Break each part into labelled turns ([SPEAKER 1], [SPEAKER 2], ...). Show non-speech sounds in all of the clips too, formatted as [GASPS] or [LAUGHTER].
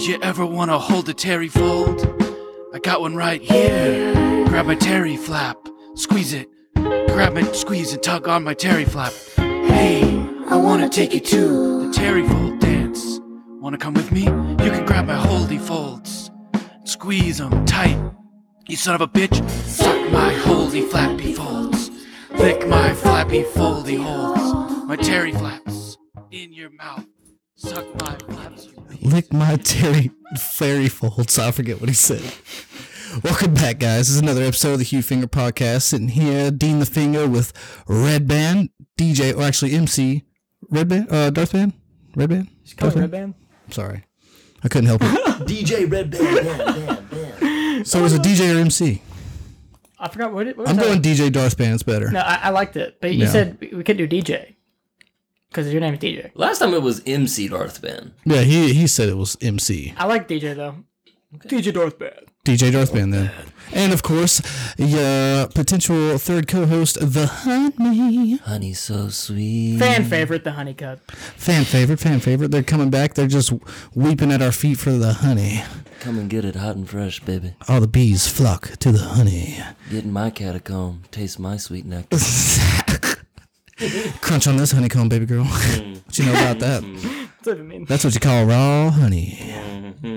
[SPEAKER 1] you ever want to hold a terry fold? I got one right here. Grab my terry flap, squeeze it. Grab it, squeeze and tug on my terry flap. Hey, I want to take you to the terry fold dance. Want to come with me? You can grab my holdy folds. Squeeze 'em tight. You son of a bitch, suck my holdy flappy folds. Lick my flappy foldy holes. My terry flaps in your mouth. Suck my flaps.
[SPEAKER 2] Lick my Terry Fairy folds. I forget what he said. Welcome back, guys. This is another episode of the Hugh Finger Podcast. Sitting here, Dean the Finger with Red Band, DJ, or actually MC, Red Band, uh, Darth Band, Red Band.
[SPEAKER 3] Come on, Red Band.
[SPEAKER 2] Sorry, I couldn't help it.
[SPEAKER 4] DJ Red Band. Band, Band, Band.
[SPEAKER 2] So is it DJ or MC?
[SPEAKER 3] I forgot what it what was.
[SPEAKER 2] I'm
[SPEAKER 3] that?
[SPEAKER 2] going DJ Darth Band. It's better.
[SPEAKER 3] No, I, I liked it, but you
[SPEAKER 2] Yeah.
[SPEAKER 3] said we we could do DJ because your name is DJ.
[SPEAKER 4] Last time it was MC Darth Band.
[SPEAKER 2] Yeah, he he said it was MC.
[SPEAKER 3] I like DJ though. DJ Darth Bad.
[SPEAKER 2] DJ Darth Band then.
[SPEAKER 4] Oh,
[SPEAKER 2] And of course, your potential third co-host, the Honey.
[SPEAKER 4] Honey, so sweet.
[SPEAKER 3] Fan
[SPEAKER 2] Mm.
[SPEAKER 3] favorite, the Honey Cup.
[SPEAKER 2] Fan favorite, fan favorite. They're coming back. They're just weeping at our feet for the honey.
[SPEAKER 4] Come and get it hot and fresh, baby.
[SPEAKER 2] All the bees flock to the honey.
[SPEAKER 4] Get in my catacomb. Taste my sweet nectar.
[SPEAKER 2] Crunch on this honeycomb, baby girl. what you know about that?
[SPEAKER 3] That's what I mean.
[SPEAKER 2] That's what you call raw honey.
[SPEAKER 4] Mm-hmm.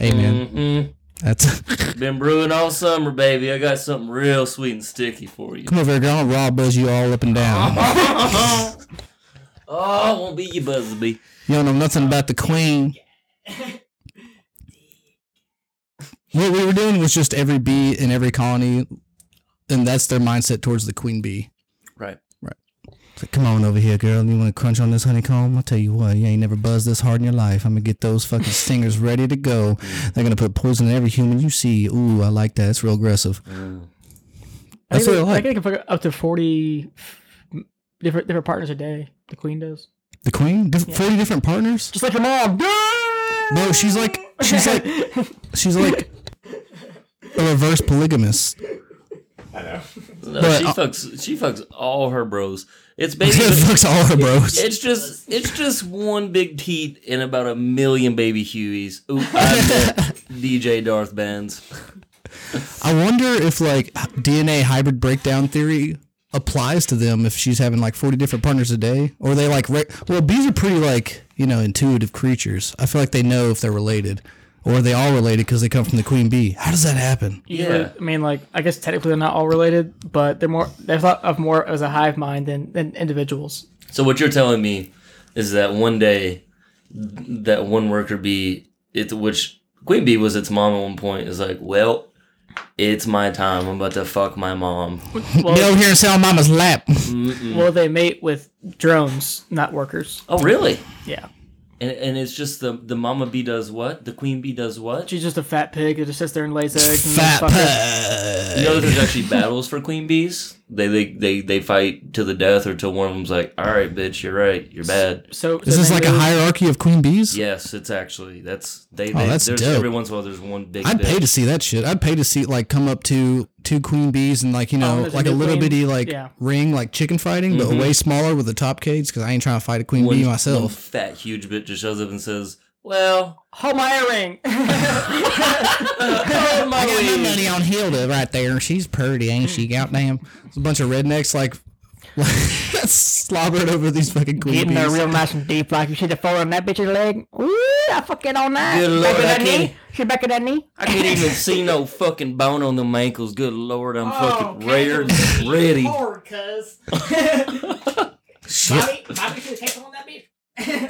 [SPEAKER 2] Amen. That's [LAUGHS]
[SPEAKER 4] Been brewing all summer, baby. I got something real sweet and sticky for you.
[SPEAKER 2] come over here, girl. I'll raw buzz you all up and down.
[SPEAKER 4] Oh, it won't be you, Busby.
[SPEAKER 2] You don't know nothing about the queen. What we were doing was just every bee in every colony, and that's their mindset towards the queen bee.
[SPEAKER 4] Right.
[SPEAKER 2] So come on over here, girl. You want to crunch on this honeycomb? I'll tell you what, you ain't never buzzed this hard in your life. I'm going to get those fucking stingers ready to go. They're going to put poison in every human you see. Ooh, I like that. It's real aggressive.
[SPEAKER 3] I
[SPEAKER 4] Mm.
[SPEAKER 2] That's what I
[SPEAKER 3] think they-
[SPEAKER 2] like.
[SPEAKER 3] I think they can put up to forty different different partners a day. The Queen does.
[SPEAKER 2] The queen? Diff- 40 different partners?
[SPEAKER 3] Just like your mom.
[SPEAKER 2] No, she's like, she's like, she's like a reverse polygamist. [LAUGHS]
[SPEAKER 4] No,
[SPEAKER 2] But uh,
[SPEAKER 4] she
[SPEAKER 2] I-
[SPEAKER 4] fucks. She fucks all her bros. It's
[SPEAKER 2] [LAUGHS]
[SPEAKER 4] basically.
[SPEAKER 2] Fucks all her bros.
[SPEAKER 4] It's just it's just one big teat and about a million baby Hueys.
[SPEAKER 2] [LAUGHS]
[SPEAKER 4] Ooh, I meant DJ Darth Bands.
[SPEAKER 2] I wonder if like DNA hybrid breakdown theory applies to them if she's having like 40 different partners a day or they like re- well bees are pretty like you know intuitive creatures i feel like they know if they're related or are they all related because they come from the queen bee how does that happen
[SPEAKER 4] Yeah.
[SPEAKER 3] I mean, like, I guess technically they're not all related, but they're more. They're thought of more as a hive mind than than individuals.
[SPEAKER 2] [LAUGHS]
[SPEAKER 4] So what you're telling me is that one day, that one worker bee, it which queen bee was its mom at one point, is like, well, it's my time. I'm about to fuck my mom.
[SPEAKER 2] get over here and sit on mama's lap [LAUGHS]
[SPEAKER 3] Well, they mate with drones, not workers.
[SPEAKER 4] Oh, really?
[SPEAKER 3] Yeah.
[SPEAKER 4] And, and it's just the the mama bee does what? The queen bee does what?
[SPEAKER 3] She's just a fat pig that just sits there and lays eggs. And
[SPEAKER 2] fat
[SPEAKER 3] fucking-
[SPEAKER 2] pug
[SPEAKER 4] You know, there's actually battles for queen bees. They they, they they fight to the death, or till one of them's like, "All right, bitch, you're right, you're bad."
[SPEAKER 3] So
[SPEAKER 2] is
[SPEAKER 3] so
[SPEAKER 2] this
[SPEAKER 3] they
[SPEAKER 2] like a
[SPEAKER 3] move-
[SPEAKER 2] hierarchy of queen bees
[SPEAKER 4] Yes, it's actually that's they. they
[SPEAKER 2] Oh, that's
[SPEAKER 4] there's
[SPEAKER 2] dope.
[SPEAKER 4] every once in a while there's one big.
[SPEAKER 2] I'd
[SPEAKER 4] bitch.
[SPEAKER 2] pay to see that shit. I'd pay to see it, like come up to two queen bees and like you know
[SPEAKER 3] there's a
[SPEAKER 2] like a
[SPEAKER 3] new
[SPEAKER 2] little
[SPEAKER 3] queen.
[SPEAKER 2] bitty like
[SPEAKER 3] Yeah.
[SPEAKER 2] ring like chicken fighting, but way smaller with the top cage because I ain't trying to fight a queen bee
[SPEAKER 4] One
[SPEAKER 2] myself.
[SPEAKER 4] fat huge bitch just shows up and says, "Well,
[SPEAKER 3] Hold my [LAUGHS] earring.
[SPEAKER 4] hold my
[SPEAKER 2] I got my
[SPEAKER 4] weed."
[SPEAKER 2] money on Hilda right there. She's pretty, ain't she? Goddamn, it's a bunch of rednecks like [LAUGHS] slobbered over these fucking queen
[SPEAKER 3] Getting there
[SPEAKER 2] bees.
[SPEAKER 3] real nice and deep, like you see the fold on that bitch's leg. Ooh, I fucking on that.
[SPEAKER 4] Good
[SPEAKER 3] back
[SPEAKER 4] lord,
[SPEAKER 3] of
[SPEAKER 4] I
[SPEAKER 3] that knee.
[SPEAKER 4] can't-
[SPEAKER 3] She back of that knee.
[SPEAKER 4] I can't even see no fucking bone on them ankles. Good lord, I'm fucking rare and ready.
[SPEAKER 3] cuz.
[SPEAKER 2] Shit.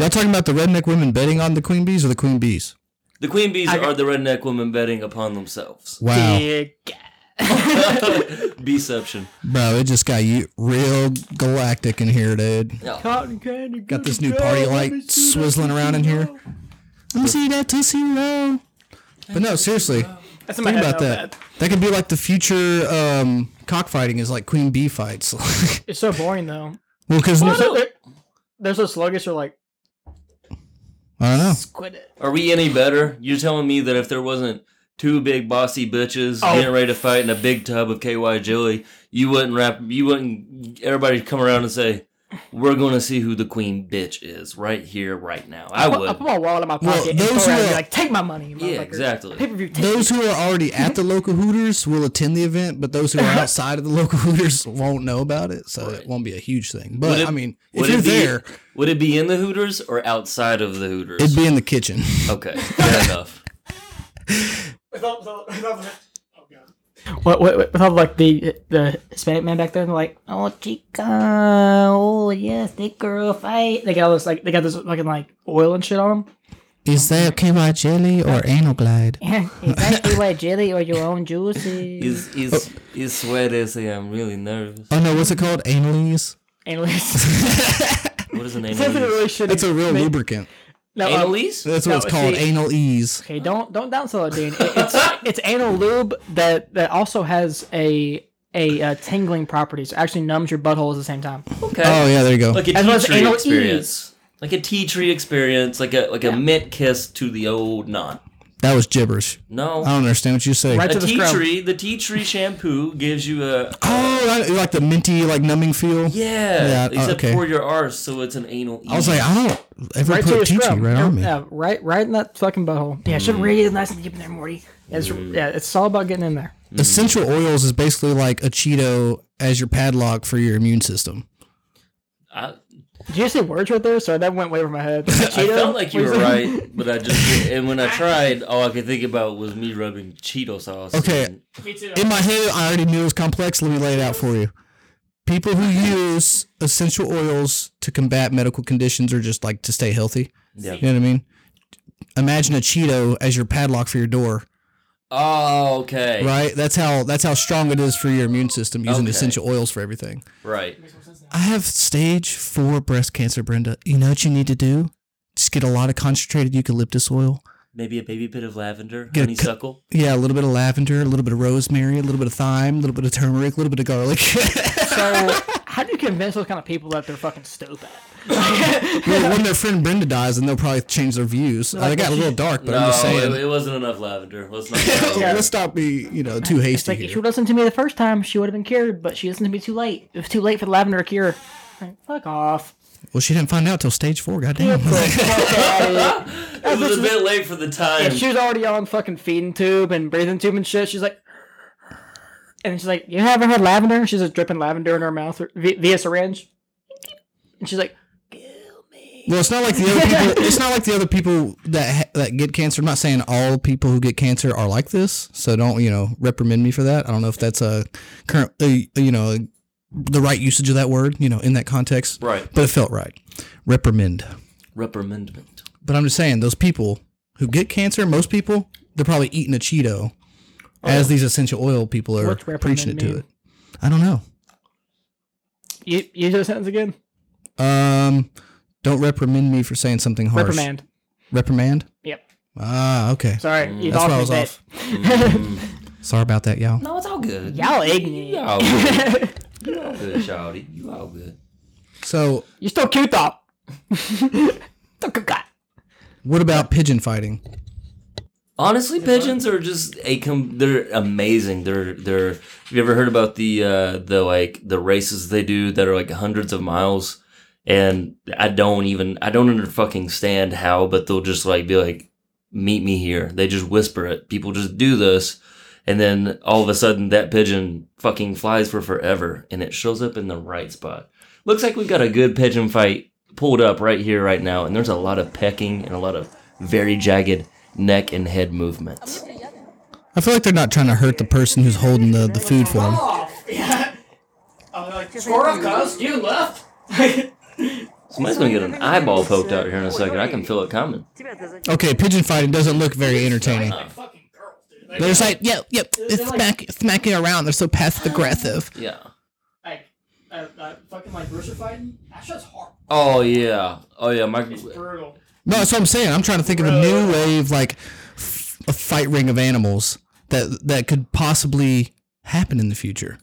[SPEAKER 2] Y'all talking about the redneck women betting on the queen bees or the queen bees?
[SPEAKER 4] The queen bees
[SPEAKER 3] got-
[SPEAKER 4] are the redneck women betting upon themselves.
[SPEAKER 2] Wow,
[SPEAKER 4] Beception.
[SPEAKER 2] bro, it just got you real galactic in here, dude.
[SPEAKER 3] Cotton candy.
[SPEAKER 2] Got this new party light swizzling around in here. Let me see that Tootsie Roll. But no, seriously,
[SPEAKER 3] That's in my
[SPEAKER 2] think
[SPEAKER 3] head
[SPEAKER 2] about
[SPEAKER 3] now,
[SPEAKER 2] that.
[SPEAKER 3] but
[SPEAKER 2] That could be like the future um, cockfighting is like queen bee fights. [LAUGHS] well,
[SPEAKER 3] It's so boring though.
[SPEAKER 2] because I
[SPEAKER 3] So they're, they're so sluggish. They're like,
[SPEAKER 2] don't know.
[SPEAKER 3] quit it.
[SPEAKER 4] Are we any better? You're telling me that if there wasn't two big bossy bitches
[SPEAKER 3] Oh.
[SPEAKER 4] getting ready to fight in a big tub of KY jelly, you wouldn't rap. You wouldn't. Everybody come around and say, we're gonna see who the queen bitch is right here, right now. I
[SPEAKER 3] I put, I
[SPEAKER 4] would.
[SPEAKER 3] put my wallet in my
[SPEAKER 2] Well,
[SPEAKER 3] pocket. and
[SPEAKER 2] those
[SPEAKER 3] those
[SPEAKER 2] who
[SPEAKER 3] and
[SPEAKER 2] are-
[SPEAKER 3] be like, take my money.
[SPEAKER 4] Yeah, exactly.
[SPEAKER 3] Pay per view.
[SPEAKER 2] Those who are already at the local Hooters will attend the event, but those who are outside of the local Hooters won't know about it, so it won't be a huge thing. But
[SPEAKER 4] Would it-
[SPEAKER 2] I mean, if
[SPEAKER 4] Would
[SPEAKER 2] you're
[SPEAKER 4] it be
[SPEAKER 2] there,
[SPEAKER 4] would it be in the Hooters or outside of the Hooters?
[SPEAKER 2] it'd be in the kitchen.
[SPEAKER 4] okay,
[SPEAKER 2] [LAUGHS]
[SPEAKER 4] fair enough.
[SPEAKER 3] What, what, what, with all like the the Hispanic man back there, they're like, oh chica, oh yes, thick girl fight. They got all this like they got this fucking like oil and shit [LAUGHS] on them.
[SPEAKER 2] Is that KY jelly or anal glide?
[SPEAKER 3] exactly like jelly or your own juices.
[SPEAKER 4] Is is is swear they say I'm really nervous.
[SPEAKER 2] Oh no, what's it called? Analese.
[SPEAKER 3] [LAUGHS] Anyways, [LAUGHS]
[SPEAKER 4] What is the name
[SPEAKER 3] something that
[SPEAKER 4] of
[SPEAKER 3] really should.
[SPEAKER 2] It's a real lubricant.
[SPEAKER 3] no, uh,
[SPEAKER 4] Annalise?
[SPEAKER 2] That's what
[SPEAKER 3] No,
[SPEAKER 2] it's called.
[SPEAKER 3] see-
[SPEAKER 2] anal ease.
[SPEAKER 3] okay, don't don't downsell it, dude. It, it's it's anal lube that that also has a a uh, tingling property. So it actually numbs your butthole at the same time.
[SPEAKER 4] Okay.
[SPEAKER 2] Oh yeah, there you go.
[SPEAKER 4] Like a
[SPEAKER 3] As well
[SPEAKER 4] tea
[SPEAKER 3] as
[SPEAKER 4] tree
[SPEAKER 3] anal
[SPEAKER 4] experience. Like a tea tree experience. Like a like a mint kiss to the old knot.
[SPEAKER 2] That was gibberish.
[SPEAKER 4] No.
[SPEAKER 2] I don't understand what you say.
[SPEAKER 3] Right
[SPEAKER 4] a
[SPEAKER 3] to the
[SPEAKER 4] tea
[SPEAKER 3] scrub.
[SPEAKER 4] tree, the tea tree shampoo gives you a
[SPEAKER 2] Oh, that- like the minty, like numbing feel. Yeah,
[SPEAKER 4] yeah,
[SPEAKER 2] uh,
[SPEAKER 4] except
[SPEAKER 2] okay.
[SPEAKER 4] for your arse, so it's an anal.
[SPEAKER 2] I was like, I don't ever
[SPEAKER 3] Right to your
[SPEAKER 2] put Chi
[SPEAKER 3] scrub.
[SPEAKER 2] right
[SPEAKER 3] yeah,
[SPEAKER 2] on me. Mm.
[SPEAKER 3] yeah, right, right in that fucking butthole. Yeah, it should radiate nice and deep in there, Morty. It's, Yeah, it's all about getting in there.
[SPEAKER 4] Mm.
[SPEAKER 2] Essential oils is basically like a Cheeto as your padlock for your immune system.
[SPEAKER 4] I,
[SPEAKER 3] Did you say words right there? Sorry, that went way over my head. Cheeto?
[SPEAKER 4] I felt like you
[SPEAKER 3] What is
[SPEAKER 4] were
[SPEAKER 3] it?
[SPEAKER 4] right, but I just and when I tried, all I could think about was me rubbing Cheeto sauce.
[SPEAKER 2] Okay.
[SPEAKER 4] in-
[SPEAKER 2] In my head, I already knew it was complex. Let me lay it out for you. People who use essential oils to combat medical conditions or just like to stay healthy.
[SPEAKER 4] Yeah.
[SPEAKER 2] You know what I mean? Imagine a Cheeto as your padlock for your door.
[SPEAKER 4] Oh, okay. Right.
[SPEAKER 2] Right? That's how that's how strong it is for your immune system using
[SPEAKER 4] Okay.
[SPEAKER 2] essential oils for everything. I have stage four breast cancer, Brenda. You know what you need to do? Just get a lot of concentrated eucalyptus oil.
[SPEAKER 4] Maybe a baby bit of lavender,
[SPEAKER 2] Get a cu-
[SPEAKER 4] honeysuckle.
[SPEAKER 2] Yeah, a little bit of lavender, a little bit of rosemary, a little bit of thyme, a little bit of turmeric, a little bit of garlic. [LAUGHS]
[SPEAKER 3] So, how do you convince those kind of people that they're fucking stupid?
[SPEAKER 2] well, when their friend Brenda dies, then they'll probably change their views. Uh, they got a little dark, but I'm just
[SPEAKER 4] no, it,
[SPEAKER 2] saying.
[SPEAKER 4] it wasn't enough lavender. Let's not.
[SPEAKER 2] Oh,
[SPEAKER 3] Yeah.
[SPEAKER 2] Let's not be, you know, too
[SPEAKER 3] It's
[SPEAKER 2] hasty
[SPEAKER 3] like, if she
[SPEAKER 2] here.
[SPEAKER 3] would listen to me the first time, she would have been cured, but she listened to me too late. It was too late for the lavender cure. Like, fuck off.
[SPEAKER 2] Well, she didn't find out till stage four. Goddamn. [LAUGHS]
[SPEAKER 4] it was a bit late for the time.
[SPEAKER 3] If she was already on fucking feeding tube and breathing tube and shit, she's like, and she's like, you ever had lavender? She's just dripping lavender in her mouth or- vi- via syringe. And she's like,
[SPEAKER 2] Well, it's not like the other people. It's not like the other people that ha- that get cancer. I'm not saying all people who get cancer are like this, so don't you know reprimand me for that. I don't know if that's a current, uh, you know, the right usage of that word, you know, in that context.
[SPEAKER 4] Right.
[SPEAKER 2] But it felt right. Reprimand.
[SPEAKER 4] Reprimandment.
[SPEAKER 2] But I'm just saying those people who get cancer, most people, they're probably eating a Cheeto, as these essential oil people are
[SPEAKER 3] What's reprimand
[SPEAKER 2] preaching it to
[SPEAKER 3] mean?
[SPEAKER 2] it. I don't know.
[SPEAKER 3] you, you do the sentence again?
[SPEAKER 2] Um, don't reprimand me for saying something harsh.
[SPEAKER 3] Reprimand.
[SPEAKER 2] Reprimand.
[SPEAKER 3] Yep.
[SPEAKER 2] Ah, okay.
[SPEAKER 3] Sorry, you
[SPEAKER 2] That's
[SPEAKER 3] lost
[SPEAKER 2] why I
[SPEAKER 3] me
[SPEAKER 2] was
[SPEAKER 3] that.
[SPEAKER 2] off. Sorry about that, y'all.
[SPEAKER 4] No, it's all good.
[SPEAKER 3] Y'all ignorant. [LAUGHS]
[SPEAKER 4] You all good. You all good, Shawty. You all good.
[SPEAKER 2] So,
[SPEAKER 3] You're still cute [LAUGHS] though. Don't cook that.
[SPEAKER 2] what about pigeon fighting?
[SPEAKER 4] Honestly, pigeons are just a com- they're amazing. They're they're. Have you ever heard about the uh, the like the races they do that are like hundreds of miles? And I don't even I don't under fucking stand how, but they'll just like be like, "Meet me here." They just whisper it. People just do this, and then all of a sudden that pigeon fucking flies for forever, and it shows up in the right spot. Looks like we've got a good pigeon fight pulled up right here, right now, and there's a lot of pecking and a lot of very jagged neck and head movements.
[SPEAKER 2] I feel like they're not trying to hurt the person who's holding the, the food for them.
[SPEAKER 3] you left.
[SPEAKER 4] Somebody's gonna get an eyeball poked out here in a second. I can feel it coming.
[SPEAKER 2] Okay, pigeon fighting doesn't look very entertaining. They're just like, yep, yep, it's smack, smacking around. They're so passive aggressive.
[SPEAKER 4] Yeah.
[SPEAKER 3] Like, uh, uh, fucking like Bruce fighting. That shit's hard.
[SPEAKER 4] Oh yeah. Oh yeah. My
[SPEAKER 3] Brutal.
[SPEAKER 2] No, that's what I'm saying. I'm trying to think of a new wave, like f- a fight ring of animals that that could possibly happen in the future.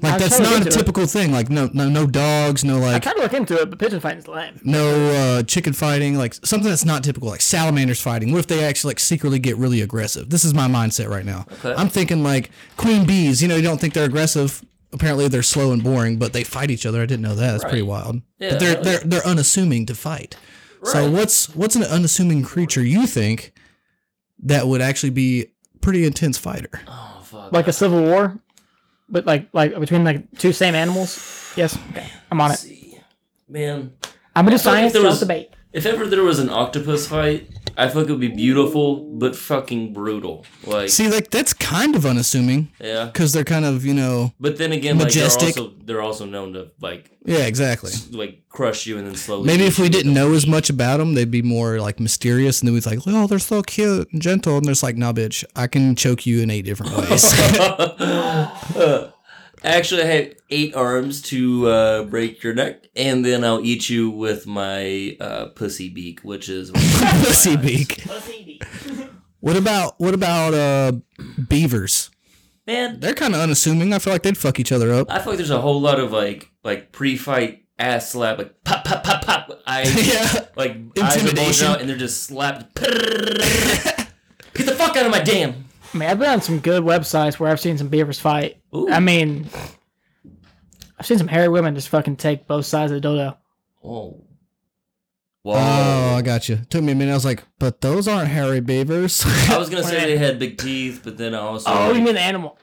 [SPEAKER 2] Like
[SPEAKER 3] I'm
[SPEAKER 2] that's
[SPEAKER 3] trying to
[SPEAKER 2] not a
[SPEAKER 3] get to it.
[SPEAKER 2] typical thing. Like no, no, no dogs, no
[SPEAKER 3] I
[SPEAKER 2] like
[SPEAKER 3] tried to look into it, but pigeon fighting's lame.
[SPEAKER 2] no uh, chicken fighting, like something that's not typical, like salamanders fighting. What if they actually like secretly get really aggressive? This is my mindset right now. I'm thinking like queen bees. You know, you don't think they're aggressive. apparently they're slow and boring, but they fight each other. I didn't know that. That's pretty
[SPEAKER 4] Right.
[SPEAKER 2] wild.
[SPEAKER 4] Yeah,
[SPEAKER 2] but they're
[SPEAKER 4] hell
[SPEAKER 2] they're they're unassuming to fight. So
[SPEAKER 4] Right.
[SPEAKER 2] what's what's an unassuming creature you think that would actually be pretty intense fighter?
[SPEAKER 4] Oh fuck.
[SPEAKER 3] Like a civil war, but like like between like two same animals. Yes, okay, I'm on
[SPEAKER 4] Let's
[SPEAKER 3] it.
[SPEAKER 4] see. Man,
[SPEAKER 3] I'm gonna
[SPEAKER 4] feel like
[SPEAKER 3] science
[SPEAKER 4] there
[SPEAKER 3] throughout
[SPEAKER 4] was-
[SPEAKER 3] the debate.
[SPEAKER 4] if ever there was an octopus fight, I feel like it would be beautiful but fucking brutal. Like
[SPEAKER 2] See, like that's kind of unassuming
[SPEAKER 4] yeah.
[SPEAKER 2] because they're kind of you know
[SPEAKER 4] But then again, like
[SPEAKER 2] Majestic.
[SPEAKER 4] they're also they're also known to like
[SPEAKER 2] yeah exactly.
[SPEAKER 4] s- like crush you and then slowly.
[SPEAKER 2] Maybe
[SPEAKER 4] eat
[SPEAKER 2] if we
[SPEAKER 4] you.
[SPEAKER 2] didn't know as much about them, they'd be more like mysterious, and then we'd like, oh, they're so cute and gentle, and they're just like, nah, bitch, I can choke you in eight different ways.
[SPEAKER 4] Actually, I have eight arms to uh, break your neck, and then I'll eat you with my uh, pussy beak, which is
[SPEAKER 2] [LAUGHS] Pussy beak. What about what about uh beavers?
[SPEAKER 4] Man,
[SPEAKER 2] They're kind of unassuming. I feel like they'd fuck each other
[SPEAKER 4] [LAUGHS]
[SPEAKER 2] up.
[SPEAKER 4] I feel like there's a whole lot of like like pre-fight ass slap, like pop pop
[SPEAKER 2] [LAUGHS]
[SPEAKER 4] pop pop. I
[SPEAKER 2] yeah,
[SPEAKER 4] like eyes are bulging
[SPEAKER 2] Intimidation.
[SPEAKER 4] out, and they're just slapped. [LAUGHS] Get the fuck out of my dam!
[SPEAKER 3] I mean, I've been on some good websites where I've seen some beavers fight.
[SPEAKER 4] Ooh.
[SPEAKER 3] I mean, I've seen some hairy women just fucking take both sides of the dodo.
[SPEAKER 4] Oh, whoa!
[SPEAKER 2] Oh, I got you. Took me a minute. I was like, but those aren't hairy beavers. [LAUGHS]
[SPEAKER 4] I was gonna say they had big teeth, but then I also
[SPEAKER 3] Oh, you
[SPEAKER 4] like,
[SPEAKER 3] mean the animal?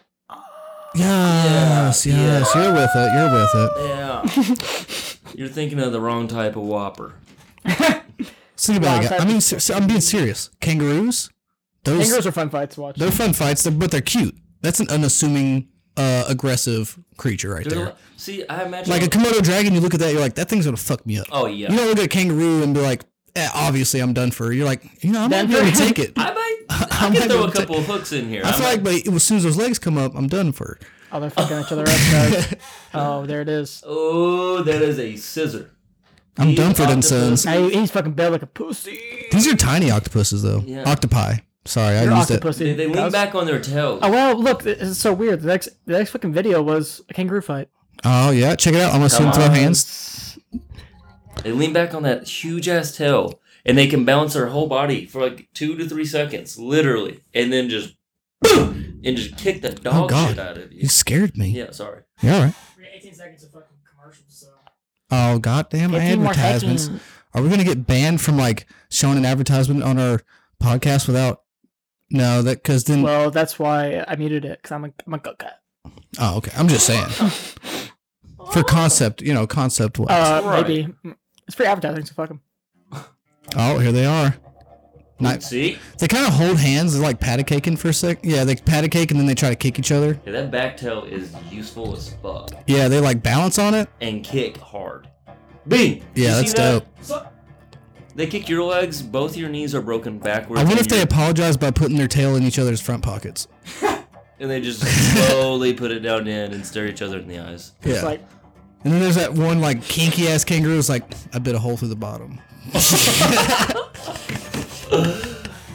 [SPEAKER 2] yes,
[SPEAKER 4] Yeah,
[SPEAKER 2] yes. You're with it. You're with it. [LAUGHS]
[SPEAKER 4] yeah. You're thinking of the wrong type of whopper.
[SPEAKER 2] So about it.
[SPEAKER 3] Wow,
[SPEAKER 2] guy- I mean, ser- ser- I'm being serious. Kangaroos, those
[SPEAKER 3] Kangaroos are fun fights to watch.
[SPEAKER 2] they're fun fights, they're- but they're cute. That's an unassuming, uh, aggressive creature right
[SPEAKER 4] They're
[SPEAKER 2] there.
[SPEAKER 4] like- See, I imagine
[SPEAKER 2] Like a Komodo dragon, you look at that, you're like, that thing's gonna fuck me up.
[SPEAKER 4] oh yeah.
[SPEAKER 2] You don't look at a kangaroo and be like, eh, obviously I'm done for. You're like, you know, I'm not
[SPEAKER 3] Done
[SPEAKER 2] gonna
[SPEAKER 3] for.
[SPEAKER 2] take it. I
[SPEAKER 4] [LAUGHS]
[SPEAKER 2] [LAUGHS]
[SPEAKER 4] I might.
[SPEAKER 2] I
[SPEAKER 4] I can
[SPEAKER 2] might
[SPEAKER 4] throw
[SPEAKER 2] be
[SPEAKER 4] a couple of hooks in here. I
[SPEAKER 2] feel
[SPEAKER 4] might-
[SPEAKER 2] like, but as soon as those legs come up, I'm done for.
[SPEAKER 3] Oh, they're fucking each other up. guys. [LAUGHS] oh, there it is.
[SPEAKER 4] oh, that is a scissor.
[SPEAKER 2] I'm
[SPEAKER 4] These
[SPEAKER 2] done for them
[SPEAKER 4] octopus-
[SPEAKER 2] sons.
[SPEAKER 3] Now he's fucking built like a pussy.
[SPEAKER 2] These are tiny octopuses though.
[SPEAKER 4] Yeah.
[SPEAKER 2] Octopi. Sorry,
[SPEAKER 3] You're
[SPEAKER 2] I used
[SPEAKER 3] octopus.
[SPEAKER 4] They, they lean back on their tails.
[SPEAKER 3] Oh well, look, this is so weird. The next, the next fucking video was a kangaroo fight.
[SPEAKER 2] it. Oh yeah, check it out. I'm gonna swim
[SPEAKER 4] Come
[SPEAKER 2] through my
[SPEAKER 4] on.
[SPEAKER 2] hands.
[SPEAKER 4] They lean back on that huge ass tail, and they can bounce their whole body for like two to three seconds, literally, and then just boom, and just kick the dog
[SPEAKER 2] Oh, God.
[SPEAKER 4] shit out of you.
[SPEAKER 2] You scared me.
[SPEAKER 4] Yeah, sorry.
[SPEAKER 2] You're all right.
[SPEAKER 3] We got 18 seconds of fucking commercials, so.
[SPEAKER 2] Oh goddamn advertisements. Are we gonna get banned from like showing an advertisement on our podcast without? No, that because then.
[SPEAKER 3] Well, that's why I muted it because I'm a, I'm a gut guy.
[SPEAKER 2] oh, okay. I'm just
[SPEAKER 3] [LAUGHS]
[SPEAKER 2] saying. For concept, you know, concept wise.
[SPEAKER 3] Uh,
[SPEAKER 4] Right.
[SPEAKER 3] maybe Mm, it's free advertising, so fuck them.
[SPEAKER 2] oh, here they are. Nice.
[SPEAKER 4] See,
[SPEAKER 2] They kind of hold hands, they're like pat a caking for a sec. Yeah, they pat a cake and then they try to kick each other.
[SPEAKER 4] yeah, that back tail is useful as fuck
[SPEAKER 2] Yeah, they like balance on it.
[SPEAKER 4] and kick hard. Bing.
[SPEAKER 2] Yeah, that's dope.
[SPEAKER 4] They kick your legs. Both your knees are broken backwards.
[SPEAKER 2] I wonder if
[SPEAKER 4] and
[SPEAKER 2] they
[SPEAKER 4] your-
[SPEAKER 2] apologize by putting their tail in each other's front pockets.
[SPEAKER 4] and they just slowly put it down in and stare each other in the eyes.
[SPEAKER 3] It's
[SPEAKER 2] Yeah.
[SPEAKER 3] like
[SPEAKER 2] And then there's that one like kinky ass kangaroo who's like, I bit a hole through the bottom.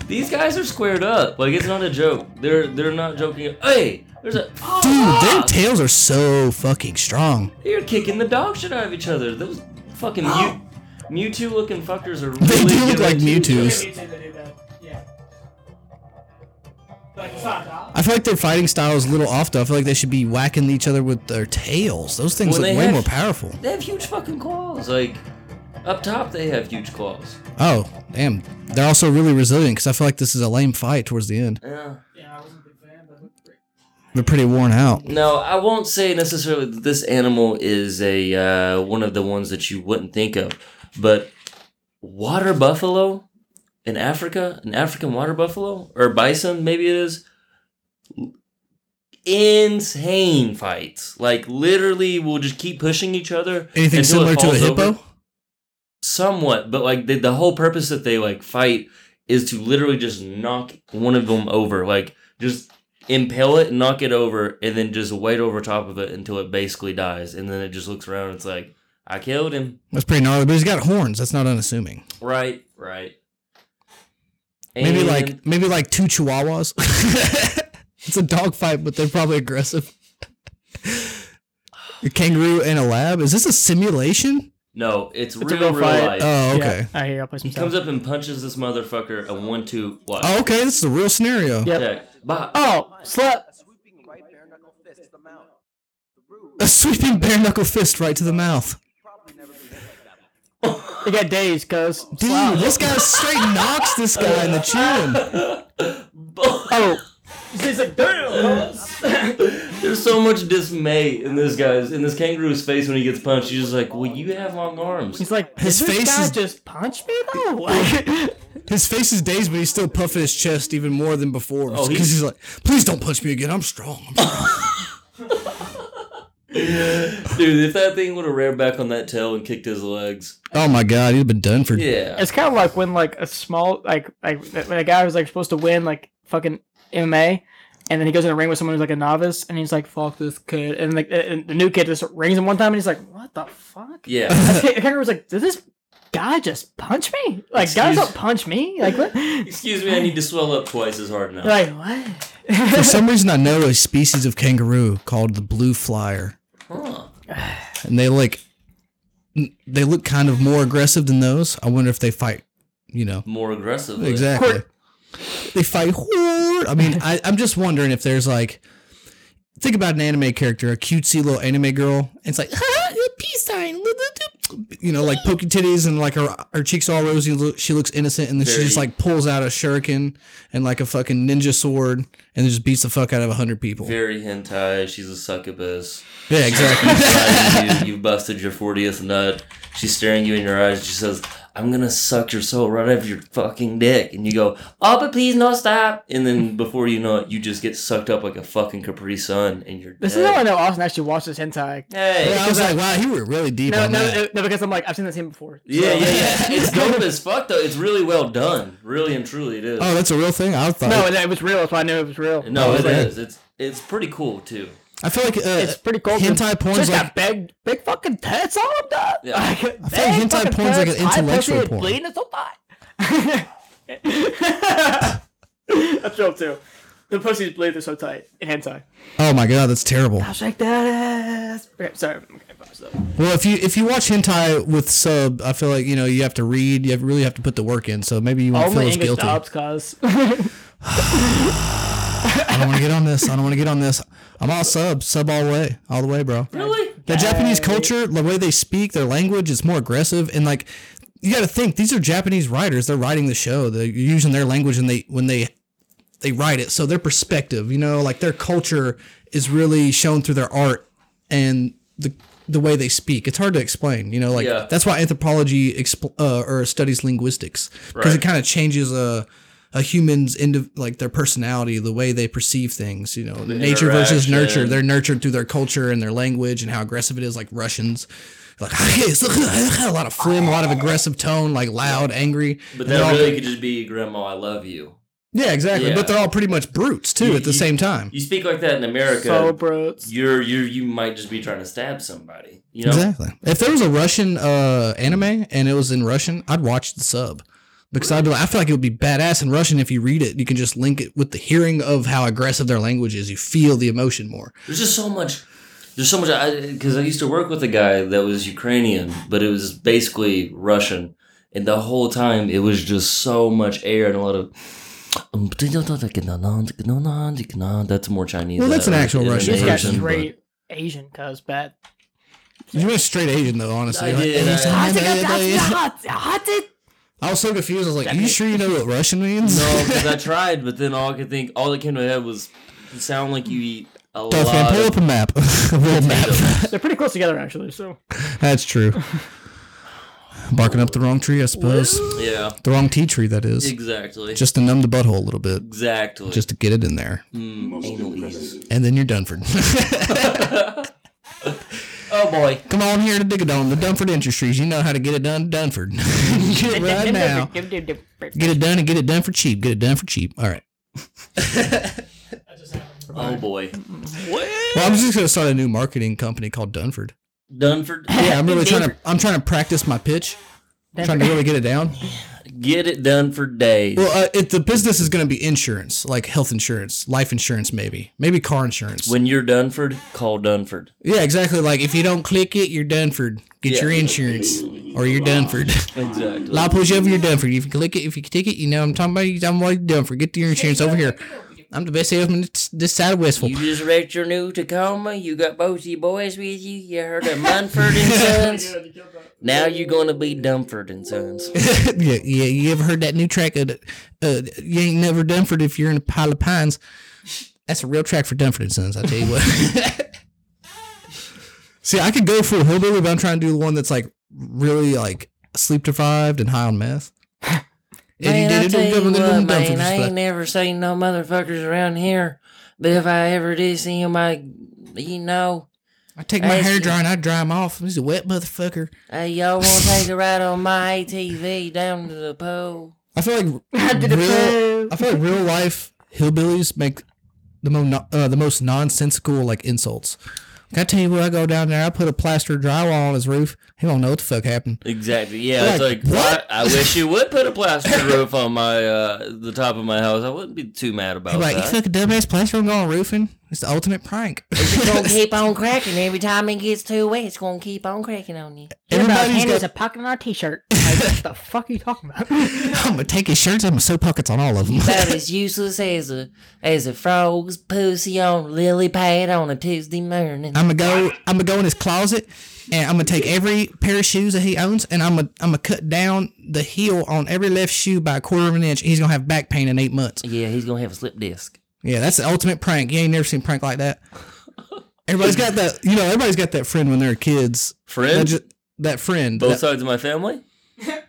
[SPEAKER 4] These guys are squared up. Like it's not a joke. They're they're not joking. Hey, there's a
[SPEAKER 3] Oh,
[SPEAKER 4] oh,
[SPEAKER 2] Dude, their tails are so fucking strong.
[SPEAKER 4] They're kicking the dog shit out of each other. Those
[SPEAKER 2] [GASPS]
[SPEAKER 4] fucking Mew, Mewtwo looking fuckers are
[SPEAKER 2] [LAUGHS]
[SPEAKER 4] really.
[SPEAKER 2] They do look
[SPEAKER 4] giving
[SPEAKER 2] like
[SPEAKER 4] it to each
[SPEAKER 2] Mewtwo's. I feel like their fighting style is a little off though. I feel like they should be whacking each other with their tails. Those things
[SPEAKER 4] Well,
[SPEAKER 2] look
[SPEAKER 4] they
[SPEAKER 2] way
[SPEAKER 4] have-
[SPEAKER 2] more powerful.
[SPEAKER 4] other. They have huge fucking claws. Like up top, they have huge claws.
[SPEAKER 2] Oh, damn. They're also really resilient because I feel like this is a lame fight towards the end.
[SPEAKER 4] Yeah.
[SPEAKER 2] They're pretty worn out.
[SPEAKER 4] No, I won't say necessarily that this animal is a uh, one of the ones that you wouldn't think of, but water buffalo in Africa, an African water buffalo or bison, maybe it is. Insane fights, like literally, will just keep pushing each other.
[SPEAKER 2] Anything
[SPEAKER 4] until
[SPEAKER 2] similar
[SPEAKER 4] it
[SPEAKER 2] to a
[SPEAKER 4] falls
[SPEAKER 2] hippo?
[SPEAKER 4] over. Somewhat, but like the, the whole purpose that they like fight is to literally just knock one of them over, like just impale it, knock it over, and then just wait over top of it until it basically dies, and then it just looks around. and It's like I killed him.
[SPEAKER 2] That's pretty gnarly, but he's got horns. That's not unassuming.
[SPEAKER 4] Right, right.
[SPEAKER 2] Maybe
[SPEAKER 4] And-
[SPEAKER 2] like maybe like two chihuahuas. [LAUGHS] it's a dog fight, but they're probably aggressive. a kangaroo and a lab. Is this a simulation?
[SPEAKER 4] no, it's,
[SPEAKER 3] It's a
[SPEAKER 4] real, real
[SPEAKER 3] real fight.
[SPEAKER 4] life.
[SPEAKER 2] Oh, okay.
[SPEAKER 3] Yeah, I hear. I'll play some
[SPEAKER 4] he comes
[SPEAKER 3] sound.
[SPEAKER 4] up and punches this motherfucker a one two what?
[SPEAKER 2] Oh, okay. This is a real scenario.
[SPEAKER 3] Yep.
[SPEAKER 4] Check. Bye.
[SPEAKER 3] Oh, slap!
[SPEAKER 5] swooping right bare knuckle fist to the mouth. The
[SPEAKER 2] A sweeping bare knuckle fist right to the mouth.
[SPEAKER 3] They got days, cuz.
[SPEAKER 2] Dude, this guy straight knocks this guy in the chin.
[SPEAKER 3] Oh. He's like, damn,
[SPEAKER 4] There's so much dismay in this guy's in this kangaroo's face when he gets punched. He's just like, "Well, you have long arms."
[SPEAKER 3] He's like,
[SPEAKER 2] His
[SPEAKER 3] his this
[SPEAKER 2] face
[SPEAKER 3] guy
[SPEAKER 2] is-
[SPEAKER 3] just punch me though? [LAUGHS] Like,
[SPEAKER 2] [LAUGHS] His face is dazed, but he's still puffing his chest even more than before. Because
[SPEAKER 4] he-
[SPEAKER 2] he's like, please don't punch me again. I'm strong. I'm strong."
[SPEAKER 4] Dude, if that thing would have reared back on that tail and kicked his legs,
[SPEAKER 2] oh my God, he'd been done for.
[SPEAKER 4] yeah,
[SPEAKER 3] it's kind of like when like a small like like when a guy was like supposed to win like fucking MMA, and then he goes in a ring with someone who's like a novice, and he's like, "Fuck this kid," and like and the new kid just rings him one time, and he's like, "What the fuck?" [LAUGHS]
[SPEAKER 4] yeah.
[SPEAKER 3] Henry was like, "Did this guy just punch me? Like guys
[SPEAKER 4] Excuse-
[SPEAKER 3] don't punch me. Like what?
[SPEAKER 4] Excuse me, I need to swell up twice as hard now. [LAUGHS]
[SPEAKER 3] like what?"
[SPEAKER 2] For some reason, I know a species of kangaroo called the blue flyer,
[SPEAKER 4] Huh.
[SPEAKER 2] and they like, they look kind of more aggressive than those. I wonder if they fight. You know,
[SPEAKER 4] More aggressive.
[SPEAKER 2] Exactly.
[SPEAKER 3] Court.
[SPEAKER 2] They fight hard. I
[SPEAKER 4] [LAUGHS]
[SPEAKER 2] mean, I, I'm just wondering if there's like, think about an anime character, a cutesy little anime girl. And it's like, ah, a peace sign. You know, like poking titties and like her her cheeks all rosy. look- She looks innocent, and then she
[SPEAKER 4] Very-
[SPEAKER 2] just like pulls out a shuriken and like a fucking ninja sword, and just beats the fuck out of a hundred people.
[SPEAKER 4] Very hentai. She's
[SPEAKER 3] [LAUGHS]
[SPEAKER 4] a succubus.
[SPEAKER 2] Yeah, exactly.
[SPEAKER 4] [LAUGHS] Like, you, you busted your 40th nut. She's staring you in your eyes. She says, I'm going to suck your soul right out of your fucking dick. And you go, Oh, but please, no, stop. And then before you know it, you just get sucked up like a fucking Capri Sun and you're
[SPEAKER 3] [LAUGHS] This
[SPEAKER 4] dead.
[SPEAKER 3] is how I know Austin actually watches hentai.
[SPEAKER 4] Hey.
[SPEAKER 2] I was like, wow, you were really deep
[SPEAKER 3] No,
[SPEAKER 2] on
[SPEAKER 3] no,
[SPEAKER 2] that.
[SPEAKER 3] no, no, because I'm like I've seen that scene before.
[SPEAKER 4] Yeah, yeah, yeah. It's dope as fuck, though. It's really well done. Really and truly, it is.
[SPEAKER 2] oh, that's a real thing. I thought.
[SPEAKER 3] No, it was real. That's why I knew it was real.
[SPEAKER 4] no,
[SPEAKER 2] Oh,
[SPEAKER 4] it
[SPEAKER 2] it is.
[SPEAKER 4] is. It's, it's pretty cool, too.
[SPEAKER 2] I feel like uh,
[SPEAKER 3] It's pretty cool.
[SPEAKER 2] Hentai porn's
[SPEAKER 3] Just
[SPEAKER 2] like
[SPEAKER 3] got big, big fucking tits on them. dog.
[SPEAKER 4] Yeah.
[SPEAKER 3] [LAUGHS] Like,
[SPEAKER 2] I feel like hentai porn's like an intellectual porn.
[SPEAKER 3] Bleeding is so [LAUGHS] tight. That's real too. The pussy's bleeding is so tight in hentai.
[SPEAKER 2] oh my god, that's terrible.
[SPEAKER 3] I'll shake that ass. Okay, sorry. Okay, pause up.
[SPEAKER 2] Well, if you if you watch hentai with sub, I feel like you know you have to read. You have, really have to put the work in. So maybe you won't feel
[SPEAKER 3] Only
[SPEAKER 2] as
[SPEAKER 3] English
[SPEAKER 2] guilty.
[SPEAKER 3] dubs, [LAUGHS] cause
[SPEAKER 2] I don't want to get on this. I don't want to get on this. I'm all sub, sub all the way, all the way, bro.
[SPEAKER 4] Really?
[SPEAKER 2] The Japanese culture, the way they speak, their language is more aggressive, and like you got to think these are Japanese writers. They're writing the show. They're using their language, and they when they they write it, so their perspective, you know, like their culture is really shown through their art and the the way they speak. It's hard to explain, you know, like
[SPEAKER 4] Yeah.
[SPEAKER 2] that's why anthropology expl- uh, or studies linguistics because
[SPEAKER 4] Right.
[SPEAKER 2] it kind of changes a. A human's indiv- like their personality, the way they perceive things, you know, nature versus nurture.
[SPEAKER 4] interaction.
[SPEAKER 2] They're nurtured through their culture and their language and how aggressive it is, like Russians. Like [LAUGHS] a lot of phlegm, a lot of aggressive tone, like loud, angry.
[SPEAKER 4] But
[SPEAKER 2] And they're
[SPEAKER 4] that
[SPEAKER 2] all-
[SPEAKER 4] really could just be, Grandma, I love you.
[SPEAKER 2] yeah, exactly.
[SPEAKER 4] Yeah.
[SPEAKER 2] But they're all pretty much brutes too
[SPEAKER 4] You-
[SPEAKER 2] at the
[SPEAKER 4] you-
[SPEAKER 2] same time.
[SPEAKER 4] You speak like that in America.
[SPEAKER 3] so brutes.
[SPEAKER 4] you're you you might just be trying to stab somebody. You know,
[SPEAKER 2] Exactly. If there was a Russian uh, anime and it was in Russian, I'd watch the sub because I'd be like, I feel like it would be badass in Russian if you read it. You can just link it with the hearing of how aggressive their language is. You feel the emotion more.
[SPEAKER 4] there's just so much. There's so much because I, used to work with a guy that was Ukrainian, but it was basically Russian, and the whole time it was just so much air and a lot of. "Um, That's more Chinese.
[SPEAKER 2] Well, that's an
[SPEAKER 4] That
[SPEAKER 2] actual
[SPEAKER 4] is
[SPEAKER 2] Russian
[SPEAKER 3] This
[SPEAKER 2] Asian,
[SPEAKER 3] guy's
[SPEAKER 2] but-
[SPEAKER 3] straight Asian,
[SPEAKER 2] [LAUGHS]
[SPEAKER 3] cause bad.
[SPEAKER 2] You went straight Asian though, honestly.
[SPEAKER 4] I
[SPEAKER 2] Like,
[SPEAKER 4] did,
[SPEAKER 2] "Anytime, anytime."
[SPEAKER 3] That's
[SPEAKER 2] I was so confused. I was like, "You sure you know what Russian means?" [LAUGHS]
[SPEAKER 4] No, because I tried, but then all I could think, all that came to my head was, "You sound like you eat a
[SPEAKER 2] Dolph, man,
[SPEAKER 4] lot.
[SPEAKER 2] pull up
[SPEAKER 4] Of,
[SPEAKER 2] a map, [LAUGHS] a world map.
[SPEAKER 3] They're pretty close together actually. So
[SPEAKER 2] That's true. Barking up the wrong tree, I suppose.
[SPEAKER 4] yeah,
[SPEAKER 2] The wrong tea tree, that is.
[SPEAKER 4] exactly,
[SPEAKER 2] Just to numb the butthole a little bit,
[SPEAKER 4] exactly.
[SPEAKER 2] just to get it in there,
[SPEAKER 4] Mm, anal ease.
[SPEAKER 2] and then you're Dunford. [LAUGHS]
[SPEAKER 4] Oh boy.
[SPEAKER 2] Come on here to Digadon, the Dunford Industries. You know how to get it done, Dunford. [LAUGHS] get it right now. Get it done and get it done for cheap. Get it done for cheap. All right.
[SPEAKER 4] Oh boy.
[SPEAKER 2] Well, I'm just gonna start a new marketing company called
[SPEAKER 4] [LAUGHS]
[SPEAKER 2] Dunford.
[SPEAKER 4] Dunford.
[SPEAKER 2] Yeah, I'm really trying to. I'm trying to practice my pitch. Trying to really get it down.
[SPEAKER 4] Get it done for days.
[SPEAKER 2] Well, uh, it, the business is going to be insurance, like health insurance, life insurance, maybe, maybe car insurance.
[SPEAKER 4] when you're Dunford, call Dunford.
[SPEAKER 2] yeah, exactly. Like if you don't click it, you're done for. Get
[SPEAKER 4] Yeah.
[SPEAKER 2] your insurance, or you're done for. [LAUGHS]
[SPEAKER 4] Exactly.
[SPEAKER 2] La push over, you're done for. If you click it, if you click it, you know what I'm talking about. I'm done for. Get your insurance over here. I'm the best salesman this- this side of Westville.
[SPEAKER 5] You just wrecked your new Tacoma. You got both your boys with you. You heard of Munford
[SPEAKER 2] [LAUGHS]
[SPEAKER 5] and Sons. Now you're gonna be Dumford and Sons.
[SPEAKER 2] [LAUGHS] yeah, yeah. You ever heard that new track? Of, the- uh, you ain't never Dunford if you're in a pile of pines. That's a real track for Dunford and Sons. I tell you what. [LAUGHS] See, I could go for a hillbilly, but I'm trying to do the one that's like really like sleep deprived and high on meth.
[SPEAKER 5] Man, I tell you what, man, I ain't never seen no motherfuckers around here. But if I ever did see 'em, I, you know,
[SPEAKER 2] I take my
[SPEAKER 5] I-
[SPEAKER 2] hair dryer and I dry him off. He's a wet motherfucker.
[SPEAKER 5] hey, y'all want to take a ride on my ATV down to the pool?
[SPEAKER 2] I feel like
[SPEAKER 3] Did it
[SPEAKER 2] real,
[SPEAKER 3] prove?
[SPEAKER 2] I feel like real life hillbillies make the most uh, the most nonsensical like insults. Like, I tell you what, I go down there, I put a plaster drywall on his roof. He don't know what the fuck happened.
[SPEAKER 4] Exactly. Yeah,
[SPEAKER 2] Like,
[SPEAKER 4] it's like
[SPEAKER 2] what?
[SPEAKER 4] what? I wish you would put a plaster roof on my uh the top of my house. I wouldn't be too mad about
[SPEAKER 2] He's like, you
[SPEAKER 4] that.
[SPEAKER 2] took a dumbass plaster and go on roofing. It's the ultimate prank.
[SPEAKER 5] It's
[SPEAKER 2] [LAUGHS]
[SPEAKER 5] gonna keep on cracking every time it gets too wet. It's gonna keep on cracking on you.
[SPEAKER 3] Everybody's
[SPEAKER 2] Everybody's
[SPEAKER 3] hand is
[SPEAKER 2] got,
[SPEAKER 3] a pocket in our t-shirt. Like, what the [LAUGHS] fuck are you talking about?
[SPEAKER 2] [LAUGHS]
[SPEAKER 3] [LAUGHS]
[SPEAKER 2] I'm gonna take his shirts. I'm gonna sew pockets on all of them. [LAUGHS]
[SPEAKER 5] About as useless as a as a frog's pussy on a lily pad on a Tuesday morning.
[SPEAKER 2] I'm gonna go. I'm gonna go in his closet, and I'm gonna take every pair of shoes that he owns, and I'm gonna I'm gonna cut down the heel on every left shoe by a quarter of an inch. He's gonna have back pain in eight months.
[SPEAKER 5] Yeah, he's gonna have a slip [LAUGHS] disc.
[SPEAKER 2] Yeah, that's the ultimate prank. You ain't never seen a prank like that. Everybody's got that. You know, everybody's got that friend when they're kids. That,
[SPEAKER 4] Friends,
[SPEAKER 2] ju- that friend.
[SPEAKER 4] both
[SPEAKER 2] that-
[SPEAKER 4] sides of my family.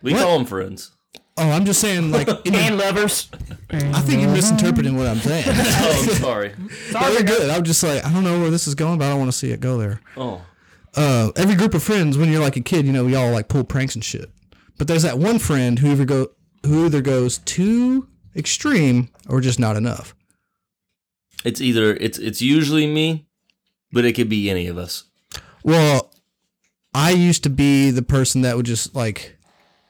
[SPEAKER 4] We
[SPEAKER 2] What?
[SPEAKER 4] call them friends.
[SPEAKER 2] oh, I'm just saying.
[SPEAKER 4] [LAUGHS]
[SPEAKER 2] Like, in your-
[SPEAKER 3] and lovers.
[SPEAKER 2] I think you're misinterpreting what I'm saying.
[SPEAKER 4] Oh,
[SPEAKER 2] [LAUGHS]
[SPEAKER 4] I'm [LAUGHS] sorry.
[SPEAKER 2] They're good. I'm just like, I don't know where this is going, but I don't want to see it go there.
[SPEAKER 4] Oh,
[SPEAKER 2] uh, every group of friends when you're like a kid, you know, y'all like pull pranks and shit. But there's that one friend who either go who either goes too extreme or just not enough.
[SPEAKER 4] it's either it's it's usually me, but it could be any of us.
[SPEAKER 2] Well, I used to be the person that would just like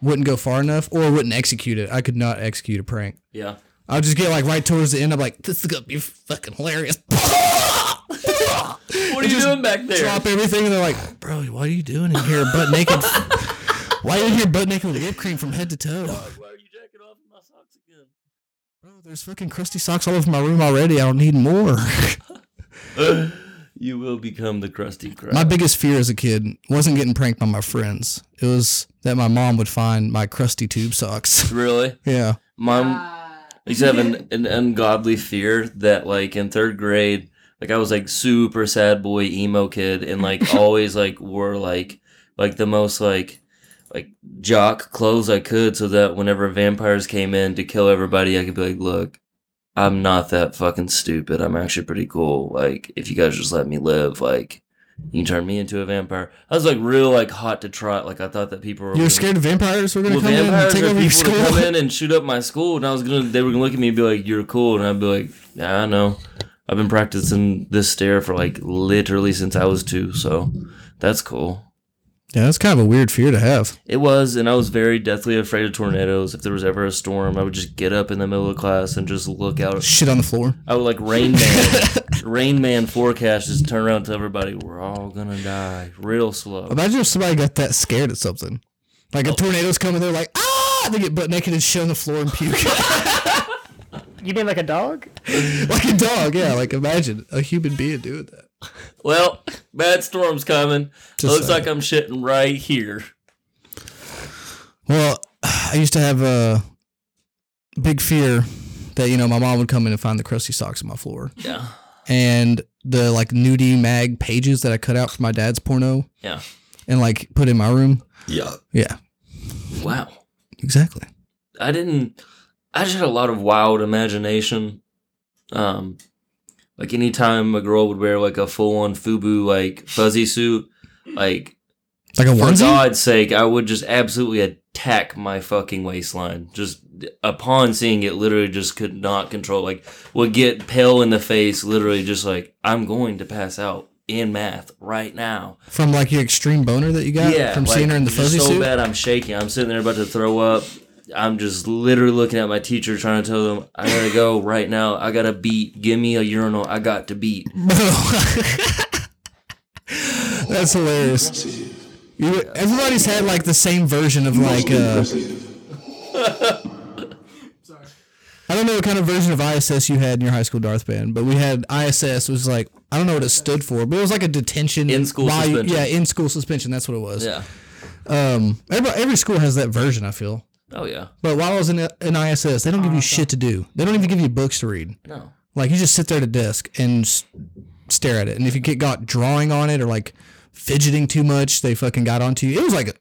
[SPEAKER 2] wouldn't go far enough or wouldn't execute it. I could not execute a prank.
[SPEAKER 4] Yeah.
[SPEAKER 2] I would just get like right towards the end. I'm like, this is gonna be fucking hilarious. [LAUGHS]
[SPEAKER 4] What are you doing back there?
[SPEAKER 2] Drop everything, and they're like, bro, what are you doing in here, butt naked? [LAUGHS] Why are you here, butt naked with whipped cream from head to toe?
[SPEAKER 4] Why are you jacking off in my socks again?
[SPEAKER 2] Bro, there's fucking crusty socks all over my room already. I don't need more. [LAUGHS]
[SPEAKER 4] You will become the crusty crab.
[SPEAKER 2] my biggest fear as a kid wasn't getting pranked by my friends. It was that my mom would find my crusty tube socks. [LAUGHS]
[SPEAKER 4] really?
[SPEAKER 2] yeah.
[SPEAKER 4] Mom used to have an, an ungodly fear that like in third grade, like I was like super sad boy emo kid and like always like wore like like the most like like jock clothes I could so that whenever vampires came in to kill everybody I could be like, look, I'm not that fucking stupid. I'm actually pretty cool. Like if you guys just let me live, like you can turn me into a vampire. I was like real like hot to trot. Like I thought that people were
[SPEAKER 2] You were
[SPEAKER 4] gonna-
[SPEAKER 2] scared vampires were going to
[SPEAKER 4] well,
[SPEAKER 2] come in and
[SPEAKER 4] vampires
[SPEAKER 2] take
[SPEAKER 4] are
[SPEAKER 2] over your
[SPEAKER 4] people
[SPEAKER 2] school?
[SPEAKER 4] to come in and shoot up my school, and I was gonna. They were gonna look at me and be like, "You're cool," and I'd be like, "Yeah, I know. I've been practicing this stare for like literally since I was two, so that's cool."
[SPEAKER 2] [LAUGHS] Yeah, that's kind of a weird fear to have.
[SPEAKER 4] It was, and I was very deathly afraid of tornadoes. If there was ever a storm, I would just get up in the middle of class and just look out.
[SPEAKER 2] Shit on the floor.
[SPEAKER 4] I would
[SPEAKER 2] [LAUGHS]
[SPEAKER 4] like Rain Man, Rain Man forecast, just turn around to everybody, "We're all gonna die," real slow.
[SPEAKER 2] Imagine if somebody got that scared at something. Like a tornado's coming, they're like, ah! They get butt naked and shit on the floor and puke. [LAUGHS]
[SPEAKER 3] You mean like a dog?
[SPEAKER 2] like a dog, yeah. Like imagine a human being doing that.
[SPEAKER 4] Well, bad storm's coming.
[SPEAKER 2] Just
[SPEAKER 4] Looks
[SPEAKER 2] saying.
[SPEAKER 4] like I'm shitting right here.
[SPEAKER 2] Well, I used to have a big fear that you know my mom would come in and find the crusty socks on my floor,
[SPEAKER 4] Yeah.
[SPEAKER 2] and the like nudie mag pages that I cut out from my dad's porno,
[SPEAKER 4] Yeah.
[SPEAKER 2] and like put in my room.
[SPEAKER 4] Yeah.
[SPEAKER 2] Yeah,
[SPEAKER 4] Wow.
[SPEAKER 2] exactly.
[SPEAKER 4] I didn't. I just had a lot of wild imagination. Um, like anytime a girl would wear like a full-on FUBU like fuzzy suit, like
[SPEAKER 2] Like a
[SPEAKER 4] for
[SPEAKER 2] onesie.
[SPEAKER 4] God's sake, I would just absolutely attack my fucking waistline. Just upon seeing it, literally just could not control. Like would get pale in the face, literally just like I'm going to pass out in math right now.
[SPEAKER 2] From like your extreme boner that you got from
[SPEAKER 4] like,
[SPEAKER 2] seeing her in the
[SPEAKER 4] just
[SPEAKER 2] fuzzy
[SPEAKER 4] so
[SPEAKER 2] suit.
[SPEAKER 4] bad I'm shaking. I'm sitting there about to throw up. I'm just literally looking at my teacher trying to tell them, I gotta go right now. I gotta beat. Give me a urinal. I got to beat.
[SPEAKER 2] Mm-hmm. That's hilarious. You, everybody's had like the same version of like. Uh, I don't don't know what kind of version of ISS you had in your high school Darth band, but we had ISS was like I don't know what it stood for, but it was like a detention
[SPEAKER 4] In-school
[SPEAKER 2] while you-
[SPEAKER 4] suspension.
[SPEAKER 2] Yeah, in school suspension. That's what it was.
[SPEAKER 4] Yeah.
[SPEAKER 2] Um, every, every school has that version. I feel.
[SPEAKER 4] Oh yeah.
[SPEAKER 2] But while I was in, in ISS, they don't give you shit to do. They don't even give you books to read.
[SPEAKER 4] No.
[SPEAKER 2] Like you just sit there at a desk and s- stare at it. And if you get got drawing on it or like fidgeting too much, they fucking got onto you. It was like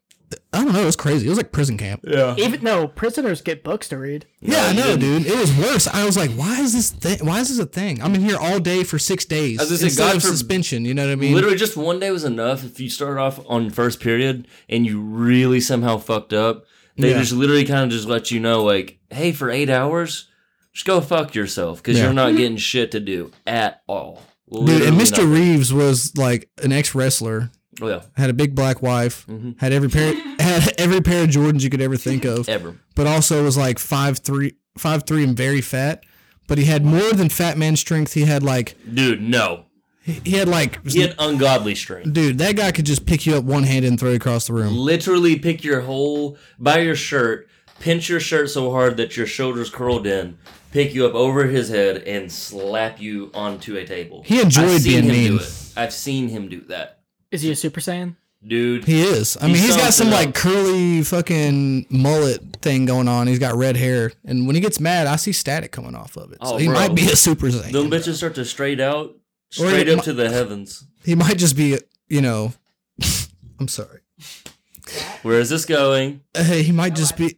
[SPEAKER 2] I don't know. It was crazy. It was like prison camp.
[SPEAKER 4] Yeah.
[SPEAKER 3] Even no, prisoners get books to read.
[SPEAKER 2] Yeah, I know, dude. It was worse. I was like, why is this thing? Why is this a thing? I'm in here all day for six days
[SPEAKER 4] was gonna say,
[SPEAKER 2] instead
[SPEAKER 4] God
[SPEAKER 2] of
[SPEAKER 4] forb-
[SPEAKER 2] suspension. You know what I mean?
[SPEAKER 4] Literally, just one day was enough. If you started off on first period and you really somehow fucked up, they
[SPEAKER 2] Yeah.
[SPEAKER 4] just literally kind of just let you know, like, hey, for eight hours, just go fuck yourself because
[SPEAKER 2] Yeah.
[SPEAKER 4] you're not getting shit to do at all.
[SPEAKER 2] Dude, and
[SPEAKER 4] Literally
[SPEAKER 2] Mr.
[SPEAKER 4] nothing.
[SPEAKER 2] Reeves was like an ex wrestler.
[SPEAKER 4] Oh, yeah,
[SPEAKER 2] Had a big black wife.
[SPEAKER 4] Mm-hmm.
[SPEAKER 2] Had every pair. [LAUGHS] Had every pair of Jordans you could ever think of.
[SPEAKER 4] ever.
[SPEAKER 2] but also was like five three, five three, and very fat. But he had more than fat man strength. He had like
[SPEAKER 4] Dude, no.
[SPEAKER 2] he had like
[SPEAKER 4] Get ungodly strength.
[SPEAKER 2] dude, that guy could just pick you up one hand and throw you across the room.
[SPEAKER 4] Literally pick your whole, buy your shirt, pinch your shirt so hard that your shoulders curled in, pick you up over his head, and slap you onto a table.
[SPEAKER 2] He enjoyed
[SPEAKER 4] I've seen
[SPEAKER 2] being
[SPEAKER 4] him do
[SPEAKER 2] mean.
[SPEAKER 4] it. I've seen him do that.
[SPEAKER 3] Is he a Super Saiyan?
[SPEAKER 4] Dude,
[SPEAKER 2] He is. I mean,
[SPEAKER 4] He
[SPEAKER 2] he's got
[SPEAKER 4] sums
[SPEAKER 2] some
[SPEAKER 4] it
[SPEAKER 2] like
[SPEAKER 4] up.
[SPEAKER 2] curly fucking mullet thing going on. He's got red hair, and when he gets mad, I see static coming off of it. so
[SPEAKER 4] Oh,
[SPEAKER 2] he
[SPEAKER 4] bro.
[SPEAKER 2] might be a super saiyan.
[SPEAKER 4] Them bitches start to straight out,
[SPEAKER 2] Or
[SPEAKER 4] straight
[SPEAKER 2] it
[SPEAKER 4] up
[SPEAKER 2] mi-
[SPEAKER 4] to the heavens.
[SPEAKER 2] He might just be, you know, [LAUGHS] I'm sorry.
[SPEAKER 4] Where is this going?
[SPEAKER 2] Uh, he might just be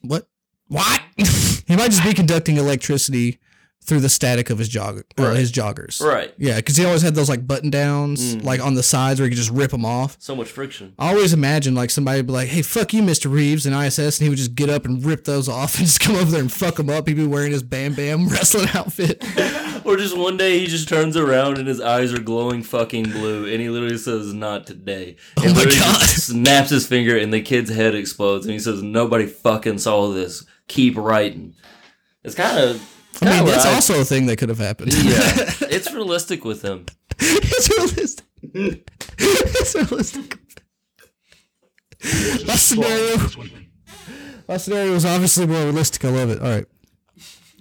[SPEAKER 2] what? What? [LAUGHS] he might just be conducting electricity through the static of his jog uh,
[SPEAKER 4] Right.
[SPEAKER 2] his joggers.
[SPEAKER 4] Right. Mm.
[SPEAKER 2] Yeah, because he always had those like button downs, like on the sides where he could just rip them off.
[SPEAKER 4] So much friction.
[SPEAKER 2] I always imagine like somebody would be like, "Hey, fuck you, Mister Reeves," and ISS, and he would just get up and rip those off and [LAUGHS] just come over there and fuck him up. He'd be wearing his Bam Bam [LAUGHS] wrestling outfit.
[SPEAKER 4] Or just one day he just turns around and his eyes are glowing fucking blue and he literally says, Not today.
[SPEAKER 2] Oh
[SPEAKER 4] And
[SPEAKER 2] my
[SPEAKER 4] literally just
[SPEAKER 2] God.
[SPEAKER 4] snaps his finger and the kid's head explodes and he says, Nobody fucking saw this. Keep writing. It's kind of.
[SPEAKER 2] I mean, that's also a thing that could have happened.
[SPEAKER 4] Yeah. it's realistic with him.
[SPEAKER 2] it's realistic. it's realistic. My scenario. My scenario was obviously more realistic. I love it. All right.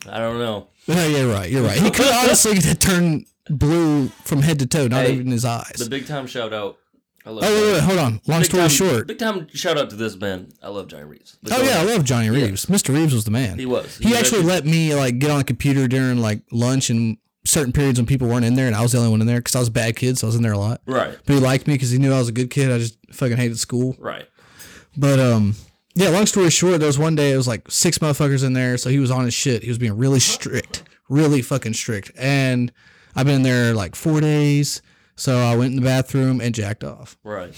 [SPEAKER 4] I don't know.
[SPEAKER 2] No, you're right. You're right. He could honestly [LAUGHS] turn blue from head to toe, not
[SPEAKER 4] Hey,
[SPEAKER 2] even his
[SPEAKER 4] The
[SPEAKER 2] eyes.
[SPEAKER 4] big time shout out. I love
[SPEAKER 2] Oh, wait, wait, wait, hold on. Long
[SPEAKER 4] Big
[SPEAKER 2] story
[SPEAKER 4] time,
[SPEAKER 2] short.
[SPEAKER 4] Big time shout out to this man. I love Johnny Reeves. But
[SPEAKER 2] Oh
[SPEAKER 4] go
[SPEAKER 2] yeah, I
[SPEAKER 4] ahead.
[SPEAKER 2] love Johnny Reeves. Mr. Reeves was the man.
[SPEAKER 4] He was.
[SPEAKER 2] He,
[SPEAKER 4] was
[SPEAKER 2] actually let me like get on a computer during like lunch and certain periods when people weren't in there, and I was the only one in there because I was a bad kid, so I was in there a lot.
[SPEAKER 4] Right.
[SPEAKER 2] But he liked me because he knew I was a good kid. I just fucking hated school.
[SPEAKER 4] Right.
[SPEAKER 2] But um, yeah. Long story short, there was one day it was like six motherfuckers in there, so he was on his shit. He was being really strict, really fucking strict. And I've been in there like four days, so I went in the bathroom and jacked off.
[SPEAKER 4] Right.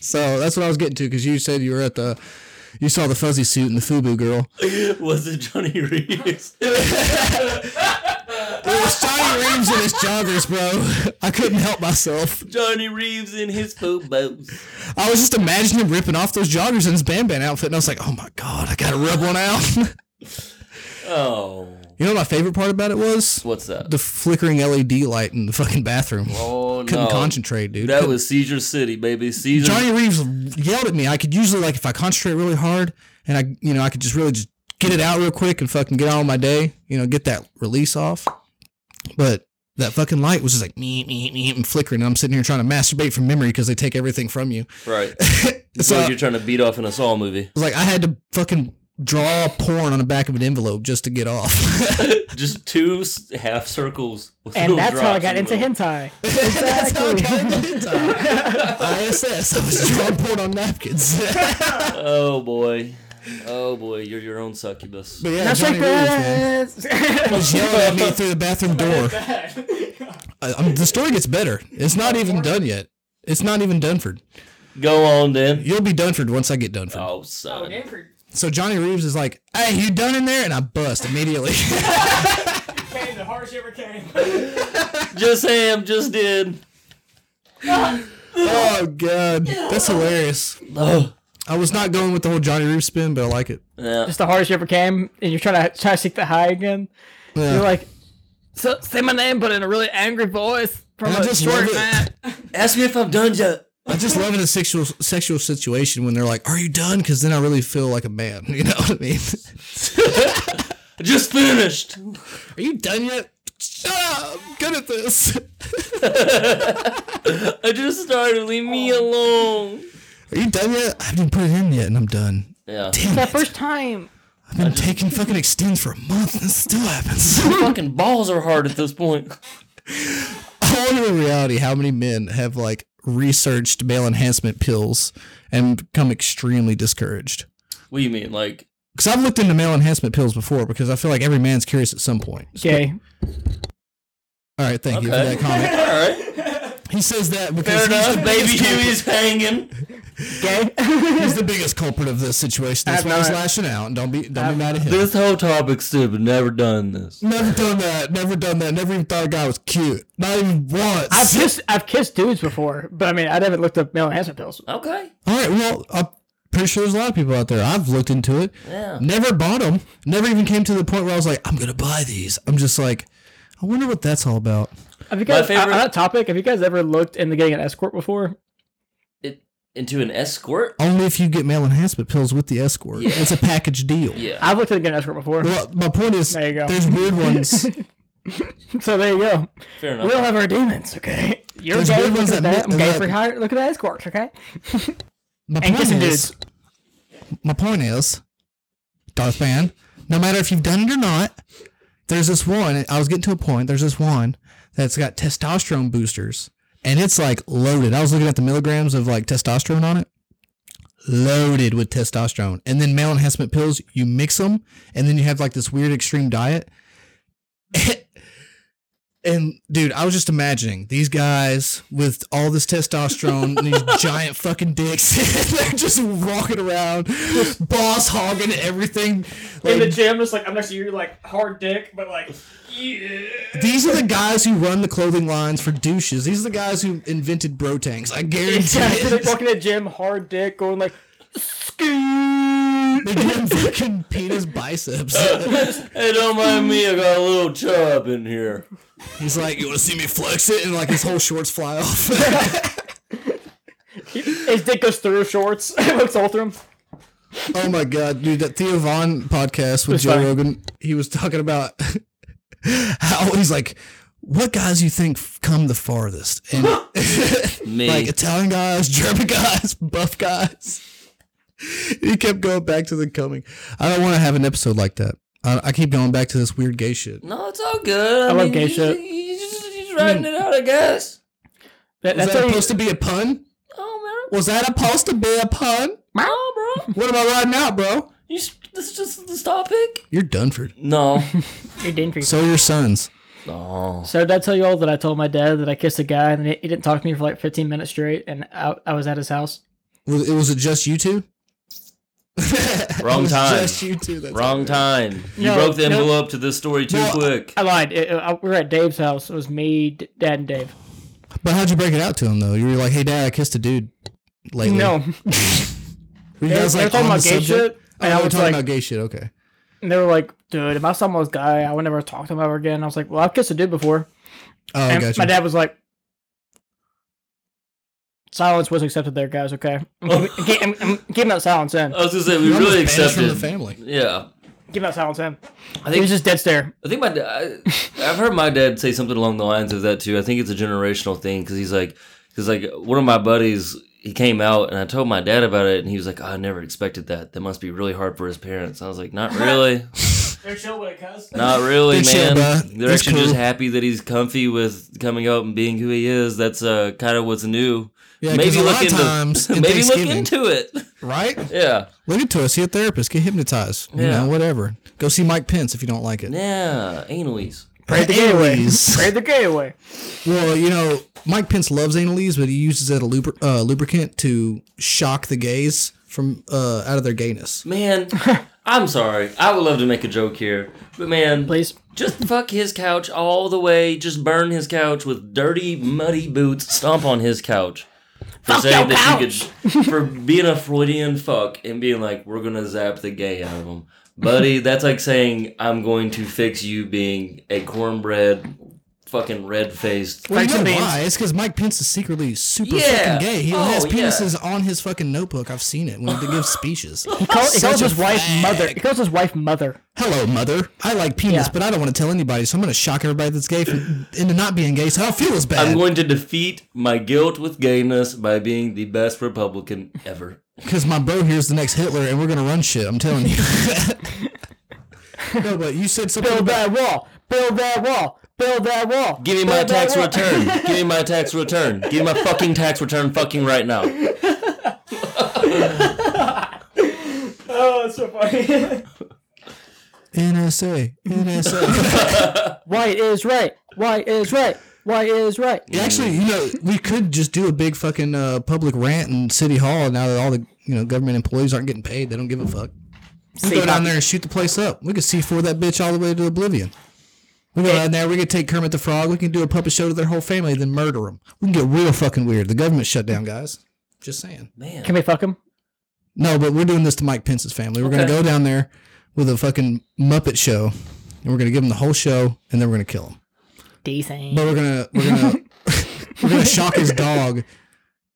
[SPEAKER 2] So that's what I was getting to because you said you were at the, you saw the fuzzy suit and the FUBU girl.
[SPEAKER 4] Was it
[SPEAKER 2] [LAUGHS]
[SPEAKER 4] Johnny Reeves?
[SPEAKER 2] It was Johnny Reeves and his joggers, bro. I couldn't help myself.
[SPEAKER 4] Johnny Reeves in his boobos.
[SPEAKER 2] I was just imagining him ripping off those joggers in his Bam Bam outfit, and I was like, oh my god, I gotta rub one out. [LAUGHS]
[SPEAKER 4] Oh.
[SPEAKER 2] you know what my favorite part about it was?
[SPEAKER 4] What's that?
[SPEAKER 2] the flickering LED light in the fucking bathroom.
[SPEAKER 4] oh,
[SPEAKER 2] Couldn't
[SPEAKER 4] no.
[SPEAKER 2] concentrate, dude.
[SPEAKER 4] That
[SPEAKER 2] Couldn't-
[SPEAKER 4] was Seizure City, baby. Seizure.
[SPEAKER 2] Johnny Reeves yelled at me. I could usually like if I concentrate really hard and I you know I could just really just get it out real quick and fucking get on with my day. You know, get that release off. But that fucking light was just like me me me and flickering. And I'm sitting here trying to masturbate from memory because they take everything from
[SPEAKER 4] [LAUGHS]
[SPEAKER 2] you.
[SPEAKER 4] Right.
[SPEAKER 2] [LAUGHS]
[SPEAKER 4] It's
[SPEAKER 2] So
[SPEAKER 4] like
[SPEAKER 2] I
[SPEAKER 4] you're trying to beat off in a Saw movie.
[SPEAKER 2] was like I had to fucking draw porn on the back of an envelope just to get off. [LAUGHS]
[SPEAKER 4] Just two s- half circles. With
[SPEAKER 3] And
[SPEAKER 4] little
[SPEAKER 3] that's how I
[SPEAKER 4] drops
[SPEAKER 3] got
[SPEAKER 4] in the
[SPEAKER 3] into
[SPEAKER 4] middle.
[SPEAKER 3] hentai.
[SPEAKER 2] That's how I
[SPEAKER 3] Exactly.
[SPEAKER 2] got into hentai. ISS. I was drawing porn on
[SPEAKER 4] [LAUGHS]
[SPEAKER 2] napkins. but
[SPEAKER 4] Oh, boy. Oh, boy. You're your own succubus.
[SPEAKER 2] yeah,
[SPEAKER 3] Now
[SPEAKER 2] Johnny
[SPEAKER 3] shake
[SPEAKER 2] Reeves, man.
[SPEAKER 3] that.
[SPEAKER 2] was yelling at me through the bathroom door. [LAUGHS] I, I'm, the story gets better. It's not even done yet. It's not even Dunford.
[SPEAKER 4] Go on, then.
[SPEAKER 2] You'll be Dunford once I get Dunford.
[SPEAKER 4] Oh, son.
[SPEAKER 2] So Johnny Reeves is like, "Hey, you done in there?" And I bust [LAUGHS] immediately.
[SPEAKER 3] Came the hardest ever came.
[SPEAKER 4] Just Ham just did.
[SPEAKER 2] oh god, that's hilarious.
[SPEAKER 4] Oh.
[SPEAKER 2] I was not going with the whole Johnny Reeves spin, but I like it.
[SPEAKER 4] Yeah.
[SPEAKER 3] [LAUGHS] It's the hardest you ever came, and you're trying to try to seek the high again.
[SPEAKER 2] Yeah.
[SPEAKER 3] You're like, so say my name, but in a really angry voice from
[SPEAKER 2] And I
[SPEAKER 3] a
[SPEAKER 2] just
[SPEAKER 3] short
[SPEAKER 2] love it.
[SPEAKER 3] man.
[SPEAKER 4] Ask me if I'm done yet.
[SPEAKER 2] I just love in a sexual sexual [LAUGHS] situation when they're like, "Are you done?" Because then I really feel like a man. You know what I mean?
[SPEAKER 4] Just finished.
[SPEAKER 2] Are you done [LAUGHS] yet? Shut up! Ah, I'm good at this.
[SPEAKER 4] I just started. Leave me
[SPEAKER 3] Oh.
[SPEAKER 4] alone.
[SPEAKER 2] Are you done yet? I haven't put it in yet, and I'm done.
[SPEAKER 4] Yeah.
[SPEAKER 2] Damn
[SPEAKER 3] That
[SPEAKER 2] it!
[SPEAKER 3] first time.
[SPEAKER 2] I've been taking fucking extends for a month, and it still happens.
[SPEAKER 4] Fucking balls are hard at this point.
[SPEAKER 2] [LAUGHS] I wonder in reality how many men have like researched male enhancement pills and become extremely discouraged.
[SPEAKER 4] What do you mean? Like,
[SPEAKER 2] Because I've looked into male enhancement pills before because I feel like every man's curious at some point.
[SPEAKER 3] Okay.
[SPEAKER 2] All right, thank you for
[SPEAKER 4] Okay.
[SPEAKER 2] that comment. [LAUGHS]
[SPEAKER 4] all right,
[SPEAKER 2] He says that
[SPEAKER 4] fair
[SPEAKER 2] because he's the,
[SPEAKER 4] enough. Baby
[SPEAKER 2] biggest culprit,
[SPEAKER 4] Huey's
[SPEAKER 2] [LAUGHS]
[SPEAKER 4] hanging.
[SPEAKER 2] he's the biggest culprit of this situation. That's
[SPEAKER 3] I'm
[SPEAKER 2] why he's
[SPEAKER 3] not.
[SPEAKER 2] lashing out. And don't be don't be mad at him.
[SPEAKER 4] This whole topic's stupid. Never done this.
[SPEAKER 2] never done that. Never done that. Never even thought a guy was cute. Not even once.
[SPEAKER 3] I've kissed I've kissed dudes before, but I mean I haven't looked up male enhancement pills.
[SPEAKER 4] Okay.
[SPEAKER 2] All right, well, I'm pretty sure there's a lot of people out there. I've looked into it.
[SPEAKER 4] Yeah.
[SPEAKER 2] Never bought them. Never even came to the point where I was like, I'm gonna buy these. I'm just like, I wonder what that's all about.
[SPEAKER 3] Have you guys
[SPEAKER 4] favorite-
[SPEAKER 3] on that topic? Have you guys ever looked into getting an escort before?
[SPEAKER 4] It, into an escort.
[SPEAKER 2] Only if you get male enhancement pills with the escort.
[SPEAKER 4] Yeah.
[SPEAKER 2] It's a package deal.
[SPEAKER 4] Yeah.
[SPEAKER 3] I've looked into getting an escort before.
[SPEAKER 2] Well, my point is,
[SPEAKER 3] There you go.
[SPEAKER 2] there's weird
[SPEAKER 4] [LAUGHS]
[SPEAKER 2] ones.
[SPEAKER 3] [LAUGHS] So there you go.
[SPEAKER 4] Fair
[SPEAKER 3] We all
[SPEAKER 4] enough.
[SPEAKER 3] have our demons, okay? You're
[SPEAKER 2] Those
[SPEAKER 3] gay.
[SPEAKER 2] good
[SPEAKER 3] Look
[SPEAKER 2] ones
[SPEAKER 3] at
[SPEAKER 2] that
[SPEAKER 3] that.
[SPEAKER 2] mi-
[SPEAKER 3] I'm gay
[SPEAKER 2] that-
[SPEAKER 3] for hire. Look at that escort, okay?
[SPEAKER 2] My
[SPEAKER 3] And
[SPEAKER 2] point
[SPEAKER 3] kissing
[SPEAKER 2] is,
[SPEAKER 3] dudes.
[SPEAKER 2] my point is, Darth Van. No matter if you've done it or not, there's this one. I was getting to a point. There's this one that's got testosterone boosters, and it's like loaded. I was looking at the milligrams of like testosterone on it, loaded with testosterone. And then male enhancement pills. You mix them, and then you have like this weird extreme diet. [LAUGHS] And dude, I was just imagining these guys with all this testosterone and these giant fucking dicks. [LAUGHS] they're just walking around, boss hogging everything. Like,
[SPEAKER 3] gym, just like I'm next to you, like hard dick, but like
[SPEAKER 2] these are the guys who run the clothing lines for douches. These are the guys who invented bro tanks. I guarantee it.
[SPEAKER 3] walking to the gym, hard dick, going like
[SPEAKER 2] They're doing fucking penis biceps.
[SPEAKER 4] Hey, don't mind me. I got a little chub in here.
[SPEAKER 2] [LAUGHS] He's like, "You want to see me flex it?" And like his whole shorts fly off.
[SPEAKER 3] his dick goes through shorts. [LAUGHS] it looks all through him.
[SPEAKER 2] [LAUGHS] Oh my god, dude! That Theo Vaughn podcast with
[SPEAKER 3] It's
[SPEAKER 2] Joe
[SPEAKER 3] fine.
[SPEAKER 2] Rogan, he was talking about [LAUGHS] how he's like, "What guys you think f- come the farthest?" And
[SPEAKER 4] Me.
[SPEAKER 2] like Italian guys, [LAUGHS] German guys, buff guys. He kept going back to the coming. I don't want to have an episode like that. I, I keep going back to this weird gay shit.
[SPEAKER 4] no, it's all good. I,
[SPEAKER 3] love
[SPEAKER 4] mean,
[SPEAKER 3] gay
[SPEAKER 4] you
[SPEAKER 3] shit.
[SPEAKER 4] Just, you just, you just writing it out, I guess.
[SPEAKER 3] That,
[SPEAKER 2] Was
[SPEAKER 3] that's
[SPEAKER 2] that
[SPEAKER 3] how you-
[SPEAKER 2] supposed to be a pun?
[SPEAKER 4] Oh man.
[SPEAKER 2] Was that supposed to be a pun?
[SPEAKER 4] No, bro.
[SPEAKER 2] What am I riding out, bro?
[SPEAKER 4] You s- this is just this topic.
[SPEAKER 2] You're Dunford.
[SPEAKER 4] No.
[SPEAKER 3] You're dangerous.
[SPEAKER 2] So are your sons.
[SPEAKER 4] no.
[SPEAKER 3] So did I tell you all that I told my dad that I kissed a guy and he he didn't talk to me for like 15 minutes straight, and I, I was at his house.
[SPEAKER 2] Was it, was it just you
[SPEAKER 3] [LAUGHS]
[SPEAKER 2] two?
[SPEAKER 4] Wrong
[SPEAKER 2] It was
[SPEAKER 4] time.
[SPEAKER 2] Just you two. That's
[SPEAKER 4] Wrong time. You
[SPEAKER 3] No,
[SPEAKER 4] broke the
[SPEAKER 3] no.
[SPEAKER 4] envelope to this story too
[SPEAKER 2] No, I-
[SPEAKER 4] quick.
[SPEAKER 3] I lied. It- I- we were at Dave's house. It was me, D- Dad, and Dave.
[SPEAKER 2] But how'd you break it out to him though? You were like, "Hey, Dad, I kissed a dude lately."
[SPEAKER 3] No, [LAUGHS]
[SPEAKER 2] were you
[SPEAKER 3] they,
[SPEAKER 2] guys
[SPEAKER 3] they were
[SPEAKER 2] like
[SPEAKER 3] talking
[SPEAKER 2] on the
[SPEAKER 3] about gay
[SPEAKER 2] subject?
[SPEAKER 3] shit,
[SPEAKER 2] Oh,
[SPEAKER 3] and
[SPEAKER 2] they
[SPEAKER 3] I
[SPEAKER 2] were
[SPEAKER 3] was
[SPEAKER 2] talking
[SPEAKER 3] like,
[SPEAKER 2] about gay shit. Okay.
[SPEAKER 3] and they were like, dude, if I saw this guy, I would never talk to him ever again. I was like, well, I've kissed a dude before,
[SPEAKER 2] Oh,
[SPEAKER 3] and
[SPEAKER 2] gotcha.
[SPEAKER 3] my dad was like. Silence was accepted there,
[SPEAKER 2] [LAUGHS]
[SPEAKER 3] guys. Okay, I'm, keeping- I'm, I'm keeping um, that silence in.
[SPEAKER 2] Uh,
[SPEAKER 4] I was gonna say we
[SPEAKER 2] You're almost
[SPEAKER 4] really
[SPEAKER 2] banished
[SPEAKER 4] accepted.
[SPEAKER 2] from the family.
[SPEAKER 4] Yeah,
[SPEAKER 3] Keeping that silence in.
[SPEAKER 4] I
[SPEAKER 3] He was
[SPEAKER 4] think
[SPEAKER 3] just dead stare.
[SPEAKER 4] I think my dad. I've heard my dad say something along the lines of that too. I think it's a generational thing because he's like, because like one of my buddies he came out and I told my dad about it and he was like, "Oh, I never expected that. That must be really hard for his parents. I was like, not
[SPEAKER 2] [LAUGHS]
[SPEAKER 4] really,
[SPEAKER 3] They're chill with it, cuz.
[SPEAKER 4] not really,
[SPEAKER 2] They're chill,
[SPEAKER 4] man.
[SPEAKER 2] bruh.
[SPEAKER 4] They're
[SPEAKER 2] That's
[SPEAKER 4] actually just
[SPEAKER 2] cool.
[SPEAKER 4] happy that he's comfy with coming out and being who he is. That's uh kind of what's new.
[SPEAKER 2] Yeah, 'cause a lot of
[SPEAKER 4] [LAUGHS]
[SPEAKER 2] times in
[SPEAKER 4] maybe look
[SPEAKER 2] Thanksgiving-
[SPEAKER 4] into it. [LAUGHS]
[SPEAKER 2] right?
[SPEAKER 4] Yeah,
[SPEAKER 2] Look into it. See a therapist. Get hypnotized. You
[SPEAKER 4] Yeah.
[SPEAKER 2] know, whatever. Go see Mike Pence if you don't like it.
[SPEAKER 4] yeah, analies.
[SPEAKER 3] Pray the gay away.
[SPEAKER 2] Anyways.
[SPEAKER 3] [LAUGHS] Pray the gay away.
[SPEAKER 2] Well, you know, Mike Pence loves analese, but he uses it as a lubri- uh, lubricant to shock the gays from uh, out of their gayness.
[SPEAKER 3] [LAUGHS]
[SPEAKER 4] Man, I'm sorry. I would love to make a joke here, but man,
[SPEAKER 3] Please.
[SPEAKER 4] just fuck his couch all the way. Just burn his couch with dirty, muddy boots. Stomp on his couch for
[SPEAKER 3] Fuck your [LAUGHS]
[SPEAKER 4] could, [LAUGHS] for being a Freudian fuck and being like, we're gonna zap the gay out of him,
[SPEAKER 3] [LAUGHS]
[SPEAKER 4] buddy. That's like saying I'm going to fix you being a cornbread fucking red faced.
[SPEAKER 2] Well, you
[SPEAKER 3] Franks and
[SPEAKER 2] know
[SPEAKER 3] Beans.
[SPEAKER 2] why? It's because Mike Pence is secretly super fucking
[SPEAKER 4] Yeah.
[SPEAKER 2] gay. He
[SPEAKER 4] Oh,
[SPEAKER 2] has
[SPEAKER 4] yeah.
[SPEAKER 2] penises on his fucking notebook. I've seen it when he gives speeches. [LAUGHS]
[SPEAKER 3] He, call, he
[SPEAKER 2] Such
[SPEAKER 3] calls
[SPEAKER 2] a
[SPEAKER 3] his wife
[SPEAKER 2] fag.
[SPEAKER 3] mother. He calls his wife mother.
[SPEAKER 2] Hello, mother. I like penis,
[SPEAKER 3] Yeah.
[SPEAKER 2] but I don't want to tell anybody, so I'm going to shock everybody that's gay for, into not being gay, so I don't feel as
[SPEAKER 4] I'm
[SPEAKER 2] bad
[SPEAKER 4] going to defeat my guilt with gayness by being the best Republican ever.
[SPEAKER 2] because my bro here's the next Hitler, and we're going to run shit. I'm telling you. [LAUGHS] no, but you said something
[SPEAKER 3] Build
[SPEAKER 2] about
[SPEAKER 3] that wall. Build that wall. Build that wall.
[SPEAKER 4] Give me my
[SPEAKER 3] Build that
[SPEAKER 4] tax
[SPEAKER 3] wall.
[SPEAKER 4] [LAUGHS] return. Give me my tax return. Give me my fucking tax return fucking right now.
[SPEAKER 3] Oh, that's so funny.
[SPEAKER 2] NSA. [LAUGHS] NSA.
[SPEAKER 3] White is right. White is right. White is right.
[SPEAKER 2] Actually, you know, we could just do a big fucking uh, public rant in City Hall now that all the you know government employees aren't getting paid. They don't give a fuck. We
[SPEAKER 3] See,
[SPEAKER 2] go down
[SPEAKER 3] Poppy.
[SPEAKER 2] there and shoot the place up. We could see for that bitch all the way to oblivion. We go down there. We could take Kermit the Frog. We can do a puppet show to their whole family, then murder them. We can get real fucking weird. The government shut down, guys. Just saying.
[SPEAKER 4] Man.
[SPEAKER 3] Can we fuck him?
[SPEAKER 2] No, but we're doing this to Mike Pence's family. We're gonna go down there with a fucking Muppet show, and we're gonna give them the whole show, and then we're gonna kill them.
[SPEAKER 3] Decent.
[SPEAKER 2] But we're gonna we're
[SPEAKER 3] [LAUGHS]
[SPEAKER 2] gonna we're gonna shock his dog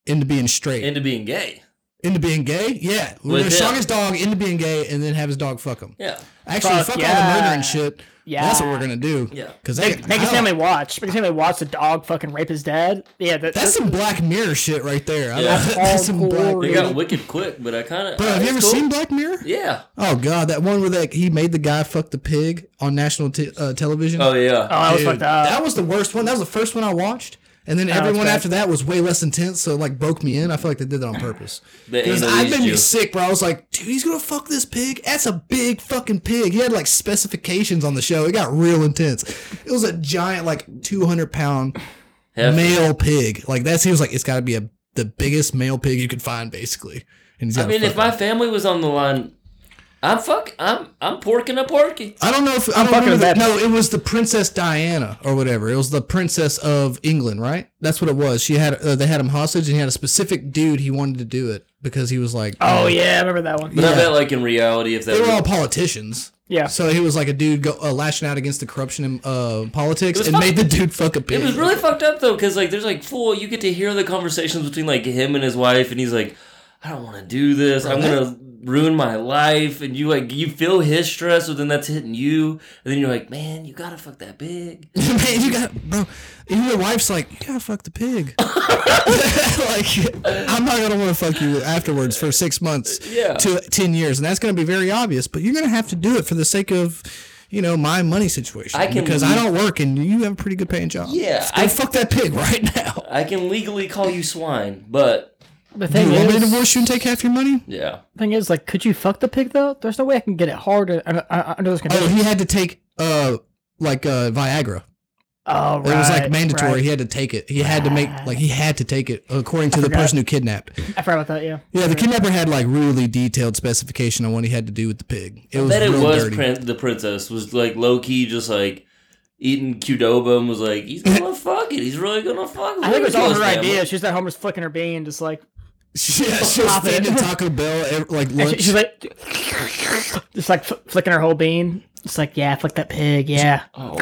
[SPEAKER 2] into being straight,
[SPEAKER 4] Into being gay.
[SPEAKER 2] into being gay. Yeah, we're
[SPEAKER 4] With
[SPEAKER 2] gonna shock
[SPEAKER 4] him.
[SPEAKER 2] his dog into being gay, and then have his dog fuck him.
[SPEAKER 4] Yeah.
[SPEAKER 2] Actually,
[SPEAKER 3] Fuck
[SPEAKER 2] fuck, all
[SPEAKER 3] yeah.
[SPEAKER 2] the murder and shit.
[SPEAKER 3] Yeah.
[SPEAKER 2] that's what we're gonna do.
[SPEAKER 4] Yeah.
[SPEAKER 2] because
[SPEAKER 3] Make, make his family watch. Make his family watch the dog fucking rape his dad. Yeah, that,
[SPEAKER 2] That's some Black Mirror shit right there. I
[SPEAKER 4] Yeah.
[SPEAKER 2] love it. [LAUGHS] That's some Black.
[SPEAKER 3] Hardcore.
[SPEAKER 4] It
[SPEAKER 2] Mirror.
[SPEAKER 4] got wicked quick, but I kind of.
[SPEAKER 2] Bro, have you ever seen Black Mirror?
[SPEAKER 4] Yeah.
[SPEAKER 2] Oh god, that one where that he made the guy fuck the pig on national te- uh, television.
[SPEAKER 4] Oh yeah.
[SPEAKER 3] Oh, I was
[SPEAKER 2] Dude,
[SPEAKER 3] fucked up.
[SPEAKER 2] That was the worst one. That was the first one I watched. And then everyone
[SPEAKER 3] bad.
[SPEAKER 2] after that was way less intense, so it like broke me in. I feel like they did that on purpose.
[SPEAKER 4] They
[SPEAKER 2] Because I
[SPEAKER 4] analyzed
[SPEAKER 2] made me
[SPEAKER 4] you.
[SPEAKER 2] sick, bro. I was like, dude, he's gonna fuck this pig. That's a big fucking pig. He had like specifications on the show. It got real intense. It was a giant, like two hundred pound
[SPEAKER 4] Hefty.
[SPEAKER 2] male pig. Like that seems like it's gotta be a the biggest male pig you could find, basically. And he's
[SPEAKER 4] I
[SPEAKER 2] gotta
[SPEAKER 4] mean,
[SPEAKER 2] fuck
[SPEAKER 4] if my
[SPEAKER 2] him.
[SPEAKER 4] family was on the line, I'm fuck. I'm I'm porking a porky.
[SPEAKER 2] I don't know if I don't
[SPEAKER 3] fucking
[SPEAKER 2] remember that.
[SPEAKER 3] with
[SPEAKER 2] No, it was the Princess Diana or whatever. It was the Princess of England, right? That's what it was. She had uh, they had him hostage, and he had a specific dude he wanted to do it because he was like,
[SPEAKER 3] oh yeah, I remember that one.
[SPEAKER 4] But I
[SPEAKER 2] Yeah.
[SPEAKER 4] bet, like in reality, if that
[SPEAKER 2] they
[SPEAKER 4] was,
[SPEAKER 2] were all politicians.
[SPEAKER 3] Yeah.
[SPEAKER 2] So he was like a dude go, uh, lashing out against the corruption in uh, politics
[SPEAKER 4] was
[SPEAKER 2] and
[SPEAKER 4] fuck-
[SPEAKER 2] made the dude fuck a pig.
[SPEAKER 4] it was really fucked up though, because like there's like full. You get to hear the conversations between like him and his wife, and he's like, I don't want to do this. I'm
[SPEAKER 3] [LAUGHS]
[SPEAKER 4] gonna ruin my life, and you like you feel his stress, but then that's hitting you, and then you're like, man, you gotta fuck that
[SPEAKER 3] [LAUGHS]
[SPEAKER 4] big.
[SPEAKER 2] [LAUGHS] Man, you got bro. Even your wife's like, you gotta fuck the pig.
[SPEAKER 4] [LAUGHS]
[SPEAKER 2] [LAUGHS] like, I'm not gonna want to fuck you afterwards for six months
[SPEAKER 4] Yeah.
[SPEAKER 2] to ten years, and that's gonna be very obvious. But you're gonna have to do it for the sake of, you know, my money situation.
[SPEAKER 4] I can
[SPEAKER 2] because I
[SPEAKER 4] leave-
[SPEAKER 2] don't work, and you have a pretty good paying job.
[SPEAKER 4] Yeah,
[SPEAKER 2] So
[SPEAKER 4] I-
[SPEAKER 2] I fuck that pig [LAUGHS] right now.
[SPEAKER 4] I can legally call you swine, but
[SPEAKER 3] The
[SPEAKER 2] You
[SPEAKER 3] thing
[SPEAKER 2] want me to
[SPEAKER 3] is,
[SPEAKER 2] divorce you and take half your money?
[SPEAKER 4] yeah,
[SPEAKER 3] thing is, like, could you fuck the pig though? There's no way I can get it harder under, uh, under those
[SPEAKER 2] Oh,
[SPEAKER 3] conditions.
[SPEAKER 2] he had to take uh like uh Viagra.
[SPEAKER 3] Oh, right.
[SPEAKER 2] it was like mandatory.
[SPEAKER 3] right.
[SPEAKER 2] He had to take it. He had to make like he had to take it according to the
[SPEAKER 3] forgot.
[SPEAKER 2] person who kidnapped.
[SPEAKER 3] I forgot about that. Yeah.
[SPEAKER 2] Yeah, the kidnapper had like really detailed specification on what he had to do with the pig. It was
[SPEAKER 4] bet it
[SPEAKER 2] real
[SPEAKER 4] was
[SPEAKER 2] dirty.
[SPEAKER 4] prin- the princess was like low key just like. Eating Qdoba and was like, he's
[SPEAKER 3] [LAUGHS]
[SPEAKER 4] gonna fuck it. He's really gonna fuck it.
[SPEAKER 3] I think it was all her
[SPEAKER 4] Damn.
[SPEAKER 3] idea. She's at home just flicking her bean, just like
[SPEAKER 2] [LAUGHS] yeah, she was
[SPEAKER 3] Stop it.
[SPEAKER 2] standing Taco Bell ev- like
[SPEAKER 3] and she-
[SPEAKER 2] lunch.
[SPEAKER 3] she's like just like fl- flicking her whole bean. It's like yeah, flick that pig. Yeah.
[SPEAKER 4] Oh.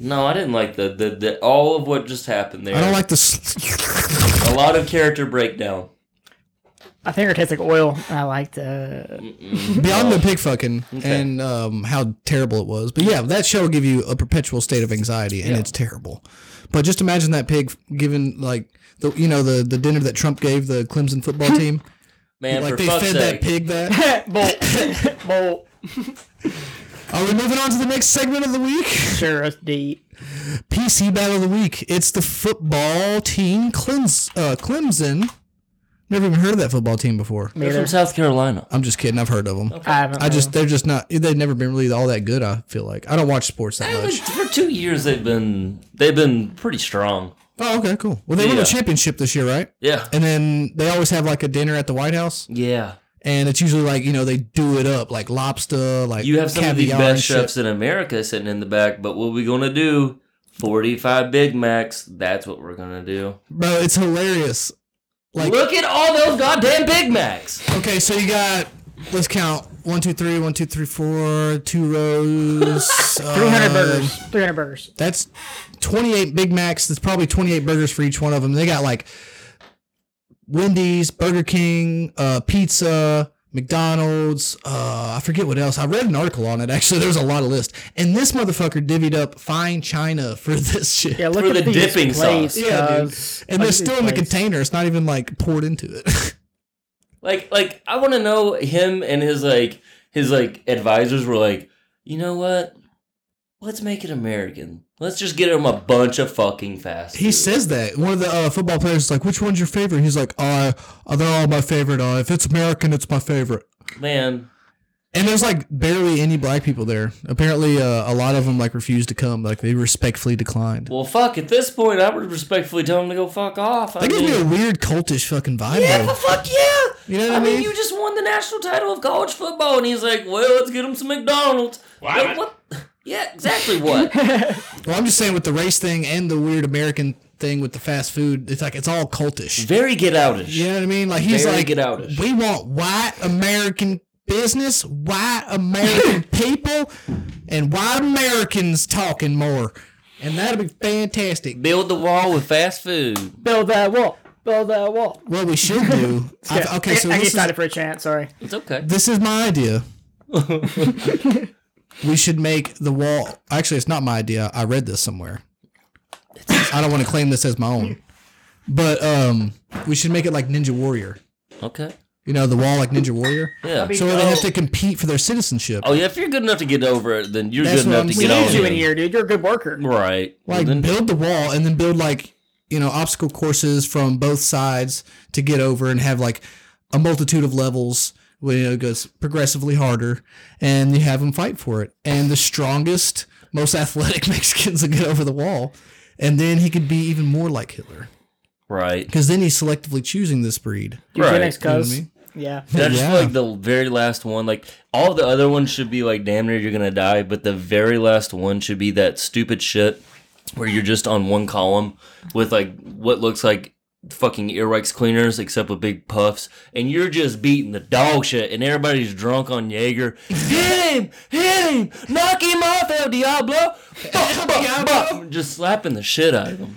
[SPEAKER 4] No, I didn't like the, the, the all of what just happened there.
[SPEAKER 2] I don't like the. s- [LAUGHS]
[SPEAKER 4] a lot of character breakdown.
[SPEAKER 3] I think her tastes like oil. and I liked uh,
[SPEAKER 2] [LAUGHS] Beyond the pig fucking
[SPEAKER 4] Okay.
[SPEAKER 2] and um, how terrible it was, but yeah, that show will give you a perpetual state of anxiety, and it's terrible. But just imagine that pig given like the you know the the dinner that Trump gave the Clemson
[SPEAKER 4] [LAUGHS]
[SPEAKER 2] football team.
[SPEAKER 4] Man,
[SPEAKER 2] like
[SPEAKER 4] for
[SPEAKER 2] they
[SPEAKER 4] fuck's
[SPEAKER 2] fed that
[SPEAKER 4] sake.
[SPEAKER 2] pig that.
[SPEAKER 3] bolt, [LAUGHS] bolt.
[SPEAKER 2] Are we moving on to the next segment of the week? [LAUGHS]
[SPEAKER 3] Sure, it's deep.
[SPEAKER 2] PC Battle of the Week. It's the football team Clems- uh, Clemson. Never even heard of that football team before.
[SPEAKER 4] They're from South Carolina.
[SPEAKER 2] I'm just kidding. I've heard of them.
[SPEAKER 3] I haven't.
[SPEAKER 2] I just they're just not they've never been really all that good. I feel like I don't watch sports that
[SPEAKER 4] Yeah, but
[SPEAKER 2] much.
[SPEAKER 4] For two years, they've been they've been pretty strong.
[SPEAKER 2] Oh, okay, cool. Well, they won
[SPEAKER 4] Yeah.
[SPEAKER 2] a championship this year, right?
[SPEAKER 4] Yeah,
[SPEAKER 2] And then they always have like a dinner at the White House,
[SPEAKER 4] yeah.
[SPEAKER 2] and it's usually like you know they do it up like lobster, like
[SPEAKER 4] You have some of the
[SPEAKER 2] caviar and
[SPEAKER 4] best
[SPEAKER 2] shit.
[SPEAKER 4] chefs in America sitting in the back. But what we gonna do? Forty-five Big Macs. That's what we're gonna do.
[SPEAKER 2] bro. It's hilarious. Like
[SPEAKER 4] Look at all those goddamn Big Macs.
[SPEAKER 2] okay, so you got Let's count. One, two, three, one, two, three, four, two
[SPEAKER 4] [LAUGHS]
[SPEAKER 2] rows.
[SPEAKER 3] Three hundred
[SPEAKER 2] uh,
[SPEAKER 3] burgers. Three hundred burgers.
[SPEAKER 2] That's 28 Big Macs. That's probably 28 burgers for each one of them. They got like Wendy's, Burger King, uh, pizza, McDonald's. Uh, I forget what else. I read an article on it. Actually, [LAUGHS] there's a lot of list. And this motherfucker divvied up fine china for [LAUGHS] this shit.
[SPEAKER 3] Yeah, look
[SPEAKER 4] For
[SPEAKER 3] at
[SPEAKER 4] the
[SPEAKER 3] these
[SPEAKER 4] dipping
[SPEAKER 3] plates,
[SPEAKER 4] sauce.
[SPEAKER 2] Yeah, dude.
[SPEAKER 3] cuz-
[SPEAKER 2] And
[SPEAKER 3] look
[SPEAKER 2] it's
[SPEAKER 3] at
[SPEAKER 2] still
[SPEAKER 3] these
[SPEAKER 2] in the
[SPEAKER 3] plates.
[SPEAKER 2] container. It's not even like poured into it. [LAUGHS]
[SPEAKER 4] Like like I want to know him and his like his like advisors were like, you know what? Let's make it American. Let's just get him a bunch of fucking fast.
[SPEAKER 2] He
[SPEAKER 4] food."
[SPEAKER 2] says that one of the uh, football players is like, "Which one's your favorite?" He's like, "Uh, uh, they're all my favorite. Uh, if it's American, it's my favorite."
[SPEAKER 4] "Man,
[SPEAKER 2] And there's like barely any black people there. Apparently, uh, a lot of them like refused to come. Like they respectfully declined.
[SPEAKER 4] well, fuck." At this point, I would respectfully tell him to go fuck off. I
[SPEAKER 2] That gives
[SPEAKER 4] mean-
[SPEAKER 2] me a weird cultish fucking vibe.
[SPEAKER 4] Yeah,
[SPEAKER 2] though.
[SPEAKER 4] but fuck yeah.
[SPEAKER 2] You know what
[SPEAKER 4] I
[SPEAKER 2] I
[SPEAKER 4] mean,
[SPEAKER 2] mean?
[SPEAKER 4] you just won the national title of college football, and he's like, "Well, let's get him some McDonald's." Like, what? [LAUGHS] Yeah,
[SPEAKER 2] [LAUGHS]
[SPEAKER 4] exactly. What?
[SPEAKER 2] Well, I'm just saying with the race thing and the weird American thing with the fast food, it's like it's all cultish.
[SPEAKER 4] Very get outish.
[SPEAKER 2] You know what I mean? Like he's
[SPEAKER 4] Very
[SPEAKER 2] like,
[SPEAKER 4] get outish.
[SPEAKER 2] we want white American business, white
[SPEAKER 3] [LAUGHS]
[SPEAKER 2] American people, and white Americans talking more, and that'll be fantastic.
[SPEAKER 4] Build the wall with fast food.
[SPEAKER 3] Build that wall. Build that wall.
[SPEAKER 2] What we should do? I-
[SPEAKER 3] [LAUGHS] Yeah,
[SPEAKER 2] okay,
[SPEAKER 3] I,
[SPEAKER 2] so
[SPEAKER 3] I get
[SPEAKER 2] this is,
[SPEAKER 3] excited for a chant. Sorry.
[SPEAKER 4] It's okay.
[SPEAKER 2] this is my idea. we should make the wall. Actually, it's not my idea. I read this somewhere. I don't want to claim this as my own, but um, we should make it like Ninja Warrior.
[SPEAKER 4] Okay.
[SPEAKER 2] You know, the wall like Ninja Warrior.
[SPEAKER 4] Yeah.
[SPEAKER 2] So they have to compete for their citizenship.
[SPEAKER 4] Oh yeah, if you're good enough to get over it, then you're
[SPEAKER 2] That's
[SPEAKER 4] good
[SPEAKER 2] what
[SPEAKER 4] enough
[SPEAKER 2] I'm
[SPEAKER 4] to
[SPEAKER 3] We
[SPEAKER 4] get
[SPEAKER 2] saying.
[SPEAKER 3] need you
[SPEAKER 4] over
[SPEAKER 3] in
[SPEAKER 4] it.
[SPEAKER 3] here, dude. You're a good worker.
[SPEAKER 4] Right.
[SPEAKER 2] Like
[SPEAKER 4] Well, then,
[SPEAKER 2] build the wall and then build like you know obstacle courses from both sides to get over and have like a multitude of levels. Where, you know, it goes progressively harder, and you have them fight for it. And the strongest, most athletic [LAUGHS] Mexicans will get over the wall, and then he could be even more like Hitler
[SPEAKER 4] right.
[SPEAKER 2] because then he's selectively choosing this breed.
[SPEAKER 4] Right.
[SPEAKER 3] Eugenics,
[SPEAKER 4] You
[SPEAKER 2] what I
[SPEAKER 3] cuz.
[SPEAKER 2] mean?
[SPEAKER 3] Yeah.
[SPEAKER 4] That's
[SPEAKER 2] Yeah.
[SPEAKER 4] like the very last one. Like all the other ones should be like, damn near you're gonna die, but the very last one should be that stupid shit where you're just on one column with like what looks like fucking earwax cleaners except with big puffs and you're just beating the dog shit and everybody's drunk on Jaeger. hit him! Hit him! Knock him off, El
[SPEAKER 2] [LAUGHS]
[SPEAKER 4] Diablo! Bop, bop, bop. Just slapping the shit out of him.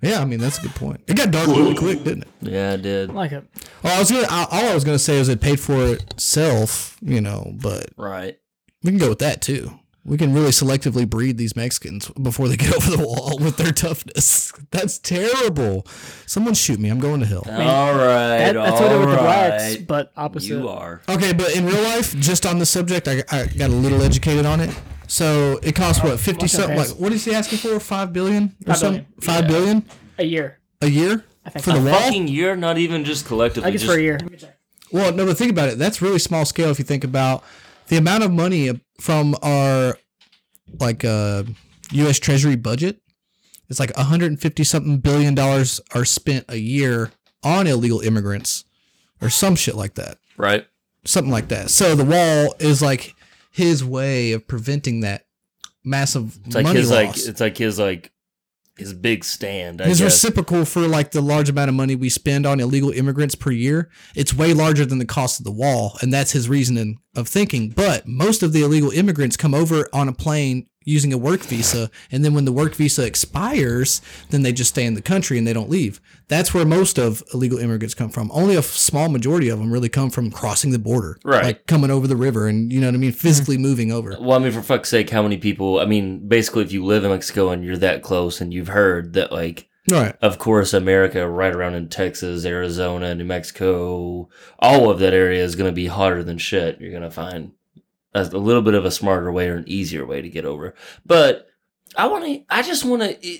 [SPEAKER 2] Yeah, I mean that's a good point. It got dark really quick, didn't it?
[SPEAKER 4] Yeah, I did.
[SPEAKER 3] I like it.
[SPEAKER 2] Well, I was gonna. I, all I was gonna say is it paid for itself, you know. But
[SPEAKER 4] Right.
[SPEAKER 2] we can go with that too. We can really selectively breed these Mexicans before they get [LAUGHS] over the wall with their toughness. That's terrible. Someone shoot me. I'm going to hell.
[SPEAKER 4] all right.
[SPEAKER 3] That, that's what I did with the blacks,
[SPEAKER 4] alright.
[SPEAKER 3] but opposite.
[SPEAKER 4] You are.
[SPEAKER 2] Okay, but in real life, just on the subject, I, I got a little educated on it. So it costs what fifty something? Like
[SPEAKER 3] pants.
[SPEAKER 2] what is he asking for? Five billion or
[SPEAKER 3] Five
[SPEAKER 2] something? Five billion
[SPEAKER 3] A year.
[SPEAKER 2] a year
[SPEAKER 3] think
[SPEAKER 2] for the
[SPEAKER 3] so.
[SPEAKER 2] wall?
[SPEAKER 4] fucking year, not even just collectively.
[SPEAKER 3] I guess
[SPEAKER 4] just,
[SPEAKER 3] for a year.
[SPEAKER 2] Well, no, but think about it. That's really small scale if you think about the amount of money from our like uh, U.S. Treasury budget. It's like 150 something billion dollars are spent a year on illegal immigrants, or some shit like that.
[SPEAKER 4] Right.
[SPEAKER 2] Something like that. So the wall is like his way of preventing that massive
[SPEAKER 4] It's like
[SPEAKER 2] money
[SPEAKER 4] his like
[SPEAKER 2] loss.
[SPEAKER 4] it's like his like his big stand. I
[SPEAKER 2] his
[SPEAKER 4] guess.
[SPEAKER 2] reciprocal for like the large amount of money we spend on illegal immigrants per year it's way larger than the cost of the wall and that's his reasoning of thinking but most of the illegal immigrants come over on a plane using a work visa and then when the work visa expires then they just stay in the country and they don't leave that's where most of illegal immigrants come from only a f- small majority of them really come from crossing the border
[SPEAKER 4] Right. Uh,
[SPEAKER 2] like coming over the river and you know what i mean physically moving over
[SPEAKER 4] well, I mean, for fuck's sake, how many people? I mean, basically, if you live in Mexico and you're that close, and you've heard that, like,
[SPEAKER 2] right
[SPEAKER 4] of course, America, right around in Texas, Arizona, New Mexico, all of that area is going to be hotter than shit. You're going to find a, a little bit of a smarter way or an easier way to get over. But I want to, I just want to,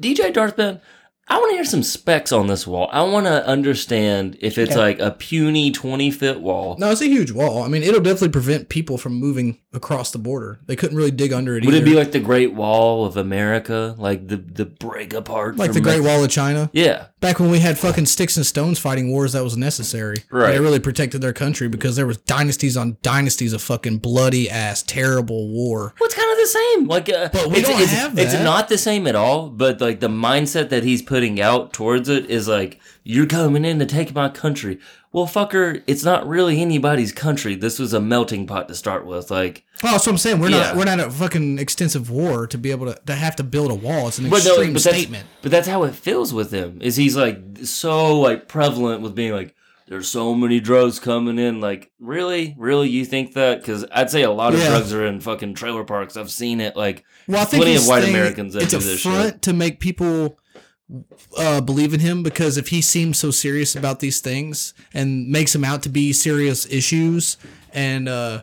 [SPEAKER 4] DJ Darth Ben, I want to hear some specs on this wall. I want to understand if it's
[SPEAKER 3] Okay.
[SPEAKER 4] like a puny 20 foot wall.
[SPEAKER 2] no, it's a huge wall. I mean, it'll definitely prevent people from moving across the border. They couldn't really dig under it.
[SPEAKER 4] Would
[SPEAKER 2] either.
[SPEAKER 4] it be like the Great Wall of America? Like the, the break apart?
[SPEAKER 2] like
[SPEAKER 4] from
[SPEAKER 2] the Great
[SPEAKER 4] Mex-
[SPEAKER 2] Wall of China.
[SPEAKER 4] Yeah.
[SPEAKER 2] Back when we had fucking sticks and stones fighting wars, that was necessary.
[SPEAKER 4] Right.
[SPEAKER 2] They really protected their country because there was dynasties on dynasties of fucking bloody ass terrible war.
[SPEAKER 4] What's kind of the the same. Like, uh,
[SPEAKER 2] But we
[SPEAKER 4] it's,
[SPEAKER 2] don't
[SPEAKER 4] it's,
[SPEAKER 2] have
[SPEAKER 4] it's
[SPEAKER 2] that.
[SPEAKER 4] not the same at all. But like the mindset that he's putting out towards it is like, you're coming in to take my country. Well, fucker, it's not really anybody's country. This was a melting pot to start with. Like,
[SPEAKER 2] Well, Oh, that's what I'm saying. We're
[SPEAKER 4] Yeah.
[SPEAKER 2] not we're not at a fucking extensive war to be able to, to have to build a wall. It's an
[SPEAKER 4] but no,
[SPEAKER 2] extreme
[SPEAKER 4] but that's,
[SPEAKER 2] statement.
[SPEAKER 4] but that's how it feels with him. Is he's like so like prevalent with being like, there's so many drugs coming in. Like, really, really, you think that? Because I'd say a lot of
[SPEAKER 2] Yeah.
[SPEAKER 4] drugs are in fucking trailer parks. I've seen it. Like,
[SPEAKER 2] Well, I think
[SPEAKER 4] plenty
[SPEAKER 2] his
[SPEAKER 4] of white
[SPEAKER 2] thing-
[SPEAKER 4] Americans that
[SPEAKER 2] It's
[SPEAKER 4] do
[SPEAKER 2] a
[SPEAKER 4] this
[SPEAKER 2] front
[SPEAKER 4] shit.
[SPEAKER 2] to make people uh, believe in him because if he seems so serious about these things and makes them out to be serious issues and uh,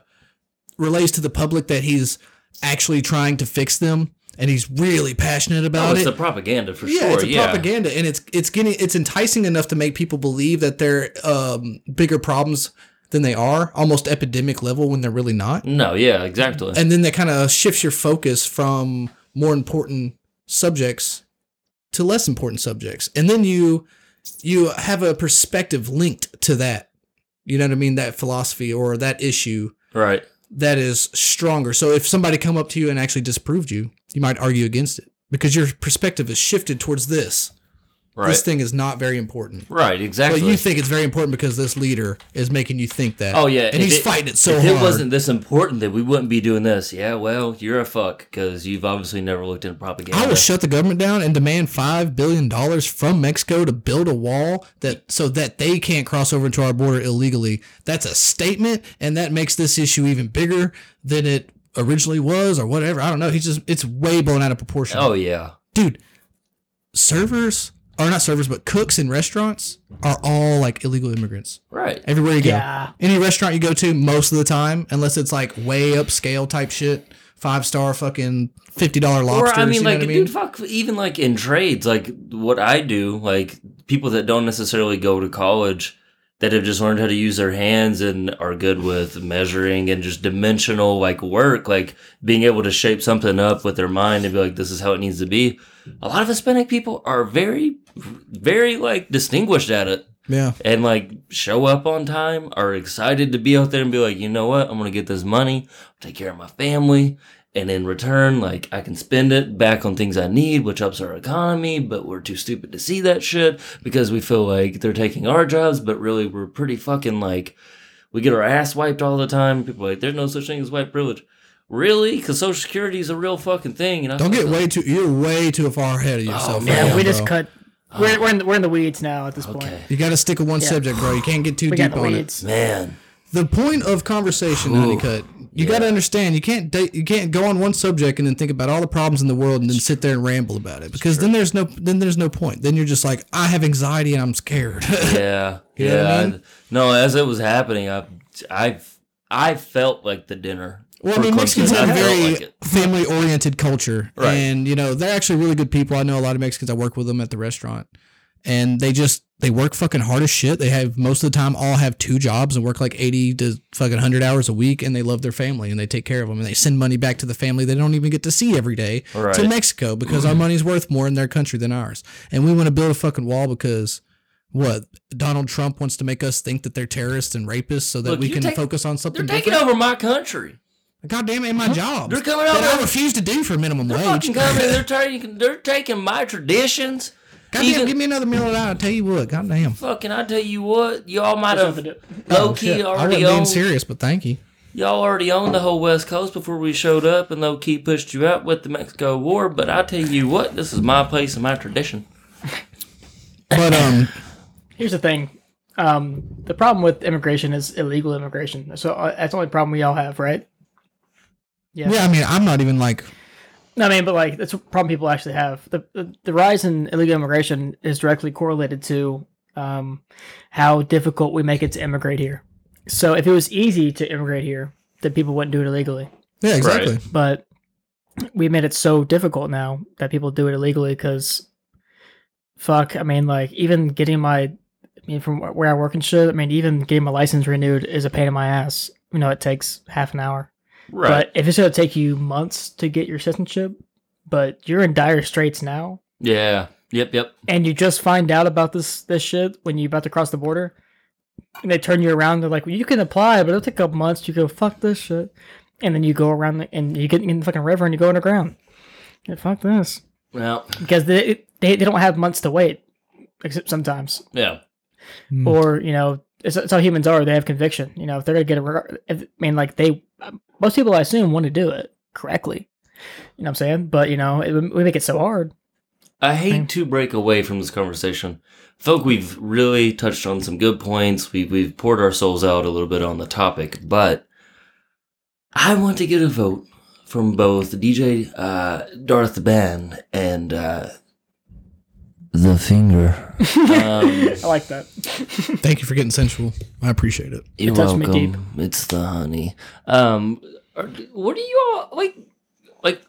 [SPEAKER 2] relays to the public that he's actually trying to fix them and he's really passionate
[SPEAKER 4] Oh,
[SPEAKER 2] about
[SPEAKER 4] it's
[SPEAKER 2] it.
[SPEAKER 4] the propaganda for
[SPEAKER 2] yeah,
[SPEAKER 4] sure.
[SPEAKER 2] it's a
[SPEAKER 4] yeah,
[SPEAKER 2] propaganda, and it's it's getting it's enticing enough to make people believe that they're um, bigger problems than they are, almost epidemic level when they're really not
[SPEAKER 4] No, yeah, exactly.
[SPEAKER 2] and then that kind of shifts your focus from more important subjects to less important subjects and then you you have a perspective linked to that you know what i mean that philosophy or that issue
[SPEAKER 4] right.
[SPEAKER 2] that is stronger so if somebody come up to you and actually disproved you you might argue against it because your perspective is shifted towards this
[SPEAKER 4] Right.
[SPEAKER 2] this thing is not very important
[SPEAKER 4] right, exactly.
[SPEAKER 2] but you think it's very important because this leader is making you think that
[SPEAKER 4] oh, yeah.
[SPEAKER 2] and
[SPEAKER 4] if
[SPEAKER 2] he's fighting it so
[SPEAKER 4] If
[SPEAKER 2] hard
[SPEAKER 4] it wasn't this important, that we wouldn't be doing this. Yeah, well, you're a fuck because you've obviously never looked into propaganda.
[SPEAKER 2] I will shut the government down and demand five billion dollars from Mexico to build a wall that so that they can't cross over into our border illegally. That's a statement, and that makes this issue even bigger than it originally was, or whatever. I don't know. He's just it's way blown out of proportion.
[SPEAKER 4] oh, yeah.
[SPEAKER 2] dude, servers or not servers, but cooks in restaurants are all like illegal immigrants.
[SPEAKER 4] Right.
[SPEAKER 2] Everywhere you go,
[SPEAKER 3] Yeah.
[SPEAKER 2] any restaurant you go to, most of the time, unless it's like way upscale type shit. Five star fucking fifty dollar
[SPEAKER 4] Or
[SPEAKER 2] lobsters.
[SPEAKER 4] I mean,
[SPEAKER 2] you know
[SPEAKER 4] like,
[SPEAKER 2] what I mean?
[SPEAKER 4] dude, fuck. Even like in trades, like what I do, like people that don't necessarily go to college, that have just learned how to use their hands and are good with measuring and just dimensional like work, like being able to shape something up with their mind and be like, this is how it needs to be. A lot of Hispanic people are very, very like distinguished at it
[SPEAKER 2] yeah.
[SPEAKER 4] and like show up on time, are excited to be out there and be like, you know what, I'm gonna get this money, take care of my family, and in return, like I can spend it back on things I need, which ups our economy, but we're too stupid to see that shit because we feel like they're taking our jobs, but really we're pretty fucking like we get our ass wiped all the time. People are like, there's no such thing as white privilege. Really? Because Social Security is a real fucking thing. And I
[SPEAKER 2] Don't
[SPEAKER 4] feel
[SPEAKER 2] get
[SPEAKER 4] like-
[SPEAKER 2] way too. You're way too far ahead of yourself.
[SPEAKER 4] man.
[SPEAKER 2] right
[SPEAKER 3] Yeah,
[SPEAKER 2] now,
[SPEAKER 3] Oh, we just
[SPEAKER 2] bro.
[SPEAKER 3] cut. We're, we're, in the, we're in the weeds now at this point.
[SPEAKER 4] Okay.
[SPEAKER 2] You got to stick with one
[SPEAKER 3] Yeah.
[SPEAKER 2] subject, bro. You can't get too
[SPEAKER 3] We got
[SPEAKER 2] deep
[SPEAKER 3] the
[SPEAKER 2] on
[SPEAKER 3] weeds.
[SPEAKER 4] Man.
[SPEAKER 2] it. The point of conversation, honeycut. You got to understand. You can't. da- You can't go on one subject and then think about all the problems in the world and then sit there and ramble about it because then there's no. Then there's no point. Then you're just like, I have anxiety and I'm scared. [LAUGHS]
[SPEAKER 4] yeah,
[SPEAKER 2] You know what
[SPEAKER 4] yeah.
[SPEAKER 2] I
[SPEAKER 4] I-
[SPEAKER 2] mean?
[SPEAKER 4] no, as it was happening, I, I, I felt like the dinner.
[SPEAKER 2] Well, I
[SPEAKER 4] for
[SPEAKER 2] mean, Mexicans
[SPEAKER 4] Clemson.
[SPEAKER 2] have a
[SPEAKER 4] I felt
[SPEAKER 2] very
[SPEAKER 4] like it.
[SPEAKER 2] family oriented culture.
[SPEAKER 4] Right.
[SPEAKER 2] And, you know, they're actually really good people. I know a lot of Mexicans. I work with them at the restaurant. And they just, they work fucking hard as shit. They have, most of the time, all have two jobs and work like 80 to fucking 100 hours a week. And they love their family and they take care of them. And they send money back to the family they don't even get to see every day to
[SPEAKER 4] Right.
[SPEAKER 2] Mexico because our money's worth more in their country than ours. And we want to build a fucking wall because. What Donald Trump wants to make us think that they're terrorists and rapists, so that
[SPEAKER 4] Look,
[SPEAKER 2] we
[SPEAKER 4] you
[SPEAKER 2] can
[SPEAKER 4] take-
[SPEAKER 2] focus on something.
[SPEAKER 4] They're
[SPEAKER 2] different.
[SPEAKER 4] taking over my country.
[SPEAKER 2] God damn it, ain't my job.
[SPEAKER 4] They're coming out
[SPEAKER 2] That I
[SPEAKER 4] with-
[SPEAKER 2] refuse to do for minimum
[SPEAKER 4] They're
[SPEAKER 2] wage.
[SPEAKER 4] fucking
[SPEAKER 2] [LAUGHS]
[SPEAKER 4] coming. They're taking. They're taking my traditions.
[SPEAKER 2] God damn,
[SPEAKER 4] Even-
[SPEAKER 2] give me another million dollars. I'll tell you what. God damn.
[SPEAKER 4] Fucking, I tell you what, y'all might
[SPEAKER 3] There's
[SPEAKER 4] have
[SPEAKER 3] nothing to do.
[SPEAKER 4] low key
[SPEAKER 2] oh, Shit, I
[SPEAKER 4] already
[SPEAKER 2] wasn't being
[SPEAKER 4] owned.
[SPEAKER 2] serious, but thank you.
[SPEAKER 4] Y'all already owned the whole West Coast before we showed up, and low key pushed you out with the Mexico War. But I tell you what, this is my place and my tradition.
[SPEAKER 2] But um,
[SPEAKER 3] Here's the thing. Um, the problem with immigration is illegal immigration. So uh, that's the only problem we all have, right?
[SPEAKER 2] yeah, I mean, I'm not even like
[SPEAKER 3] No, I mean, but like that's a problem people actually have. The, the the rise in illegal immigration is directly correlated to um, how difficult we make it to immigrate here. So if it was easy to immigrate here, then people wouldn't do it illegally.
[SPEAKER 2] yeah, exactly.
[SPEAKER 3] But we made it so difficult now that people do it illegally because fuck. I mean, like even getting my, I mean, from wh- where I work and shit. I mean, even getting my license renewed is a pain in my ass. You know, it takes half an hour. But if it's going to take you months to get your citizenship, but you're in dire straits now,
[SPEAKER 4] Yeah. Yep. Yep.
[SPEAKER 3] and you just find out about this this shit when you're about to cross the border, and they turn you around, they're like, well, "You can apply, but it'll take a couple months." You go, "Fuck this shit," and then you go around the, and you get in the fucking river and you go underground. Yeah, fuck this,
[SPEAKER 4] Well,
[SPEAKER 3] because they, they they don't have months to wait, except sometimes.
[SPEAKER 4] yeah.
[SPEAKER 2] Mm.
[SPEAKER 3] or you know it's, it's how humans are they have conviction you know if they're gonna get a reg- if, i mean like they most people i assume want to do it correctly you know what i'm saying but you know it, we make it so hard
[SPEAKER 4] I hate
[SPEAKER 3] Same.
[SPEAKER 4] to break away from this conversation. I feel like we've really touched on some good points. We, we've poured ourselves out a little bit on the topic, but I want to get a vote from both DJ uh, Darth Ben and uh, The Finger. [LAUGHS] Um,
[SPEAKER 3] i like that [LAUGHS]
[SPEAKER 2] Thank you for getting sensual. I appreciate it.
[SPEAKER 4] You're
[SPEAKER 3] It touched
[SPEAKER 4] welcome.
[SPEAKER 3] me deep.
[SPEAKER 4] It's the honey. Um, are, what do you all like? Like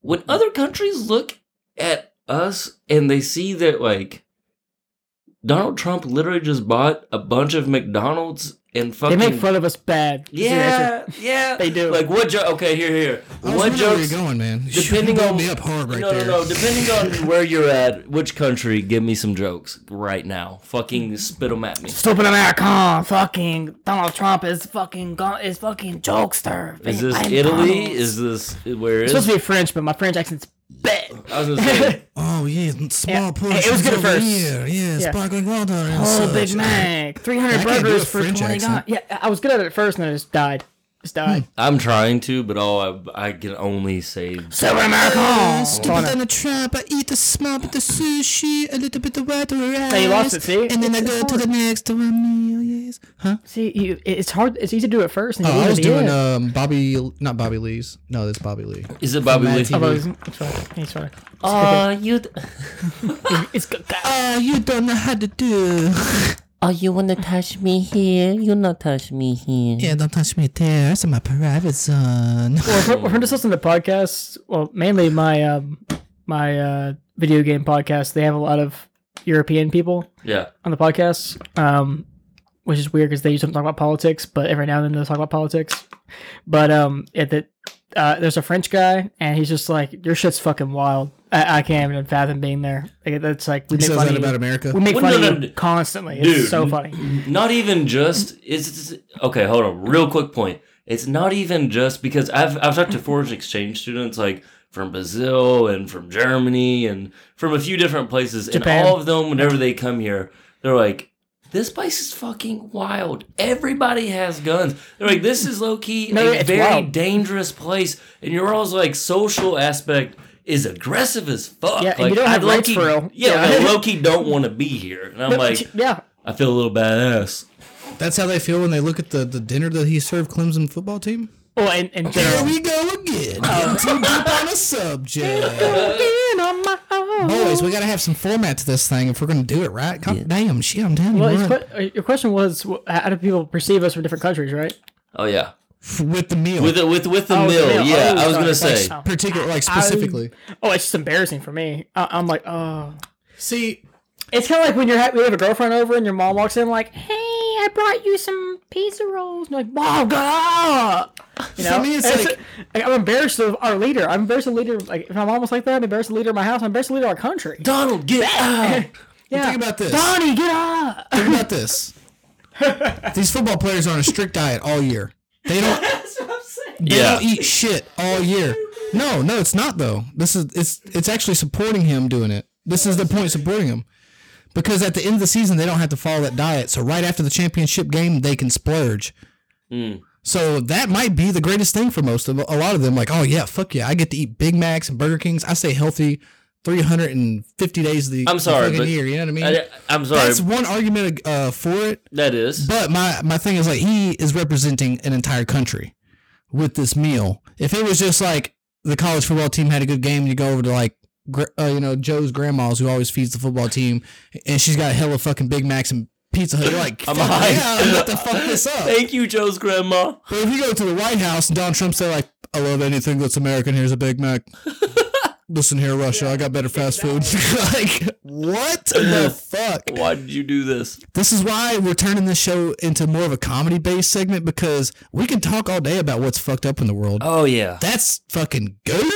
[SPEAKER 4] when other countries look at us and they see that like Donald Trump literally just bought a bunch of McDonald's and
[SPEAKER 3] they
[SPEAKER 4] fucking
[SPEAKER 3] make fun of us bad Seriously.
[SPEAKER 4] yeah yeah
[SPEAKER 3] They do.
[SPEAKER 4] like what joke? Okay, here here
[SPEAKER 2] I was
[SPEAKER 4] what
[SPEAKER 2] wondering where
[SPEAKER 4] jokes?
[SPEAKER 2] you're going, man. You
[SPEAKER 4] Depending
[SPEAKER 2] blew
[SPEAKER 4] on
[SPEAKER 2] me up hard right
[SPEAKER 4] no,
[SPEAKER 2] there.
[SPEAKER 4] No, no, Depending on where you're at, which country, give me some jokes right now. Fucking spit them at me.
[SPEAKER 3] Stupid America, fucking Donald Trump is fucking go- is fucking jokester.
[SPEAKER 4] Is this Italy? Is this where
[SPEAKER 3] It's
[SPEAKER 4] is?
[SPEAKER 3] supposed to be French, but my French accent's bad. [LAUGHS]
[SPEAKER 4] I was gonna say
[SPEAKER 2] Oh yeah, small
[SPEAKER 3] Yeah.
[SPEAKER 2] portions.
[SPEAKER 3] It was good at
[SPEAKER 2] over
[SPEAKER 3] first.
[SPEAKER 2] Here. Yeah,
[SPEAKER 3] Yeah.
[SPEAKER 2] sparkling water. And
[SPEAKER 3] Oh,
[SPEAKER 2] such.
[SPEAKER 3] Big Mac, three hundred
[SPEAKER 2] I can't do
[SPEAKER 3] burgers
[SPEAKER 2] a
[SPEAKER 3] for
[SPEAKER 2] French
[SPEAKER 3] twenty dollars.
[SPEAKER 2] accent.
[SPEAKER 3] Yeah, I was good at it at first, and then I just died. Just died.
[SPEAKER 4] I'm trying to, but all I, I can only say
[SPEAKER 3] Silver America.
[SPEAKER 2] Stupid than a trap. I eat a small bit of sushi, a little bit of white rice.
[SPEAKER 3] you lost it, see?
[SPEAKER 2] And then I
[SPEAKER 3] It's
[SPEAKER 2] go to the next one. yeah, Yes. Huh?
[SPEAKER 3] See, you, it's hard. It's easy to do it first. And you
[SPEAKER 2] Oh,
[SPEAKER 3] leave
[SPEAKER 2] I was
[SPEAKER 3] it at the
[SPEAKER 2] doing
[SPEAKER 3] end.
[SPEAKER 2] um Bobby, not Bobby Lee's. No, that's Bobby Lee.
[SPEAKER 4] is it Bobby
[SPEAKER 2] Mad
[SPEAKER 4] Lee?
[SPEAKER 2] TV.
[SPEAKER 3] Oh, it's, it's fine. It's fine.
[SPEAKER 5] Are you
[SPEAKER 3] It's good.
[SPEAKER 2] Oh, you don't know how to do.
[SPEAKER 5] are you wanna touch me here? You not touch me here.
[SPEAKER 2] yeah, don't touch me there. That's my private zone.
[SPEAKER 3] Well, if we're, if we're just listening to podcasts. Well, mainly my um my uh video game podcast. They have a lot of European people
[SPEAKER 4] Yeah,
[SPEAKER 3] on the podcast. Um, which is weird because they usually don't talk about politics, but every now and then they'll talk about politics. But um, at the uh, there's a French guy, and he's just like, "Your shit's fucking wild. I, I can't even fathom being there." Like that's like we
[SPEAKER 2] He
[SPEAKER 3] make
[SPEAKER 2] says
[SPEAKER 3] fun
[SPEAKER 2] that
[SPEAKER 3] of you.
[SPEAKER 2] about America.
[SPEAKER 3] We make
[SPEAKER 4] Well,
[SPEAKER 3] fun
[SPEAKER 4] no,
[SPEAKER 3] of
[SPEAKER 4] no,
[SPEAKER 3] you
[SPEAKER 4] d-
[SPEAKER 3] constantly.
[SPEAKER 4] dude.
[SPEAKER 3] It's so funny.
[SPEAKER 4] not even just is okay. Hold on, real quick point. It's not even just because I've I've talked to foreign exchange students like from Brazil and from Germany and from a few different places,
[SPEAKER 3] Japan.
[SPEAKER 4] and all of them whenever they come here, they're like. This place is fucking wild. Everybody has guns. They're like, this is low key
[SPEAKER 3] No,
[SPEAKER 4] a
[SPEAKER 3] it's
[SPEAKER 4] very
[SPEAKER 3] wild.
[SPEAKER 4] dangerous place. And your all's like social aspect is aggressive as fuck.
[SPEAKER 3] Yeah,
[SPEAKER 4] like,
[SPEAKER 3] and you don't have
[SPEAKER 4] I low
[SPEAKER 3] rights
[SPEAKER 4] key-
[SPEAKER 3] for real.
[SPEAKER 4] Yeah,
[SPEAKER 3] Yeah.
[SPEAKER 4] like, low
[SPEAKER 3] [LAUGHS]
[SPEAKER 4] key don't want to be here. And I'm
[SPEAKER 3] But-
[SPEAKER 4] like,
[SPEAKER 3] yeah,
[SPEAKER 4] I feel a little badass.
[SPEAKER 2] That's how they feel when they look at the, the dinner that he served Clemson football team.
[SPEAKER 3] well, Oh, and, and
[SPEAKER 2] There
[SPEAKER 3] general.
[SPEAKER 2] we go again. Oh. Getting too deep on a subject. Boys, we gotta have some format to this thing if we're gonna do it right. God damn, shit, I'm telling you.
[SPEAKER 3] Well, his
[SPEAKER 2] we're
[SPEAKER 3] que- uh, your question was, wh- how do people perceive us from different countries, right?
[SPEAKER 4] Oh yeah,
[SPEAKER 2] f- with the meal,
[SPEAKER 4] with the with with the
[SPEAKER 3] Oh,
[SPEAKER 4] mill.
[SPEAKER 3] the mill.
[SPEAKER 4] Yeah,
[SPEAKER 3] Oh,
[SPEAKER 4] I
[SPEAKER 3] sorry.
[SPEAKER 4] was gonna say.
[SPEAKER 3] Thanks.
[SPEAKER 2] particular, like specifically.
[SPEAKER 3] Oh, it's just embarrassing for me. I- I'm like, oh,
[SPEAKER 2] See,
[SPEAKER 3] it's kind of like when you're ha- we have a girlfriend over and your mom walks in like, hey, I brought you some pizza rolls. And you're like, mom, God. You know,
[SPEAKER 2] For me, it's
[SPEAKER 3] And
[SPEAKER 2] like-
[SPEAKER 3] like, I'm embarrassed of our leader. I'm embarrassed of the leader. Like, if my mom was like that, I'm embarrassed of the leader of my house. I'm embarrassed of the leader of our country.
[SPEAKER 4] Donald, get out!
[SPEAKER 3] yeah.
[SPEAKER 2] think about this.
[SPEAKER 3] Donnie, get up.
[SPEAKER 2] think about this. These football players are on a strict diet all year. They don't. They
[SPEAKER 4] Yeah.
[SPEAKER 2] don't eat shit all year. No, no, it's not though. This is it's it's actually supporting him doing it. This is the point supporting him. Because at the end of the season they don't have to follow that diet. So right after the championship game they can splurge.
[SPEAKER 4] Hmm.
[SPEAKER 2] So that might be the greatest thing for most of a lot of them like, "Oh yeah, fuck yeah, I get to eat Big Macs and Burger Kings. I stay healthy 350 days of the
[SPEAKER 4] I'm
[SPEAKER 2] the
[SPEAKER 4] sorry,
[SPEAKER 2] fucking
[SPEAKER 4] but-
[SPEAKER 2] year, you know what I mean?
[SPEAKER 4] I, am sorry.
[SPEAKER 2] That's one argument uh, for it.
[SPEAKER 4] that is.
[SPEAKER 2] But my my thing is like he is representing an entire country with this meal. If it was just like the college football team had a good game, and you go over to like gr- uh, you know Joe's grandma's who always feeds the football team, and she's got hella fucking Big Macs and Pizza Hut. You're like, fuck
[SPEAKER 4] I'm
[SPEAKER 2] yeah,
[SPEAKER 4] high.
[SPEAKER 2] I'm about to fuck this up.
[SPEAKER 4] Thank you, Joe's grandma.
[SPEAKER 2] But if you go to the White House and Donald Trump's there like, I love anything that's American. Here's a Big Mac. Listen here, Russia, I got better fast food. [LAUGHS] like, what the fuck?
[SPEAKER 4] Why did you do this?
[SPEAKER 2] This is why we're turning this show into more of a comedy based segment because we can talk all day about what's fucked up in the world.
[SPEAKER 4] Oh yeah.
[SPEAKER 2] That's fucking good.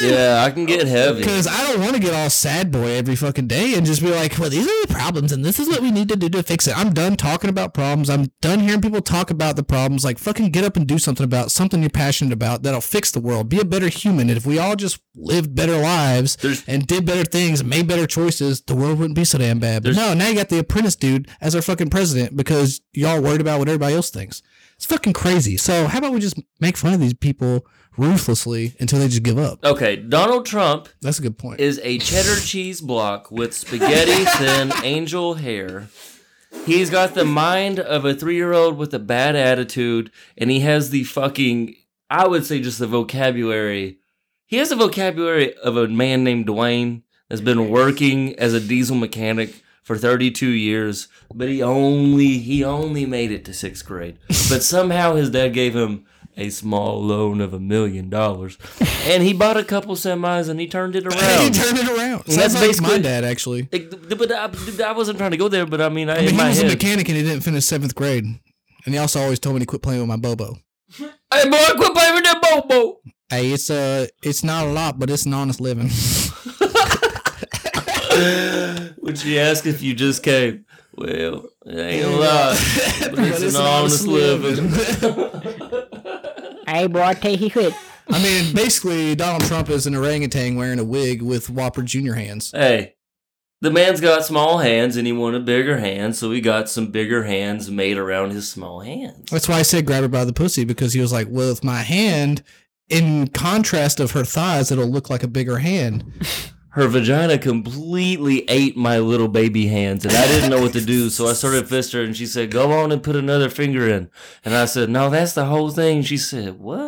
[SPEAKER 4] Yeah, I can get heavy.
[SPEAKER 2] Because I don't want to get all sad boy every fucking day and just be like, well, these are the problems and this is what we need to do to fix it. I'm done talking about problems. I'm done hearing people talk about the problems. Like, fucking get up and do something about something you're passionate about that'll fix the world. Be a better human. And if we all just lived better lives
[SPEAKER 4] There's-
[SPEAKER 2] and did better things and made better choices, the world wouldn't be so damn bad. But no, now you got the apprentice dude as our fucking president because y'all worried about what everybody else thinks. It's fucking crazy. So, how about we just make fun of these people ruthlessly until they just give up?
[SPEAKER 4] Okay, Donald Trump
[SPEAKER 2] That's a good point.
[SPEAKER 4] is a cheddar cheese block with spaghetti thin angel hair. He's got the mind of a three year old with a bad attitude, and he has the fucking, I would say, just the vocabulary. He has the vocabulary of a man named Dwayne that's been working as a diesel mechanic for 32 years, but he only he only made it to sixth grade. But somehow his dad gave him a small loan of a million dollars, and he bought a couple semis and he
[SPEAKER 2] [LAUGHS]
[SPEAKER 4] turned it
[SPEAKER 2] Hey,
[SPEAKER 4] around.
[SPEAKER 2] turn it around.
[SPEAKER 4] Well,
[SPEAKER 2] Sounds
[SPEAKER 4] that's
[SPEAKER 2] like my
[SPEAKER 4] basically-
[SPEAKER 2] dad, actually.
[SPEAKER 4] Like, but I, I wasn't trying to go there. But I mean, I,
[SPEAKER 2] I mean,
[SPEAKER 4] in
[SPEAKER 2] he
[SPEAKER 4] my
[SPEAKER 2] was a
[SPEAKER 4] head,
[SPEAKER 2] mechanic and he didn't finish seventh grade. And he also always told me to quit playing with my Bobo.
[SPEAKER 4] hey boy, quit playing with that [LAUGHS] bobo.
[SPEAKER 2] Hey, it's uh, it's not a lot, but it's an honest
[SPEAKER 4] [LAUGHS]
[SPEAKER 2] living.
[SPEAKER 4] Would she ask if you just came? Well, it ain't a lot,
[SPEAKER 2] [LAUGHS]
[SPEAKER 4] but it's an honest living. [LAUGHS]
[SPEAKER 3] Hey, boy, take he quit.
[SPEAKER 2] I mean, basically, Donald Trump is an orangutan wearing a wig with Whopper Junior hands.
[SPEAKER 4] Hey, the man's got small hands, and he wanted bigger hands, so he got some bigger hands made around his small hands.
[SPEAKER 2] That's why I said grab her by the pussy because he was like, well, with my hand, in contrast of her thighs, it'll look like a bigger hand. [LAUGHS]
[SPEAKER 4] Her vagina completely ate my little baby hands, and I didn't know what to do, so I started fist her, and she said, "Go on and put another finger in." And I said, "No, that's the whole thing." She said, "What?"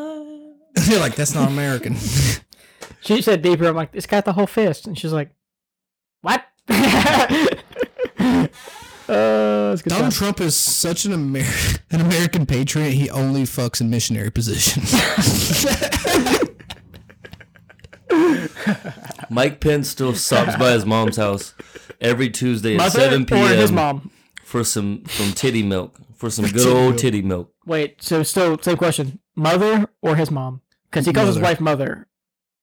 [SPEAKER 2] You're like, that's not American. [LAUGHS]
[SPEAKER 3] She said deeper. I'm like, it's got the whole fist, and she's like, what? [LAUGHS] uh, it's good
[SPEAKER 2] Donald
[SPEAKER 3] stuff.
[SPEAKER 2] Trump is such an Amer- [LAUGHS] an American patriot. He only fucks in missionary
[SPEAKER 4] [LAUGHS]
[SPEAKER 2] positions.
[SPEAKER 4] Mike Pence still stops by his mom's house every Tuesday at
[SPEAKER 3] My
[SPEAKER 4] seven
[SPEAKER 3] brother Or his
[SPEAKER 4] p.m.
[SPEAKER 3] mom.
[SPEAKER 4] for some from titty milk for some good old titty milk.
[SPEAKER 3] Wait, so still same question: mother or his mom? Because he calls his
[SPEAKER 2] Mother.
[SPEAKER 3] wife mother.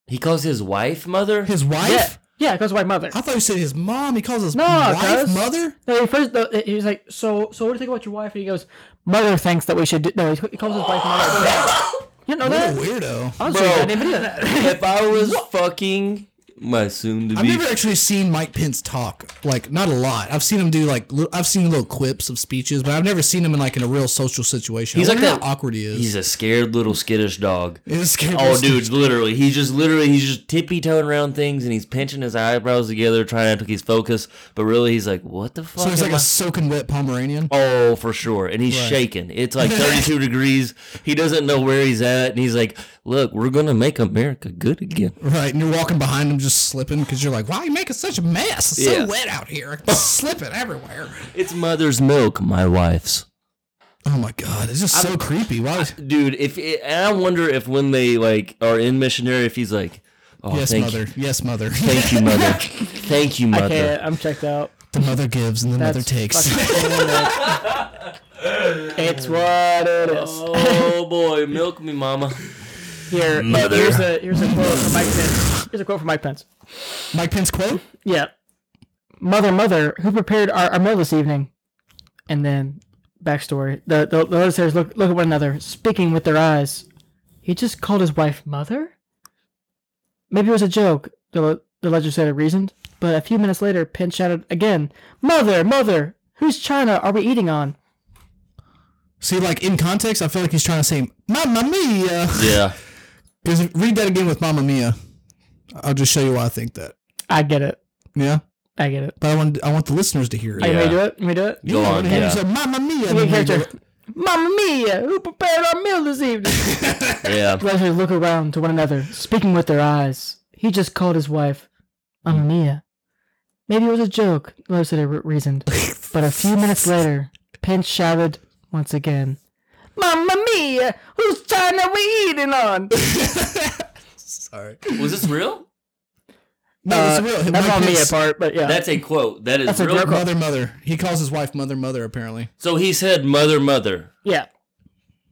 [SPEAKER 4] He calls his wife mother.
[SPEAKER 2] His wife?
[SPEAKER 3] Yeah, yeah, he calls his wife mother.
[SPEAKER 2] I thought you said his mom. He calls his
[SPEAKER 3] No,
[SPEAKER 2] wife
[SPEAKER 3] cuz-
[SPEAKER 2] mother.
[SPEAKER 3] No, he first though, he was like, so so what do you think about your wife? And he goes, mother thinks that we should. Do, no, he calls his
[SPEAKER 2] [LAUGHS]
[SPEAKER 3] wife mother. you didn't know
[SPEAKER 2] What a
[SPEAKER 3] that?
[SPEAKER 2] weirdo.
[SPEAKER 3] I was
[SPEAKER 4] Bro.
[SPEAKER 3] like, I didn't believe that.
[SPEAKER 4] if I
[SPEAKER 2] [LAUGHS]
[SPEAKER 4] was fucking my soon to
[SPEAKER 2] I've
[SPEAKER 4] be,
[SPEAKER 2] never actually seen Mike Pence talk like not a lot. I've seen him do like li- I've seen little clips of speeches, but I've never seen him in like in a real social situation.
[SPEAKER 4] He's
[SPEAKER 2] He's I
[SPEAKER 4] like
[SPEAKER 2] wonder like
[SPEAKER 4] that-
[SPEAKER 2] how awkward he is.
[SPEAKER 4] he's a scared little skittish dog.
[SPEAKER 2] It's scary.
[SPEAKER 4] Oh, dude, literally, he's just literally he's just tippy toeing around things and he's pinching his eyebrows together, trying to keep focus. But really, he's like, "What the fuck?"
[SPEAKER 2] So he's
[SPEAKER 4] am
[SPEAKER 2] like
[SPEAKER 4] I-
[SPEAKER 2] a soaking wet Pomeranian.
[SPEAKER 4] Oh, for sure. And he's shaking.
[SPEAKER 2] [LAUGHS]
[SPEAKER 4] It's like 32 degrees. He doesn't know where he's at. And he's like, look, we're going to make America good again.
[SPEAKER 2] Right, and you're walking behind him just slipping because you're like, why are you making such a mess? It's
[SPEAKER 4] Yeah.
[SPEAKER 2] so wet out
[SPEAKER 4] [LAUGHS]
[SPEAKER 2] here. I'm slipping everywhere.
[SPEAKER 4] It's mother's milk, my wife's.
[SPEAKER 2] Oh my god, it's just so creepy. Why?
[SPEAKER 4] Dude, if it, and I wonder if when they like are in missionary, if he's like, oh,
[SPEAKER 2] yes,
[SPEAKER 4] thank
[SPEAKER 2] mother.
[SPEAKER 4] you.
[SPEAKER 2] Yes,
[SPEAKER 3] [LAUGHS]
[SPEAKER 2] mother.
[SPEAKER 4] Thank you, mother. thank you,
[SPEAKER 3] I
[SPEAKER 4] mother.
[SPEAKER 3] can't. I'm checked out.
[SPEAKER 2] the mother gives and the mother
[SPEAKER 3] That's
[SPEAKER 2] takes.
[SPEAKER 3] fucking horrible. it's what it is.
[SPEAKER 4] Oh boy, milk me, mama.
[SPEAKER 3] Here,
[SPEAKER 4] Mother.
[SPEAKER 3] here's a here's a quote from Mike Pence. Here's a quote from Mike Pence.
[SPEAKER 2] Mike Pence quote.
[SPEAKER 3] Yeah. Mother, mother, who prepared our, our meal this evening? And then backstory. The the, the letters says look look at one another, speaking with their eyes. He just called his wife mother? Maybe it was a joke, the le- the legislator reasoned. But a few minutes later, Penn shouted again, Mother, mother, whose china are we eating on?
[SPEAKER 2] See, like in context, I feel like he's trying to say "Mamma Mia."
[SPEAKER 4] Yeah.
[SPEAKER 2] Because read that again with "Mamma Mia." I'll just show you why I think that.
[SPEAKER 3] I get it.
[SPEAKER 2] Yeah,
[SPEAKER 3] I get it.
[SPEAKER 2] but I want I want the listeners to hear it.
[SPEAKER 3] Hey,
[SPEAKER 4] Yeah.
[SPEAKER 3] Can we do it? Can we do it?
[SPEAKER 4] Go on.
[SPEAKER 2] And you
[SPEAKER 4] Yeah.
[SPEAKER 2] said "Mamma Mia."
[SPEAKER 3] Give me a
[SPEAKER 2] and then
[SPEAKER 3] character. Mamma mia, who prepared our meal this [LAUGHS] evening?
[SPEAKER 4] Yeah.
[SPEAKER 3] Pleasure look around to one another, speaking with their eyes. He just called his wife Mamma Mia. Maybe it was a joke, Lois had re- reasoned. But a few minutes later, Pinch shouted once again, Mamma Mia! Whose time are we eating on?
[SPEAKER 2] Sorry.
[SPEAKER 4] Was this real?
[SPEAKER 2] No,
[SPEAKER 3] Uh,
[SPEAKER 2] it's real.
[SPEAKER 3] That's
[SPEAKER 2] Mike
[SPEAKER 3] on me
[SPEAKER 2] Pence-
[SPEAKER 3] apart, but yeah.
[SPEAKER 4] That's a quote. That is
[SPEAKER 3] That's a
[SPEAKER 4] real.
[SPEAKER 3] direct
[SPEAKER 4] quote.
[SPEAKER 2] Mother, mother. He calls his wife mother, mother. Apparently,
[SPEAKER 4] So he said, mother, mother.
[SPEAKER 3] yeah.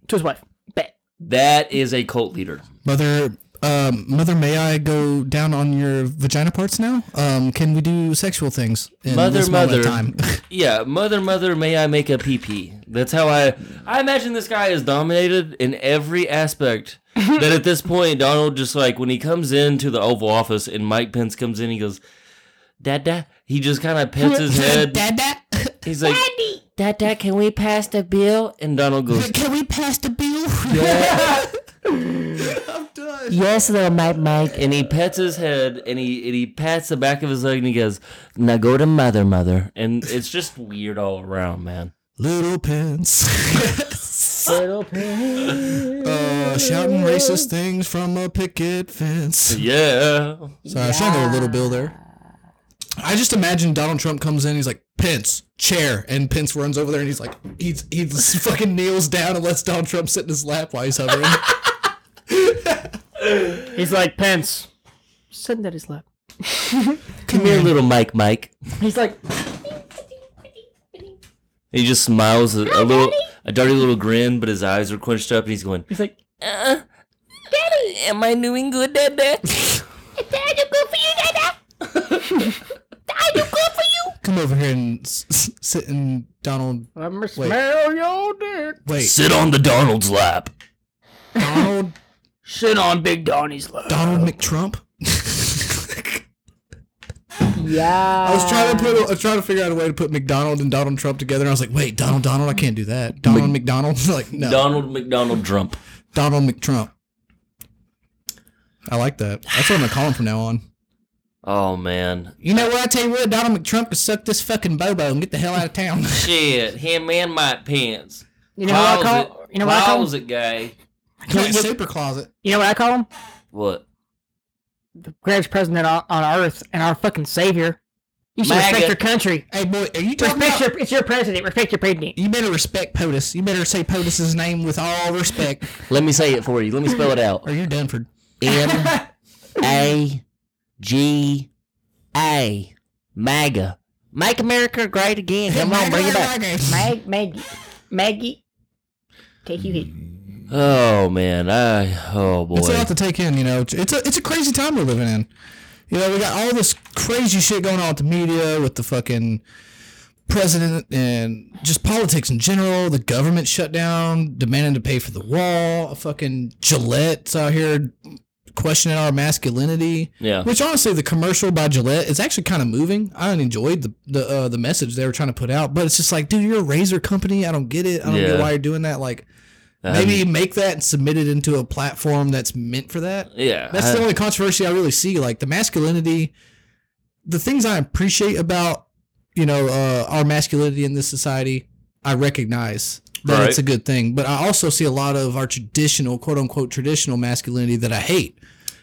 [SPEAKER 3] To his wife. Bet.
[SPEAKER 4] That is a cult leader.
[SPEAKER 2] mother. um, Mother, may I go down on your vagina parts now? Um, can we do sexual things in
[SPEAKER 4] Mother,
[SPEAKER 2] this moment of
[SPEAKER 4] mother.
[SPEAKER 2] time? [LAUGHS]
[SPEAKER 4] Yeah, mother, mother, may I make a pee pee? That's how I. I imagine this guy is dominated in every
[SPEAKER 2] [LAUGHS]
[SPEAKER 4] aspect. that at this point, Donald just like when he comes into the Oval Office and Mike Pence comes in, he goes, "Dada." He just kind of pets
[SPEAKER 2] [LAUGHS]
[SPEAKER 4] his head.
[SPEAKER 2] Dada,
[SPEAKER 4] He's like, "Dada, can we pass the bill?" And Donald goes,
[SPEAKER 2] can we pass the bill? [LAUGHS]
[SPEAKER 4] "Yes, little Mike, Mike." And he pets his head and he and he pats the back of his leg and he goes, "Now go to mother, mother." And it's just weird all around, man.
[SPEAKER 2] Little
[SPEAKER 4] [LAUGHS]
[SPEAKER 2] pants. Uh, shouting racist things from a picket fence.
[SPEAKER 4] Yeah.
[SPEAKER 2] Sorry, I should have a little bill there. I just imagine Donald Trump comes in, he's like, Pence, chair, and Pence runs over there and he's like, he's, he just [LAUGHS] fucking kneels down and lets Donald Trump sit in his lap while he's hovering.
[SPEAKER 3] He's like Pence. Send that his lap.
[SPEAKER 4] Come here, little Mike, Mike.
[SPEAKER 3] He's like,
[SPEAKER 4] He just smiles a, a little, a dirty little grin, but his eyes are quenched up, and he's going,
[SPEAKER 3] he's like,
[SPEAKER 5] Uh, Daddy, am I doing good, Dad? [LAUGHS] Dad, you good for you, Dad? Dad, you good for you?
[SPEAKER 2] Come over here and s- s- sit in Donald.
[SPEAKER 3] let me smell your dick.
[SPEAKER 2] Wait,
[SPEAKER 4] "Sit on the Donald's lap."
[SPEAKER 2] Donald
[SPEAKER 3] Sit on Big Donnie's lap.
[SPEAKER 2] Donald McTrump. yeah. I was trying to put. I was trying to figure out a way to put McDonald and Donald Trump together. And I was like, wait, Donald, Donald, I can't do that. Donald McDonald, [LAUGHS] like no,
[SPEAKER 4] Donald McDonald Trump.
[SPEAKER 2] Donald McTrump. I like that. That's what I'm gonna call him from now on.
[SPEAKER 4] Oh man,
[SPEAKER 2] You know what? I tell you what, Donald McTrump could suck this fucking bobo and get the hell out of
[SPEAKER 3] [LAUGHS]
[SPEAKER 2] town.
[SPEAKER 4] shit, him and Mike Pence.
[SPEAKER 3] You know what I call? You know what I call? him?
[SPEAKER 4] Closet guy.
[SPEAKER 2] Like super closet.
[SPEAKER 3] You know what I call him?
[SPEAKER 4] What?
[SPEAKER 3] The greatest president on, on earth and our fucking savior. You should
[SPEAKER 4] Maggot.
[SPEAKER 3] respect your country.
[SPEAKER 2] Hey boy, are you talking
[SPEAKER 3] Respect
[SPEAKER 2] about?
[SPEAKER 3] your. It's your president. Respect your president.
[SPEAKER 2] You better respect POTUS. You better say POTUS's name with all respect,
[SPEAKER 4] Let me say it for you. Let me spell it out.
[SPEAKER 3] [LAUGHS]
[SPEAKER 2] or you're done for.
[SPEAKER 4] M A G A MAGA. Make America great again. Come on, bring it back.
[SPEAKER 3] Mag, Maggie, Maggie, take you hit.
[SPEAKER 4] Oh man, I oh boy.
[SPEAKER 2] It's a lot to take in, you know. It's a it's a crazy time we're living in. You know, we got all this crazy shit going on with the media, with the fucking president, and just politics in general. The government shutdown, demanding to pay for the wall. Fucking Gillette's out here questioning our masculinity.
[SPEAKER 4] Yeah.
[SPEAKER 2] Which honestly, the commercial by Gillette is actually kind of moving. I enjoyed the the uh, the message they were trying to put out, but it's just like, dude, you're a razor company. I don't get it. I don't
[SPEAKER 4] Yeah.
[SPEAKER 2] get why you're doing that. Like. Maybe
[SPEAKER 4] Um,
[SPEAKER 2] make that and submit it into a platform that's meant for that.
[SPEAKER 4] Yeah.
[SPEAKER 2] That's
[SPEAKER 4] I-
[SPEAKER 2] the only controversy I really see. Like the masculinity, the things I appreciate about you know uh, our masculinity in this society, I recognize that
[SPEAKER 4] Right.
[SPEAKER 2] it's a good thing. But I also see a lot of our traditional, quote unquote, traditional masculinity that I hate,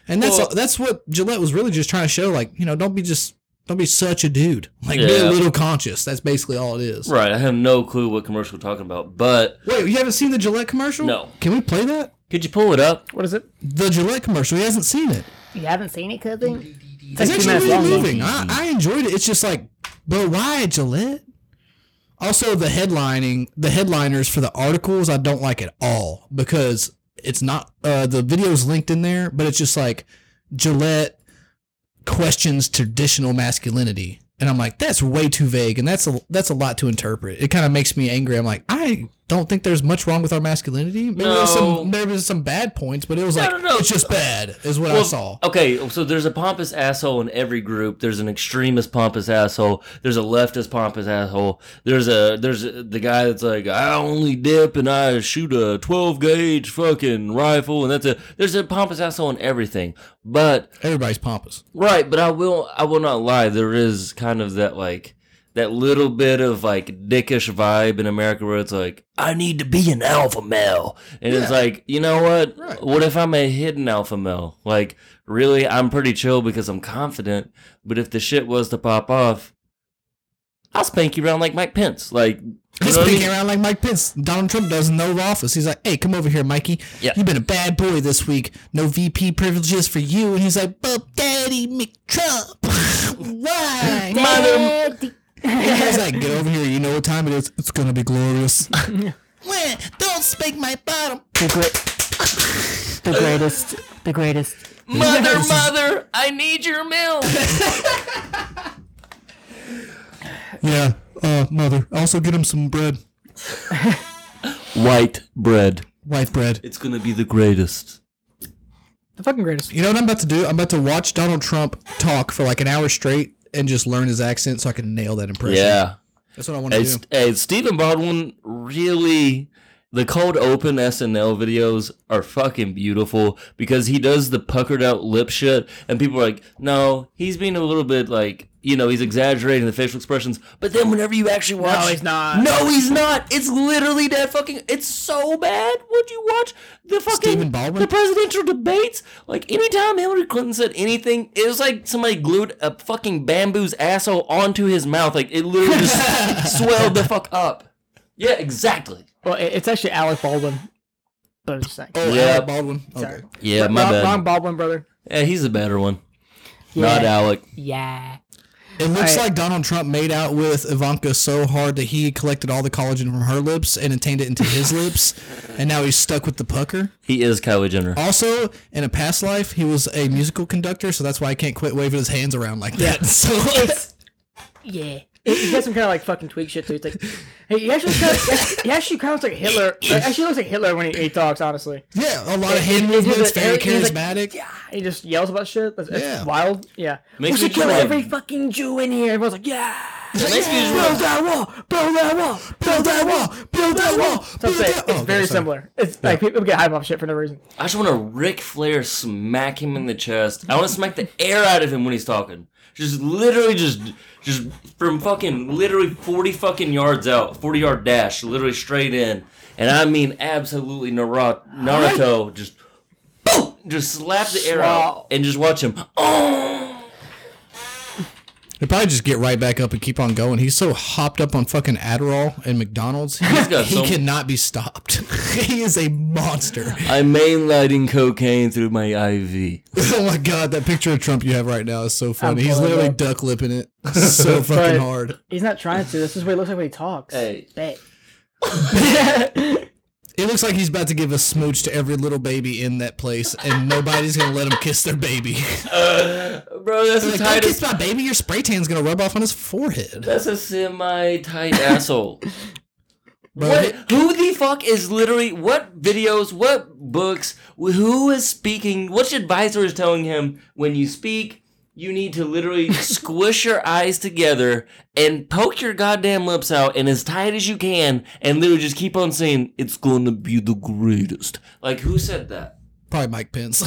[SPEAKER 2] and that's
[SPEAKER 4] Well-
[SPEAKER 2] that's what Gillette was really just trying to show. Like you know, don't be just don't be such a dude. Like be
[SPEAKER 4] Yeah.
[SPEAKER 2] a little conscious. That's basically all it is.
[SPEAKER 4] Right, I have no clue what commercial we're talking about, but
[SPEAKER 2] Wait, you haven't seen the Gillette commercial?
[SPEAKER 4] No.
[SPEAKER 2] Can we play that?
[SPEAKER 4] could you pull it up?
[SPEAKER 3] What is it?
[SPEAKER 2] The Gillette commercial. He hasn't seen it.
[SPEAKER 3] You haven't seen it, cousin? It's
[SPEAKER 2] It's
[SPEAKER 3] like two minutes
[SPEAKER 2] actually
[SPEAKER 3] long.
[SPEAKER 2] really
[SPEAKER 3] though.
[SPEAKER 2] moving. I, I enjoyed it. It's just like, but why Gillette? Also, the headlining, the headliners for the articles, I don't like at all because it's not uh, the video's linked in there, but it's just like Gillette questions traditional masculinity, and I'm like, that's way too vague, and that's a that's a lot to interpret. It kind of makes me angry. I'm like, I don't think there's much wrong with our masculinity. Maybe there's
[SPEAKER 4] No.
[SPEAKER 2] some there was some bad points, but it was like
[SPEAKER 4] no, no.
[SPEAKER 2] it's just bad, is what I saw.
[SPEAKER 4] Okay, so there's a pompous asshole in every group. There's an extremist pompous asshole. There's a leftist pompous asshole. There's a there's a, the guy that's like I only dip and I shoot a 12 gauge fucking rifle and that's a there's a pompous asshole in everything. But
[SPEAKER 2] Everybody's pompous.
[SPEAKER 4] Right, but I will I will not lie, there is kind of that like that little bit of like dickish vibe in America where it's like, I need to be an alpha male. And it's
[SPEAKER 2] Yeah.
[SPEAKER 4] like, you know what?
[SPEAKER 2] Right.
[SPEAKER 4] What if I'm a hidden alpha male? Like, really, I'm pretty chill because I'm confident, but if the shit was to pop off, I'll spank you around like Mike Pence. Like you
[SPEAKER 2] He's
[SPEAKER 4] know what I
[SPEAKER 2] speaking
[SPEAKER 4] mean?
[SPEAKER 2] around like Mike Pence. Donald Trump does no office. He's like, "Hey, come over here, Mikey.
[SPEAKER 4] Yeah.
[SPEAKER 2] You've been a bad boy this week. No VP privileges for you." And he's like, "But Daddy McTrump, [LAUGHS]
[SPEAKER 4] [LAUGHS]
[SPEAKER 2] why?" And [LAUGHS] he's like, "Get over here. You know what
[SPEAKER 4] [LAUGHS]
[SPEAKER 2] time it is. It's gonna be glorious." When? Don't spank my bottom.
[SPEAKER 6] The greatest. The greatest.
[SPEAKER 5] Mother, mother, I need your milk.
[SPEAKER 2] Yeah. Uh, mother. Also, get him some bread.
[SPEAKER 4] White bread.
[SPEAKER 2] White bread.
[SPEAKER 4] It's gonna be the greatest.
[SPEAKER 3] The fucking greatest.
[SPEAKER 2] You know what I'm about to do? I'm about to watch Donald Trump talk for like an hour straight and just learn his accent so I can nail that impression.
[SPEAKER 4] Yeah.
[SPEAKER 2] That's what I want to
[SPEAKER 4] Hey,
[SPEAKER 2] do.
[SPEAKER 4] St- hey, Stephen Baldwin really. The cold open SNL videos are fucking beautiful because he does the puckered out lip shit, and people are like, no, he's being a little bit like, you know, he's exaggerating the facial expressions. But then whenever you actually watch.
[SPEAKER 3] No, he's not.
[SPEAKER 4] No, he's not. It's literally that fucking. It's so bad. Would you watch the fucking
[SPEAKER 2] Stephen Baldwin?
[SPEAKER 4] [LAUGHS] the presidential debates? Like anytime Hillary Clinton said anything, it was like somebody glued a fucking bamboo's asshole onto his mouth. Like it literally [LAUGHS] just swelled the fuck up. Yeah, exactly.
[SPEAKER 3] Well, it, it's actually Alec Baldwin. But I'm just saying.
[SPEAKER 2] Oh,
[SPEAKER 4] Yeah.
[SPEAKER 2] yeah. Baldwin.
[SPEAKER 3] Sorry.
[SPEAKER 2] Okay.
[SPEAKER 4] Yeah, my
[SPEAKER 3] wrong,
[SPEAKER 4] bad.
[SPEAKER 3] wrong Baldwin brother.
[SPEAKER 4] Yeah, he's a better one. Not Alec.
[SPEAKER 6] Yeah.
[SPEAKER 2] It looks
[SPEAKER 3] Alright.
[SPEAKER 2] like Donald Trump made out with Ivanka so hard that he collected all the collagen from her lips and obtained it into [LAUGHS] his lips, and now he's stuck with the pucker.
[SPEAKER 4] He is Kylie Jenner.
[SPEAKER 2] Also, in a past life, he was a musical conductor, so that's why he can't quit waving his hands around like that. [LAUGHS] So
[SPEAKER 6] Yeah.
[SPEAKER 3] He has some kind of like fucking twig shit too. It's like he he actually kind of, he actually kind of looks like Hitler. He actually looks like Hitler when he, he talks. Honestly,
[SPEAKER 2] yeah, a lot of hand
[SPEAKER 3] He- he- he-
[SPEAKER 2] movements,
[SPEAKER 3] he-
[SPEAKER 2] very
[SPEAKER 3] he's like,
[SPEAKER 2] charismatic.
[SPEAKER 3] yeah, he just yells about shit. That's, that's
[SPEAKER 2] Yeah.
[SPEAKER 3] wild. Yeah,
[SPEAKER 4] Makes
[SPEAKER 3] we
[SPEAKER 4] me
[SPEAKER 3] should kill
[SPEAKER 4] feel like-
[SPEAKER 3] every fucking Jew in here. Everyone's like, yeah.
[SPEAKER 4] Nice visual.
[SPEAKER 3] Build that wall! Build that wall!
[SPEAKER 2] Build that wall! Build that wall!
[SPEAKER 3] So I'm
[SPEAKER 2] build
[SPEAKER 3] saying,
[SPEAKER 2] that-
[SPEAKER 3] it's
[SPEAKER 2] Oh, okay,
[SPEAKER 3] very
[SPEAKER 2] sorry.
[SPEAKER 3] similar. It's like people get hyped off shit for no reason.
[SPEAKER 4] I just want to Ric Flair smack him in the chest. I want to smack the air out of him when he's talking. Just literally, just just from fucking literally forty fucking yards out, forty yard dash, literally straight in, and I mean absolutely Naruto, Naruto just boom, just slap the air out and just watch him. Oh,
[SPEAKER 2] He'll probably just get right back up and keep on going. He's so hopped up on fucking Adderall and McDonald's. He's
[SPEAKER 4] got
[SPEAKER 2] he
[SPEAKER 4] so-
[SPEAKER 2] cannot be stopped. [LAUGHS] he is a monster.
[SPEAKER 4] I'm mainlining cocaine through my IV.
[SPEAKER 2] oh my god, that picture of Trump you have right now is so funny. He's
[SPEAKER 3] pulling
[SPEAKER 2] literally
[SPEAKER 3] up.
[SPEAKER 2] duck lipping
[SPEAKER 3] [LAUGHS]
[SPEAKER 2] it so fucking
[SPEAKER 3] But-
[SPEAKER 2] hard.
[SPEAKER 3] He's not trying to. This is what he looks like when he talks.
[SPEAKER 4] Hey.
[SPEAKER 3] Bet.
[SPEAKER 2] It looks like he's about to give a smooch to every little baby in that place, and nobody's gonna let him kiss their baby. [LAUGHS]
[SPEAKER 4] Bro, that's the
[SPEAKER 2] like, don't
[SPEAKER 4] tightest.
[SPEAKER 2] kiss my baby. Your spray tan's gonna rub off on his forehead.
[SPEAKER 4] That's
[SPEAKER 2] [LAUGHS]
[SPEAKER 4] a semi-tight asshole.
[SPEAKER 2] Bro,
[SPEAKER 4] What?
[SPEAKER 2] it-
[SPEAKER 4] Who the fuck is literally? What videos? What books? Who is speaking? Which advisor is telling him when you speak, you need to
[SPEAKER 2] [LAUGHS]
[SPEAKER 4] literally squish your eyes together and poke your goddamn lips out and as tight as you can, and literally just keep on saying it's gonna be the greatest. Like who said that?
[SPEAKER 2] probably Mike Pence.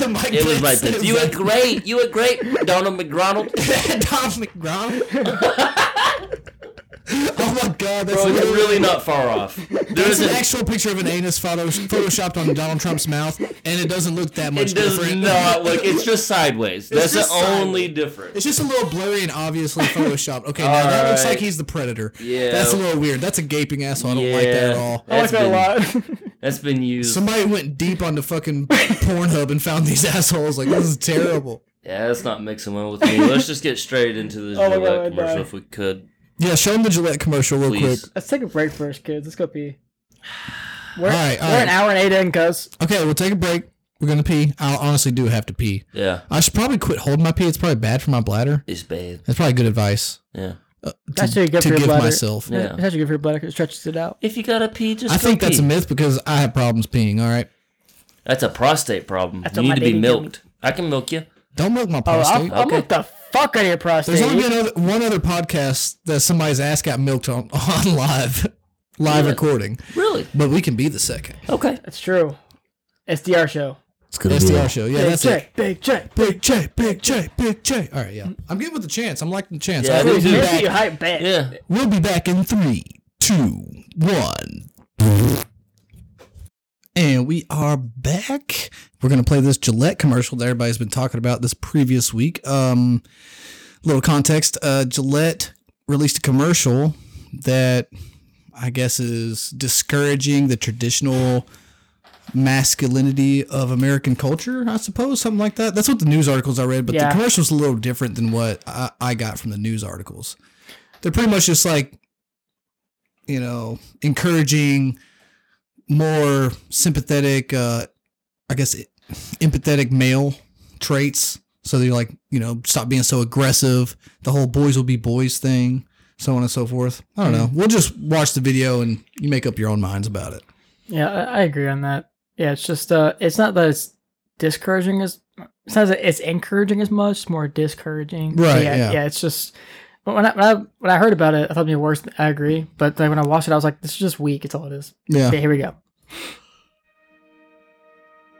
[SPEAKER 2] [LAUGHS] Mike
[SPEAKER 4] It was my
[SPEAKER 2] Pence.
[SPEAKER 4] You were great. You were great,
[SPEAKER 2] [LAUGHS]
[SPEAKER 4] Donald McDonald.
[SPEAKER 2] Tom McGraw. [LAUGHS] oh my god, that's
[SPEAKER 4] Bro,
[SPEAKER 2] literally-
[SPEAKER 4] you're really not far off.
[SPEAKER 2] There's
[SPEAKER 4] There's
[SPEAKER 2] an
[SPEAKER 4] an
[SPEAKER 2] actual picture of an anus photo- photoshopped on Donald Trump's mouth, and it doesn't look that much
[SPEAKER 4] It does
[SPEAKER 2] different.
[SPEAKER 4] not look. It's just sideways. That's
[SPEAKER 2] just
[SPEAKER 4] the only
[SPEAKER 2] sideways. [LAUGHS]
[SPEAKER 4] difference.
[SPEAKER 2] It's just a little blurry and obviously photoshopped. Okay, now that looks
[SPEAKER 4] Alright.
[SPEAKER 2] like he's the predator.
[SPEAKER 4] Yeah.
[SPEAKER 2] That's a little weird. That's a gaping asshole. I don't like that at all.
[SPEAKER 3] I like
[SPEAKER 4] That's
[SPEAKER 3] that a
[SPEAKER 4] been,
[SPEAKER 3] lot.
[SPEAKER 4] that's been used.
[SPEAKER 2] Somebody went deep onto fucking Pornhub and found these [LAUGHS] assholes. Like this is terrible.
[SPEAKER 4] yeah, let's not mix them up with me. Let's just get straight into
[SPEAKER 3] [LAUGHS]
[SPEAKER 4] this
[SPEAKER 3] Oh my God,
[SPEAKER 4] Gillette
[SPEAKER 3] I
[SPEAKER 4] commercial
[SPEAKER 3] die.
[SPEAKER 4] if we could,
[SPEAKER 2] Yeah, show him the Gillette commercial real
[SPEAKER 4] please.
[SPEAKER 2] quick.
[SPEAKER 3] [LAUGHS] Let's take a break first, kids. Let's
[SPEAKER 2] [SIGHS]
[SPEAKER 3] go pee. We're,
[SPEAKER 2] All right, all
[SPEAKER 3] we're
[SPEAKER 2] right.
[SPEAKER 3] an hour and eight in, cuz.
[SPEAKER 2] Okay, we'll take a break. We're gonna pee. I honestly do have to pee.
[SPEAKER 4] Yeah,
[SPEAKER 2] I should probably quit holding my pee. It's probably bad for my bladder.
[SPEAKER 4] it's bad.
[SPEAKER 2] That's probably good advice
[SPEAKER 4] Yeah,
[SPEAKER 3] That's what you get
[SPEAKER 2] to
[SPEAKER 3] for your
[SPEAKER 2] give
[SPEAKER 3] bladder.
[SPEAKER 2] myself.
[SPEAKER 4] yeah.
[SPEAKER 3] It's actually good for your bladder 'cause it stretches it out.
[SPEAKER 5] If you gotta pee, just
[SPEAKER 2] I think that's a myth because I have problems peeing. All right,
[SPEAKER 4] That's a prostate problem.
[SPEAKER 5] That's
[SPEAKER 4] you need
[SPEAKER 5] what my
[SPEAKER 4] to be
[SPEAKER 5] baby told me.
[SPEAKER 4] milked. I can milk you.
[SPEAKER 2] don't milk my
[SPEAKER 3] Oh, I'll,
[SPEAKER 2] prostate.
[SPEAKER 3] I'll milk the fuck out of your prostate.
[SPEAKER 2] There's only been other, one other podcast that somebody's ass got milked on [LAUGHS] on live live recording,
[SPEAKER 4] Really?
[SPEAKER 2] but we can be the second.
[SPEAKER 5] Okay.
[SPEAKER 3] That's true. SDR show.
[SPEAKER 4] It's gonna
[SPEAKER 2] SDR show, yeah,
[SPEAKER 3] Big
[SPEAKER 2] that's
[SPEAKER 3] check,
[SPEAKER 2] it.
[SPEAKER 3] big check.
[SPEAKER 2] Big J, Big J, Big J. All right, yeah, I'm getting with the chance. I'm liking the chance. All
[SPEAKER 4] Yeah,
[SPEAKER 2] right,
[SPEAKER 4] me
[SPEAKER 2] we'll,
[SPEAKER 4] too.
[SPEAKER 2] be
[SPEAKER 3] Maybe you
[SPEAKER 2] back.
[SPEAKER 3] hype back.
[SPEAKER 4] Yeah.
[SPEAKER 2] we'll be back in three, two, one. And we are back. We're gonna play this Gillette commercial that everybody's been talking about this previous week. Um, little context: uh, Gillette released a commercial that I guess is discouraging the traditional masculinity of American culture, I suppose, something like that. That's what the news articles I read, but
[SPEAKER 3] Yeah.
[SPEAKER 2] the commercial's a little different than what I, I got from the news articles. They're pretty much just like, you know, encouraging more sympathetic, uh, I guess, empathetic male traits. So they're like, you know, stop being so aggressive. The whole boys will be boys thing, so on and so forth. I don't know. We'll just watch the video and you make up your own minds about it.
[SPEAKER 3] Yeah, I, I agree on that. Yeah, it's just uh, it's not that it's discouraging as it's not that it's encouraging as much, it's more discouraging.
[SPEAKER 2] Right,
[SPEAKER 3] Yeah.
[SPEAKER 2] yeah.
[SPEAKER 3] Yeah. It's just but when I, when I when I heard about it, I thought it'd be worse. I agree. But like when I watched it, I was like, this is just weak. It's all it is.
[SPEAKER 2] Yeah.
[SPEAKER 3] Okay, here we go.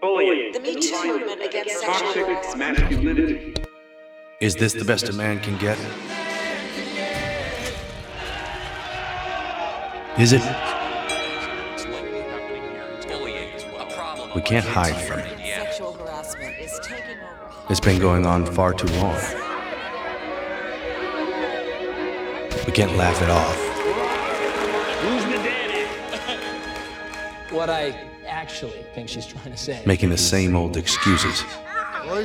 [SPEAKER 7] Bullying.
[SPEAKER 8] The Me Too movement against sexual
[SPEAKER 7] Toxic
[SPEAKER 8] harassment.
[SPEAKER 7] masculinity.
[SPEAKER 1] Is this the best a man can get? Is it? We can't hide from it.
[SPEAKER 8] Sexual harassment is taking over.
[SPEAKER 1] It's been going on far too long. We can't laugh it off.
[SPEAKER 7] Who's the daddy?
[SPEAKER 9] [LAUGHS] what I actually think she's trying to say.
[SPEAKER 1] Making the same old excuses.
[SPEAKER 2] Oh,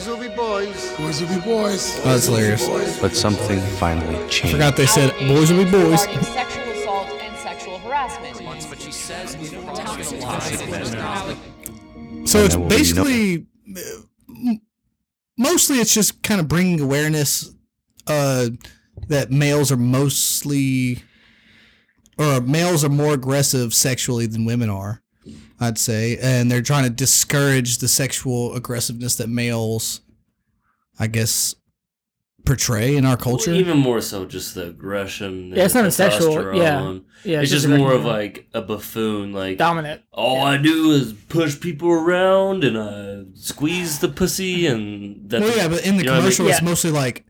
[SPEAKER 2] that's hilarious.
[SPEAKER 1] But something finally changed.
[SPEAKER 2] Forgot they said boys will be boys.
[SPEAKER 10] regarding sexual assault and sexual harassment.
[SPEAKER 2] So it's
[SPEAKER 1] there will be
[SPEAKER 2] basically uh, m- mostly it's just kind of bringing awareness uh, that males are mostly or males are more aggressive sexually than women are, I'd say, and they're trying to discourage the sexual aggressiveness that males, I guess, portray in our culture.
[SPEAKER 4] Even more so, just the aggression.
[SPEAKER 3] Yeah, it's
[SPEAKER 4] and
[SPEAKER 3] not sexual. Yeah.
[SPEAKER 4] testosterone.
[SPEAKER 3] Yeah.
[SPEAKER 4] it's just more of
[SPEAKER 3] a
[SPEAKER 4] like a buffoon. Like
[SPEAKER 3] dominant.
[SPEAKER 4] all I do is push people around and I squeeze the pussy and that's
[SPEAKER 2] Well, yeah, but in the
[SPEAKER 4] you know what I mean?
[SPEAKER 2] commercial, it's
[SPEAKER 3] Yeah.
[SPEAKER 2] mostly like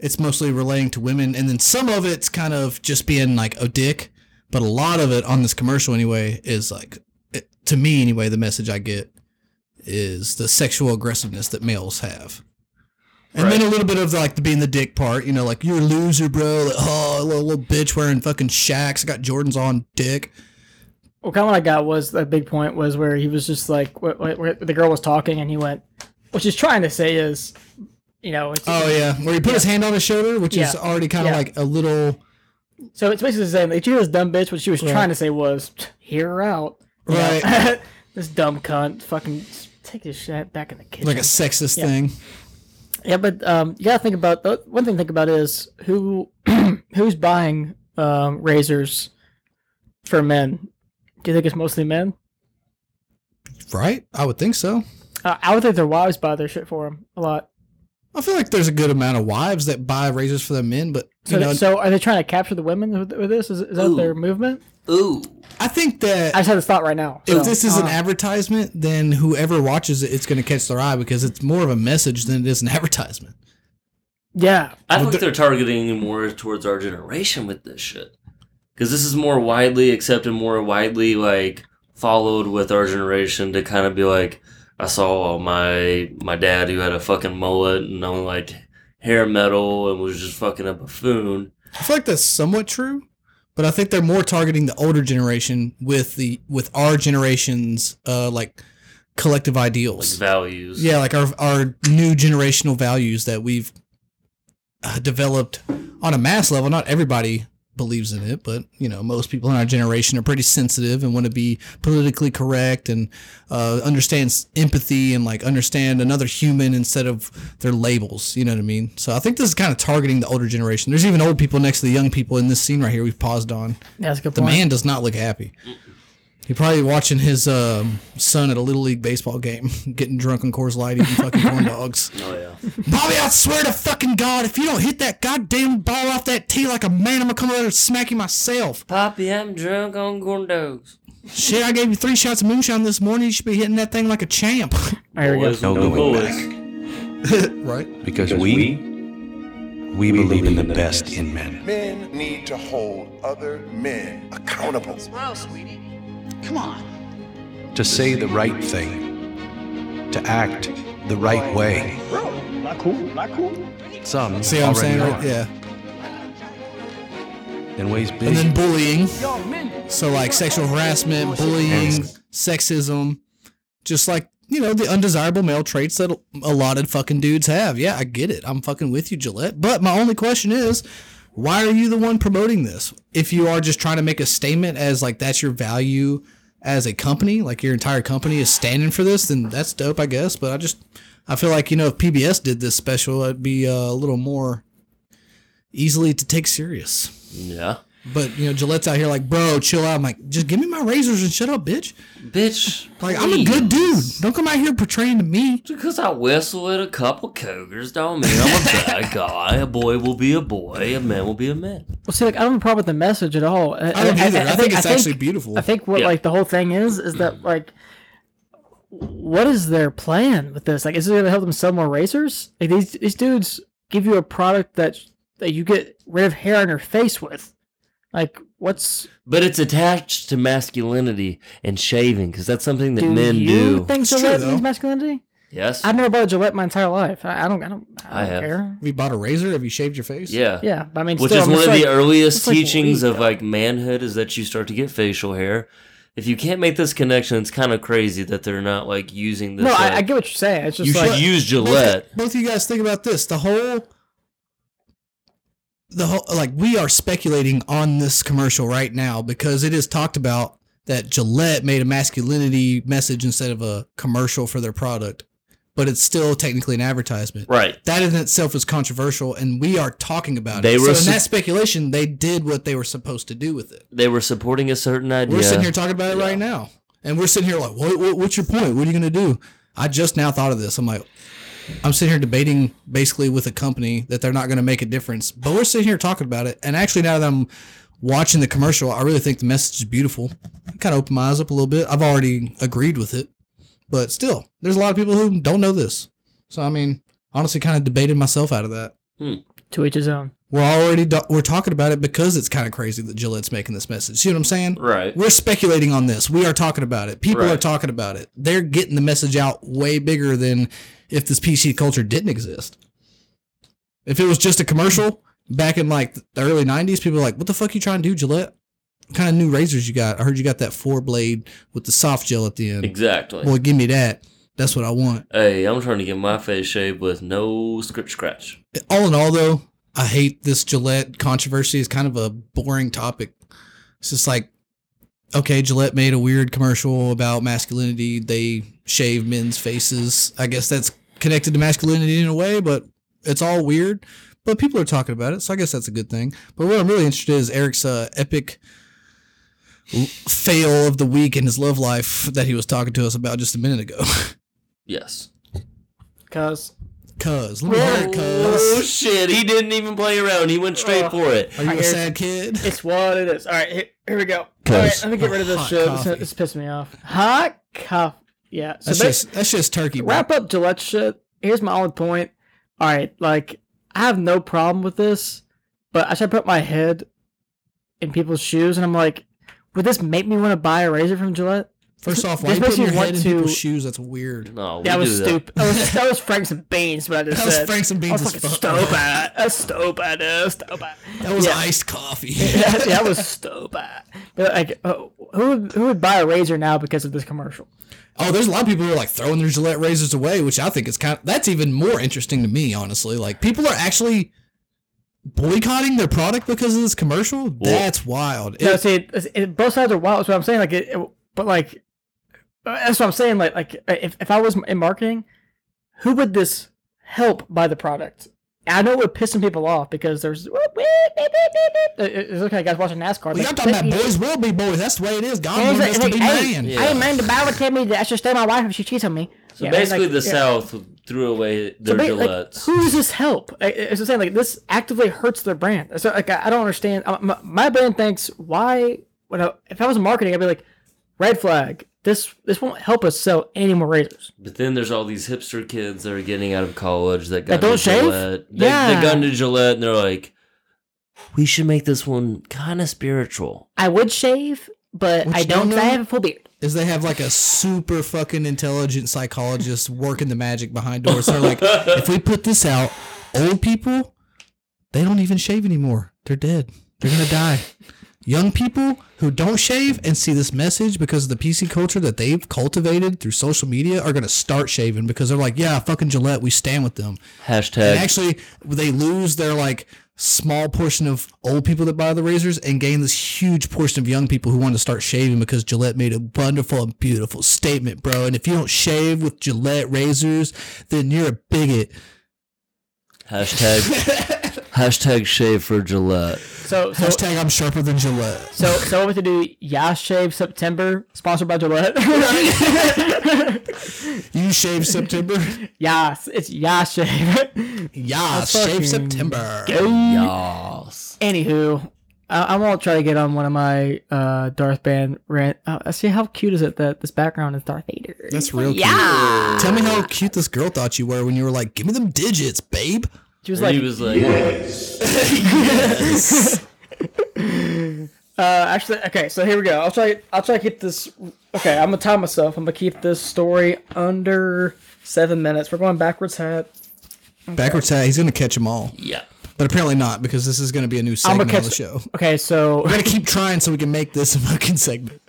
[SPEAKER 2] it's mostly relating to women, and then some of it's kind of just being like a dick. But a lot of it on this commercial, anyway, is like it, to me, anyway, the message I get is the sexual aggressiveness that males have. And then a little bit of like the being the dick part, you know, like you're a loser, bro. Like, oh, little, little bitch wearing fucking shacks. I got Jordans on, dick.
[SPEAKER 3] Well, kind of what I got was a big point was where he was just like where, where, where the girl was talking and he went, what she's trying to say is, you know, it's,
[SPEAKER 2] Oh yeah, where he put his hand on his shoulder, which is
[SPEAKER 3] Yeah.
[SPEAKER 2] already kind of
[SPEAKER 3] Yeah.
[SPEAKER 2] like a little
[SPEAKER 3] so it's basically saying like she was dumb bitch. What she was trying to say was, hear her out. You know?
[SPEAKER 2] right,
[SPEAKER 3] [LAUGHS] this dumb cunt, fucking take this shit back in the kitchen.
[SPEAKER 2] like a sexist
[SPEAKER 3] Yeah.
[SPEAKER 2] thing.
[SPEAKER 3] yeah, but um, you gotta think about the one thing. to Think about is who [CLEARS THROAT] who's buying um, razors for men. Do you think it's mostly men?
[SPEAKER 2] Right? I would think so.
[SPEAKER 3] Uh, I would think their wives buy their shit for them a lot.
[SPEAKER 2] I feel like there's a good amount of wives that buy razors for their men, but you
[SPEAKER 3] So,
[SPEAKER 2] know,
[SPEAKER 3] so are they trying to capture the women with, with this? Is, is that their movement?
[SPEAKER 4] Ooh,
[SPEAKER 2] I think that
[SPEAKER 3] I just had this thought right now.
[SPEAKER 2] if
[SPEAKER 3] so,
[SPEAKER 2] this is an
[SPEAKER 3] uh,
[SPEAKER 2] advertisement, then whoever watches it, it's going to catch their eye because it's more of a message than it is an [LAUGHS] advertisement.
[SPEAKER 3] yeah,
[SPEAKER 4] I think they're targeting more towards our generation with this shit because this is more widely accepted, more widely like followed with our generation to kind of be like, I saw my my dad who had a fucking mullet and only liked hair metal and was just fucking a buffoon.
[SPEAKER 2] I feel like that's somewhat true, but I think they're more targeting the older generation with the with our generation's uh like collective
[SPEAKER 4] Like
[SPEAKER 2] ideals.
[SPEAKER 4] values.
[SPEAKER 2] Yeah, like our our new generational values that we've uh, developed on a mass level. Not everybody believes in it, but you know, most people in our generation are pretty sensitive and want to be politically correct and uh, understand s- empathy and like understand another human instead of their labels. You know what I mean? So I think this is kind of targeting the older generation. There's even old people next to the young people in this scene right here. We've paused on.
[SPEAKER 3] that's a good
[SPEAKER 2] The
[SPEAKER 3] point.
[SPEAKER 2] man does not look happy. He probably watching his um, son at a little league baseball game, [LAUGHS] getting drunk on Coors Light, eating fucking corn dogs.
[SPEAKER 4] Oh yeah.
[SPEAKER 2] Bobby, I swear to fucking God, if you don't hit that goddamn ball off that tee like a man, I'm gonna come over there and smack you myself.
[SPEAKER 5] Poppy, I'm drunk on corn dogs.
[SPEAKER 2] Shit, I gave you three shots of moonshine this morning. You should be hitting that thing like a champ. [LAUGHS]
[SPEAKER 3] There we go.
[SPEAKER 4] Boys, no,
[SPEAKER 1] No going
[SPEAKER 4] boys.
[SPEAKER 2] right?
[SPEAKER 1] Because we, we believe in the best in men.
[SPEAKER 11] Men need to hold other men accountable.
[SPEAKER 1] To say the right thing. To act the right way.
[SPEAKER 7] Not cool. Not cool.
[SPEAKER 1] Some
[SPEAKER 2] See what I'm saying? Right?
[SPEAKER 1] already
[SPEAKER 2] Yeah.
[SPEAKER 1] are, In ways
[SPEAKER 2] And
[SPEAKER 1] big
[SPEAKER 2] then bullying. So, like sexual harassment, bullying, sexism, just like, you know, the undesirable male traits that a lot of fucking dudes have. Yeah, I get it. I'm fucking with you, Gillette. But my only question is why are you the one promoting this? If you are just trying to make a statement as, like, that's your value, as a company, like your entire company is standing for this, then that's dope, I guess. But I just, I feel like you know, if PBS did this special, it'd be uh, a little more easily to take serious.
[SPEAKER 4] Yeah.
[SPEAKER 2] But you know, Gillette's out here like, bro, chill out. I'm like, just give me my razors and shut up, bitch.
[SPEAKER 4] Bitch.
[SPEAKER 2] Like, I'm a good dude. Don't come out here portraying to me.
[SPEAKER 4] Because I whistle at a couple cougars don't mean I'm
[SPEAKER 3] [LAUGHS]
[SPEAKER 4] a bad guy. A boy will be a boy, a man will be a man.
[SPEAKER 3] Well, see, like I don't have a problem with the message at all. I
[SPEAKER 2] don't either. I think it's actually beautiful.
[SPEAKER 3] I think what
[SPEAKER 4] Yeah.
[SPEAKER 3] like the whole thing is is
[SPEAKER 4] [CLEARS THROAT]
[SPEAKER 3] that like, what is their plan with this? Like, is it going to help them sell more razors? Like these these dudes give you a product that that you get rid of hair on your face with. Like, what's
[SPEAKER 4] But it's attached to masculinity and shaving because that's something that
[SPEAKER 3] do
[SPEAKER 4] men
[SPEAKER 3] you
[SPEAKER 4] do.
[SPEAKER 3] think
[SPEAKER 2] It's true,
[SPEAKER 3] Gillette
[SPEAKER 2] though.
[SPEAKER 3] means masculinity?
[SPEAKER 4] yes.
[SPEAKER 3] I've never bought a Gillette my entire life. I, I don't. I don't. I,
[SPEAKER 4] I
[SPEAKER 3] don't
[SPEAKER 4] have.
[SPEAKER 3] care.
[SPEAKER 2] Have you bought a razor? Have you shaved your face?
[SPEAKER 4] yeah.
[SPEAKER 3] Yeah, but I mean,
[SPEAKER 4] Which
[SPEAKER 3] still,
[SPEAKER 4] is
[SPEAKER 3] I'm
[SPEAKER 4] one of
[SPEAKER 3] just
[SPEAKER 4] the
[SPEAKER 3] like-
[SPEAKER 4] earliest
[SPEAKER 3] it's like
[SPEAKER 4] teachings
[SPEAKER 3] weak,
[SPEAKER 4] of
[SPEAKER 3] though.
[SPEAKER 4] like manhood is that you start to get facial hair. If you can't make this connection, it's kind of crazy that they're not like using this.
[SPEAKER 3] No,
[SPEAKER 4] like,
[SPEAKER 3] I, I get what you're saying. It's just
[SPEAKER 4] you
[SPEAKER 3] like
[SPEAKER 4] should use Gillette.
[SPEAKER 2] Both of you guys think about this. The whole the whole like we are speculating on this commercial right now because it is talked about that Gillette made a masculinity message instead of a commercial for their product, but it's still technically an advertisement.
[SPEAKER 4] Right.
[SPEAKER 2] That in itself is controversial, and we are talking about
[SPEAKER 4] They
[SPEAKER 2] it.
[SPEAKER 4] were
[SPEAKER 2] so in
[SPEAKER 4] su-
[SPEAKER 2] that speculation, they did what they were supposed to do with it.
[SPEAKER 4] They were supporting a certain idea.
[SPEAKER 2] We're sitting here talking about it right now, and we're sitting here like, what, what, "What's your point? What are you gonna do?" I just now thought of this. I'm like, I'm sitting here debating basically with a company that they're not gonna make a difference, but we're sitting here talking about it. And actually, now that I'm watching the commercial, I really think the message is beautiful. Kind of opened my eyes up a little bit. I've already agreed with it, but still, there's a lot of people who don't know this. So I mean, honestly, kind of debated myself out of that.
[SPEAKER 3] to each his own.
[SPEAKER 2] We're already do- we're talking about it because it's kind of crazy that Gillette's making this message. See what I'm saying?
[SPEAKER 4] Right.
[SPEAKER 2] We're speculating on this. We are talking about it. People are
[SPEAKER 4] Right.
[SPEAKER 2] talking about it. They're getting the message out way bigger than if this PC culture didn't exist. If it was just a commercial back in like the early 90s, people were like, what the fuck you trying to do, Gillette? What kind of new razors you got? I heard you got that four blade with the soft gel at the end.
[SPEAKER 4] Exactly.
[SPEAKER 2] Well, give me that. That's what I want.
[SPEAKER 4] hey, I'm trying to get my face shaved with no script scratch.
[SPEAKER 2] all in all though i hate this gillette controversy it's kind of a boring topic it's just like okay gillette made a weird commercial about masculinity they shave men's faces i guess that's connected to masculinity in a way but it's all weird but people are talking about it so i guess that's a good thing but what i'm really interested in is eric's uh, epic l- fail of the week in his love life that he was talking to us about just a minute ago [LAUGHS]
[SPEAKER 4] Yes.
[SPEAKER 3] Cause
[SPEAKER 2] cuz let me hear it, cuz
[SPEAKER 4] Oh, shit! He didn't even play around. He went straight for it.
[SPEAKER 2] are you a sad kid
[SPEAKER 3] it's what it is. All right, here, here we go. All right,
[SPEAKER 4] Cause-
[SPEAKER 3] let me get rid of this
[SPEAKER 2] Hot
[SPEAKER 3] shit. This,
[SPEAKER 2] coffee.
[SPEAKER 3] this pissed me off. Hot coffee. Yeah. So
[SPEAKER 2] That's
[SPEAKER 3] ba-
[SPEAKER 2] just that's just turkey. Bro.
[SPEAKER 3] wrap up Gillette shit. Here's my only point. All right, like I have no problem with this, but I should put my head in people's shoes, and I'm like, would this make me want to buy a razor from Gillette?
[SPEAKER 2] First off, why
[SPEAKER 3] this
[SPEAKER 2] you putting
[SPEAKER 3] makes
[SPEAKER 2] your
[SPEAKER 3] you
[SPEAKER 2] head in
[SPEAKER 3] want
[SPEAKER 2] people's
[SPEAKER 3] to-
[SPEAKER 2] shoes? That's weird.
[SPEAKER 4] No,
[SPEAKER 3] That
[SPEAKER 4] we
[SPEAKER 3] was
[SPEAKER 4] do
[SPEAKER 3] stupid. That was, that was Frank's and Beans, but I just
[SPEAKER 2] That was
[SPEAKER 3] said.
[SPEAKER 2] Frank's and
[SPEAKER 3] I
[SPEAKER 2] beans
[SPEAKER 3] was
[SPEAKER 2] as
[SPEAKER 3] fucking
[SPEAKER 2] fuck. [LAUGHS]
[SPEAKER 3] stupid. That's stupid. That's stupid.
[SPEAKER 2] That was
[SPEAKER 3] Yeah.
[SPEAKER 2] iced coffee.
[SPEAKER 3] [LAUGHS] that, that was stupid. But like, uh, who would, who would buy a razor now because of this commercial?
[SPEAKER 2] [LAUGHS] oh, there's a lot of people who are like throwing their Gillette razors away, which I think is kind. Of, that's even more interesting to me, honestly. Like people are actually boycotting their product because of this commercial. that's wild.
[SPEAKER 3] no,
[SPEAKER 2] It-
[SPEAKER 3] see, it's- it, both sides are wild. That's what I'm saying. Like, it, it- but like, uh, that's what I'm saying. Like, like if, if I was in marketing, who would this help buy the product? I know it would piss some people off because there's whoop, whoop, beep, beep, beep, beep. It- it- it's okay, guys watching NASCAR.
[SPEAKER 2] well,
[SPEAKER 3] like,
[SPEAKER 2] y'all talking
[SPEAKER 3] "Hey,
[SPEAKER 2] about boys will be boys. That's the way it is. God
[SPEAKER 3] hey,
[SPEAKER 2] wants us to
[SPEAKER 3] hey,
[SPEAKER 2] be
[SPEAKER 3] hey,
[SPEAKER 2] man.
[SPEAKER 4] Yeah.
[SPEAKER 3] Hey, man, the Bible told me that I should stay my wife if she cheats on me.
[SPEAKER 4] So
[SPEAKER 3] Yeah,
[SPEAKER 4] basically,
[SPEAKER 3] like,
[SPEAKER 4] the
[SPEAKER 3] yeah.
[SPEAKER 4] South threw away
[SPEAKER 3] So
[SPEAKER 4] their
[SPEAKER 3] ba- like,
[SPEAKER 4] Gillettes.
[SPEAKER 3] who does this help? I- I- It's just saying like this actively hurts their brand. So like I I don't understand. I- My, my brand thinks why when I, if I was marketing I'd be like red flag. This this won't help us sell any more razors.
[SPEAKER 4] But then there's all these hipster kids that are getting out of college that
[SPEAKER 3] That
[SPEAKER 4] got
[SPEAKER 3] don't
[SPEAKER 4] into
[SPEAKER 3] shave?
[SPEAKER 4] Gillette. They,
[SPEAKER 3] Yeah.
[SPEAKER 4] they got into Gillette and they're like, we should make this one kind of spiritual.
[SPEAKER 6] I would shave, but
[SPEAKER 2] What
[SPEAKER 6] I
[SPEAKER 2] you don't
[SPEAKER 6] don't. 'cause I
[SPEAKER 2] know-
[SPEAKER 6] have a full beard.
[SPEAKER 2] Is they have like a super fucking intelligent psychologist working the magic behind doors. They're like, if we put this out, old people, they don't even shave anymore. They're dead. They're gonna die. young people who don't shave and see this message because of the PC culture that they've cultivated through social media are going to start shaving because they're like, yeah, fucking Gillette, we stand with them.
[SPEAKER 4] Hashtag.
[SPEAKER 2] And actually, they lose their like small portion of old people that buy the razors and gain this huge portion of young people who want to start shaving because Gillette made a wonderful and beautiful statement, bro. And if you don't shave with Gillette razors, then you're a bigot.
[SPEAKER 4] [LAUGHS] hashtag. hashtag shave for Gillette.
[SPEAKER 3] So so
[SPEAKER 2] Hashtag I'm sharper than Gillette.
[SPEAKER 3] so so what to do? Yash shave September sponsored by
[SPEAKER 4] [LAUGHS]
[SPEAKER 3] Gillette.
[SPEAKER 2] You shave September?
[SPEAKER 3] Yas, it's Yash shave.
[SPEAKER 2] [LAUGHS] yeah,
[SPEAKER 3] That's
[SPEAKER 2] shave
[SPEAKER 3] fucking
[SPEAKER 2] September.
[SPEAKER 4] Yas.
[SPEAKER 3] Anywho, I, I won't try to get on one of my uh, Darth Band rant. Uh, see how cute is it that this background is Darth Vader?
[SPEAKER 2] That's real cute. Yeah. Tell me how cute this girl thought you were when you were like, give me them digits, babe.
[SPEAKER 3] She was
[SPEAKER 4] And
[SPEAKER 3] like,
[SPEAKER 4] he was like,
[SPEAKER 3] uh, actually, okay. So here we go. I'll try. I'll try to keep this. Okay, I'm gonna time myself. I'm gonna keep this story under seven minutes. We're going backwards hat.
[SPEAKER 2] Backwards hat, he's gonna catch them all.
[SPEAKER 4] yeah.
[SPEAKER 2] But apparently not, because this is gonna be a new
[SPEAKER 3] I'm
[SPEAKER 2] segment
[SPEAKER 3] gonna
[SPEAKER 2] on
[SPEAKER 3] catch
[SPEAKER 2] the show.
[SPEAKER 3] Okay, so
[SPEAKER 2] We're gonna keep trying so we can make this a fucking segment.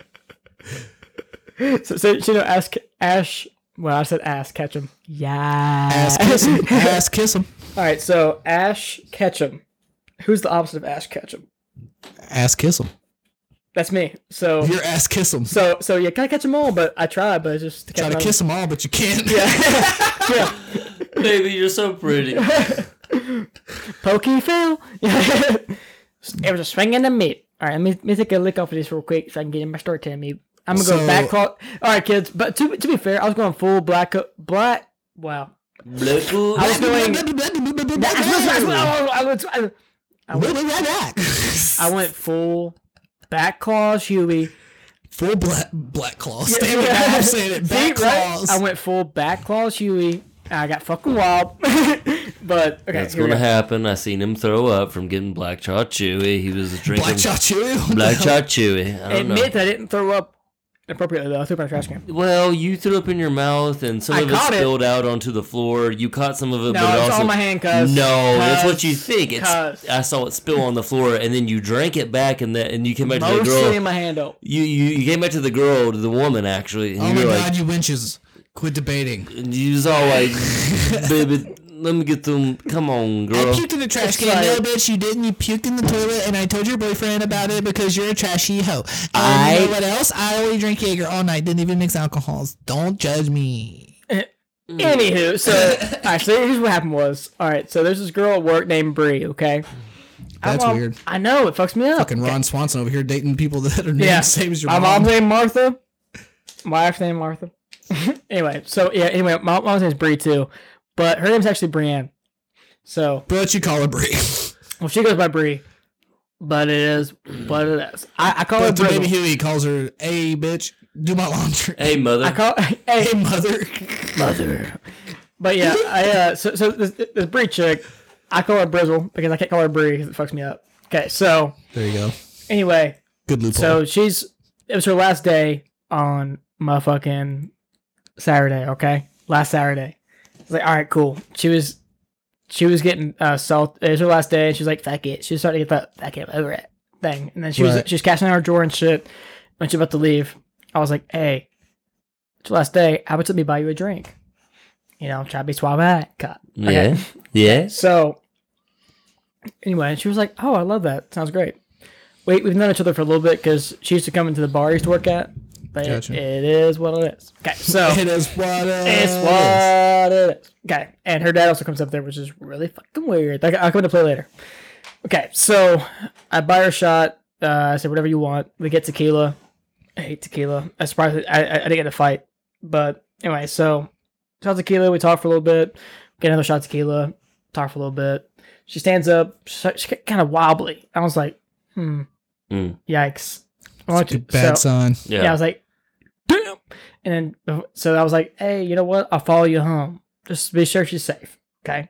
[SPEAKER 3] so, so you know, ask Ash. Well, I said ass Ketchum. Yeah.
[SPEAKER 2] Ass kiss
[SPEAKER 3] [LAUGHS]
[SPEAKER 2] him. Ass kiss him.
[SPEAKER 3] All right, so Ash Ketchum. Who's the opposite of Ash Ketchum?
[SPEAKER 2] Ass kiss him.
[SPEAKER 3] That's me. So
[SPEAKER 2] Your ass kiss him.
[SPEAKER 3] So so yeah, gotta catch them all, but I try, but it's just to
[SPEAKER 2] Try to
[SPEAKER 3] catch
[SPEAKER 2] kiss them all, but you can't. Yeah. [LAUGHS]
[SPEAKER 3] Yeah.
[SPEAKER 4] Baby, you're so pretty.
[SPEAKER 3] Pokey Phil. [LAUGHS] it was a swing and a meat. All right, let me, let me take a lick off of this real quick so I can get in my story time. Me, I'm gonna
[SPEAKER 2] So-
[SPEAKER 3] go back. All right, kids. But to to be fair, I was going full black black. Wow.
[SPEAKER 4] Blue-
[SPEAKER 3] I was going. I was- I was- I went full back claws, Huey.
[SPEAKER 2] [LAUGHS] Full black black claws. Damn it, now I'm saying it. Back
[SPEAKER 3] See, right?
[SPEAKER 2] claws.
[SPEAKER 3] I went full back claws, Huey. I got fucking wild. [LAUGHS] but okay,
[SPEAKER 4] That's
[SPEAKER 3] here we
[SPEAKER 4] gonna
[SPEAKER 3] go.
[SPEAKER 4] happen. I seen him throw up from getting black chaw chewy. He was drinking
[SPEAKER 2] Black Chow Chew.
[SPEAKER 3] [LAUGHS]
[SPEAKER 4] Black Chaw chewy. I don't know.
[SPEAKER 3] admit that I didn't throw up appropriately though. I threw up in a trash can.
[SPEAKER 4] Well, you threw up in your mouth, and some
[SPEAKER 3] I
[SPEAKER 4] of it
[SPEAKER 3] caught it.
[SPEAKER 4] spilled out onto the floor. You caught some of it,
[SPEAKER 3] No,
[SPEAKER 4] but it
[SPEAKER 3] it's
[SPEAKER 4] also
[SPEAKER 3] on my hand, cuz.
[SPEAKER 4] no, that's
[SPEAKER 3] Cuz.
[SPEAKER 4] what you think. It's
[SPEAKER 3] Cuz.
[SPEAKER 4] I saw it spill on the floor, and then you drank it back, and that and you came back to the
[SPEAKER 3] Mostly in
[SPEAKER 4] girl.
[SPEAKER 3] my hand though.
[SPEAKER 4] You, you you came back to the girl, to the woman actually. And
[SPEAKER 2] Oh
[SPEAKER 4] you
[SPEAKER 2] my
[SPEAKER 4] were
[SPEAKER 2] god, you winches. Quit debating.
[SPEAKER 4] like, you was all
[SPEAKER 3] [LAUGHS]
[SPEAKER 4] like, baby, let me get them. Come on, girl.
[SPEAKER 2] I puked in the trash
[SPEAKER 3] It's
[SPEAKER 2] can.
[SPEAKER 3] like-
[SPEAKER 2] no, bitch, you didn't. You puked in the toilet, and I told your boyfriend about it because you're a trashy hoe. And
[SPEAKER 4] I-
[SPEAKER 2] you know what else? I only drink Jaeger all night. Didn't even mix alcohols. Don't judge me.
[SPEAKER 3] Mm. Anywho, [LAUGHS] so actually, here's what happened was all right. So there's this girl at work named Bree. Okay, I
[SPEAKER 2] That's
[SPEAKER 3] mom-
[SPEAKER 2] weird.
[SPEAKER 3] I know it fucks me up.
[SPEAKER 2] Fucking Ron Swanson over here dating people that are named
[SPEAKER 3] yeah,
[SPEAKER 2] same as your
[SPEAKER 3] my
[SPEAKER 2] mom.
[SPEAKER 3] mom's named Martha. My wife's name Martha. [LAUGHS] anyway, so yeah. Anyway, my mom's name's Bree too, but her name's actually Brienne. So
[SPEAKER 2] But you call her
[SPEAKER 3] [LAUGHS]
[SPEAKER 2] Brie.
[SPEAKER 3] well, she goes by Bree, but it is what it is. I, I call
[SPEAKER 2] but the
[SPEAKER 3] her
[SPEAKER 2] baby
[SPEAKER 3] Bree.
[SPEAKER 2] Huey calls her, "Hey, bitch, do my laundry."
[SPEAKER 4] hey, mother.
[SPEAKER 3] I call [LAUGHS] hey
[SPEAKER 2] Hey, mother.
[SPEAKER 3] mother. But yeah, I uh, so so this, this Bree chick, I call her Brizzle because I can't call her Bree because it fucks me up. Okay, so
[SPEAKER 2] There you go.
[SPEAKER 3] anyway,
[SPEAKER 2] Good loophole.
[SPEAKER 3] so she's it was her last day on my fucking Saturday. Okay, last Saturday. It's like all right, cool. She was she was getting uh salt. It was her last day. and She was like fuck it. She was starting to get that fuck it over it thing, and then she was
[SPEAKER 2] Right.
[SPEAKER 3] she was cashing out her drawer and shit. When she was about to leave, I was like, hey, it's your last day. How about let me buy you a drink? You know, try to be suave. Cut.
[SPEAKER 4] Yeah, yeah.
[SPEAKER 3] So anyway, she was like, "Oh, I love that. Sounds great." We we've known each other for a little bit because she used to come into the bar I used to work at. But it-
[SPEAKER 2] Gotcha.
[SPEAKER 3] it is what it is. Okay, so
[SPEAKER 2] [LAUGHS] it is what it
[SPEAKER 3] it's what it is. Okay, and her dad also comes up there, which is really fucking weird. Like, I'll come into play later. Okay, so I buy her a shot. Uh, I said whatever you want. We get tequila. I hate tequila. I surprised I, I, I didn't get in a fight, but anyway, so shot tequila. We talk for a little bit. Get another shot tequila. Talk for a little bit. She stands up. She, she get kind of wobbly. I was like, hmm,
[SPEAKER 4] Mm.
[SPEAKER 3] yikes. I
[SPEAKER 2] It's a bad sign.
[SPEAKER 4] Yeah.
[SPEAKER 3] yeah. I was like, damn. And then so I was like, hey, you know what? I'll follow you home. Just to be sure she's safe. Okay.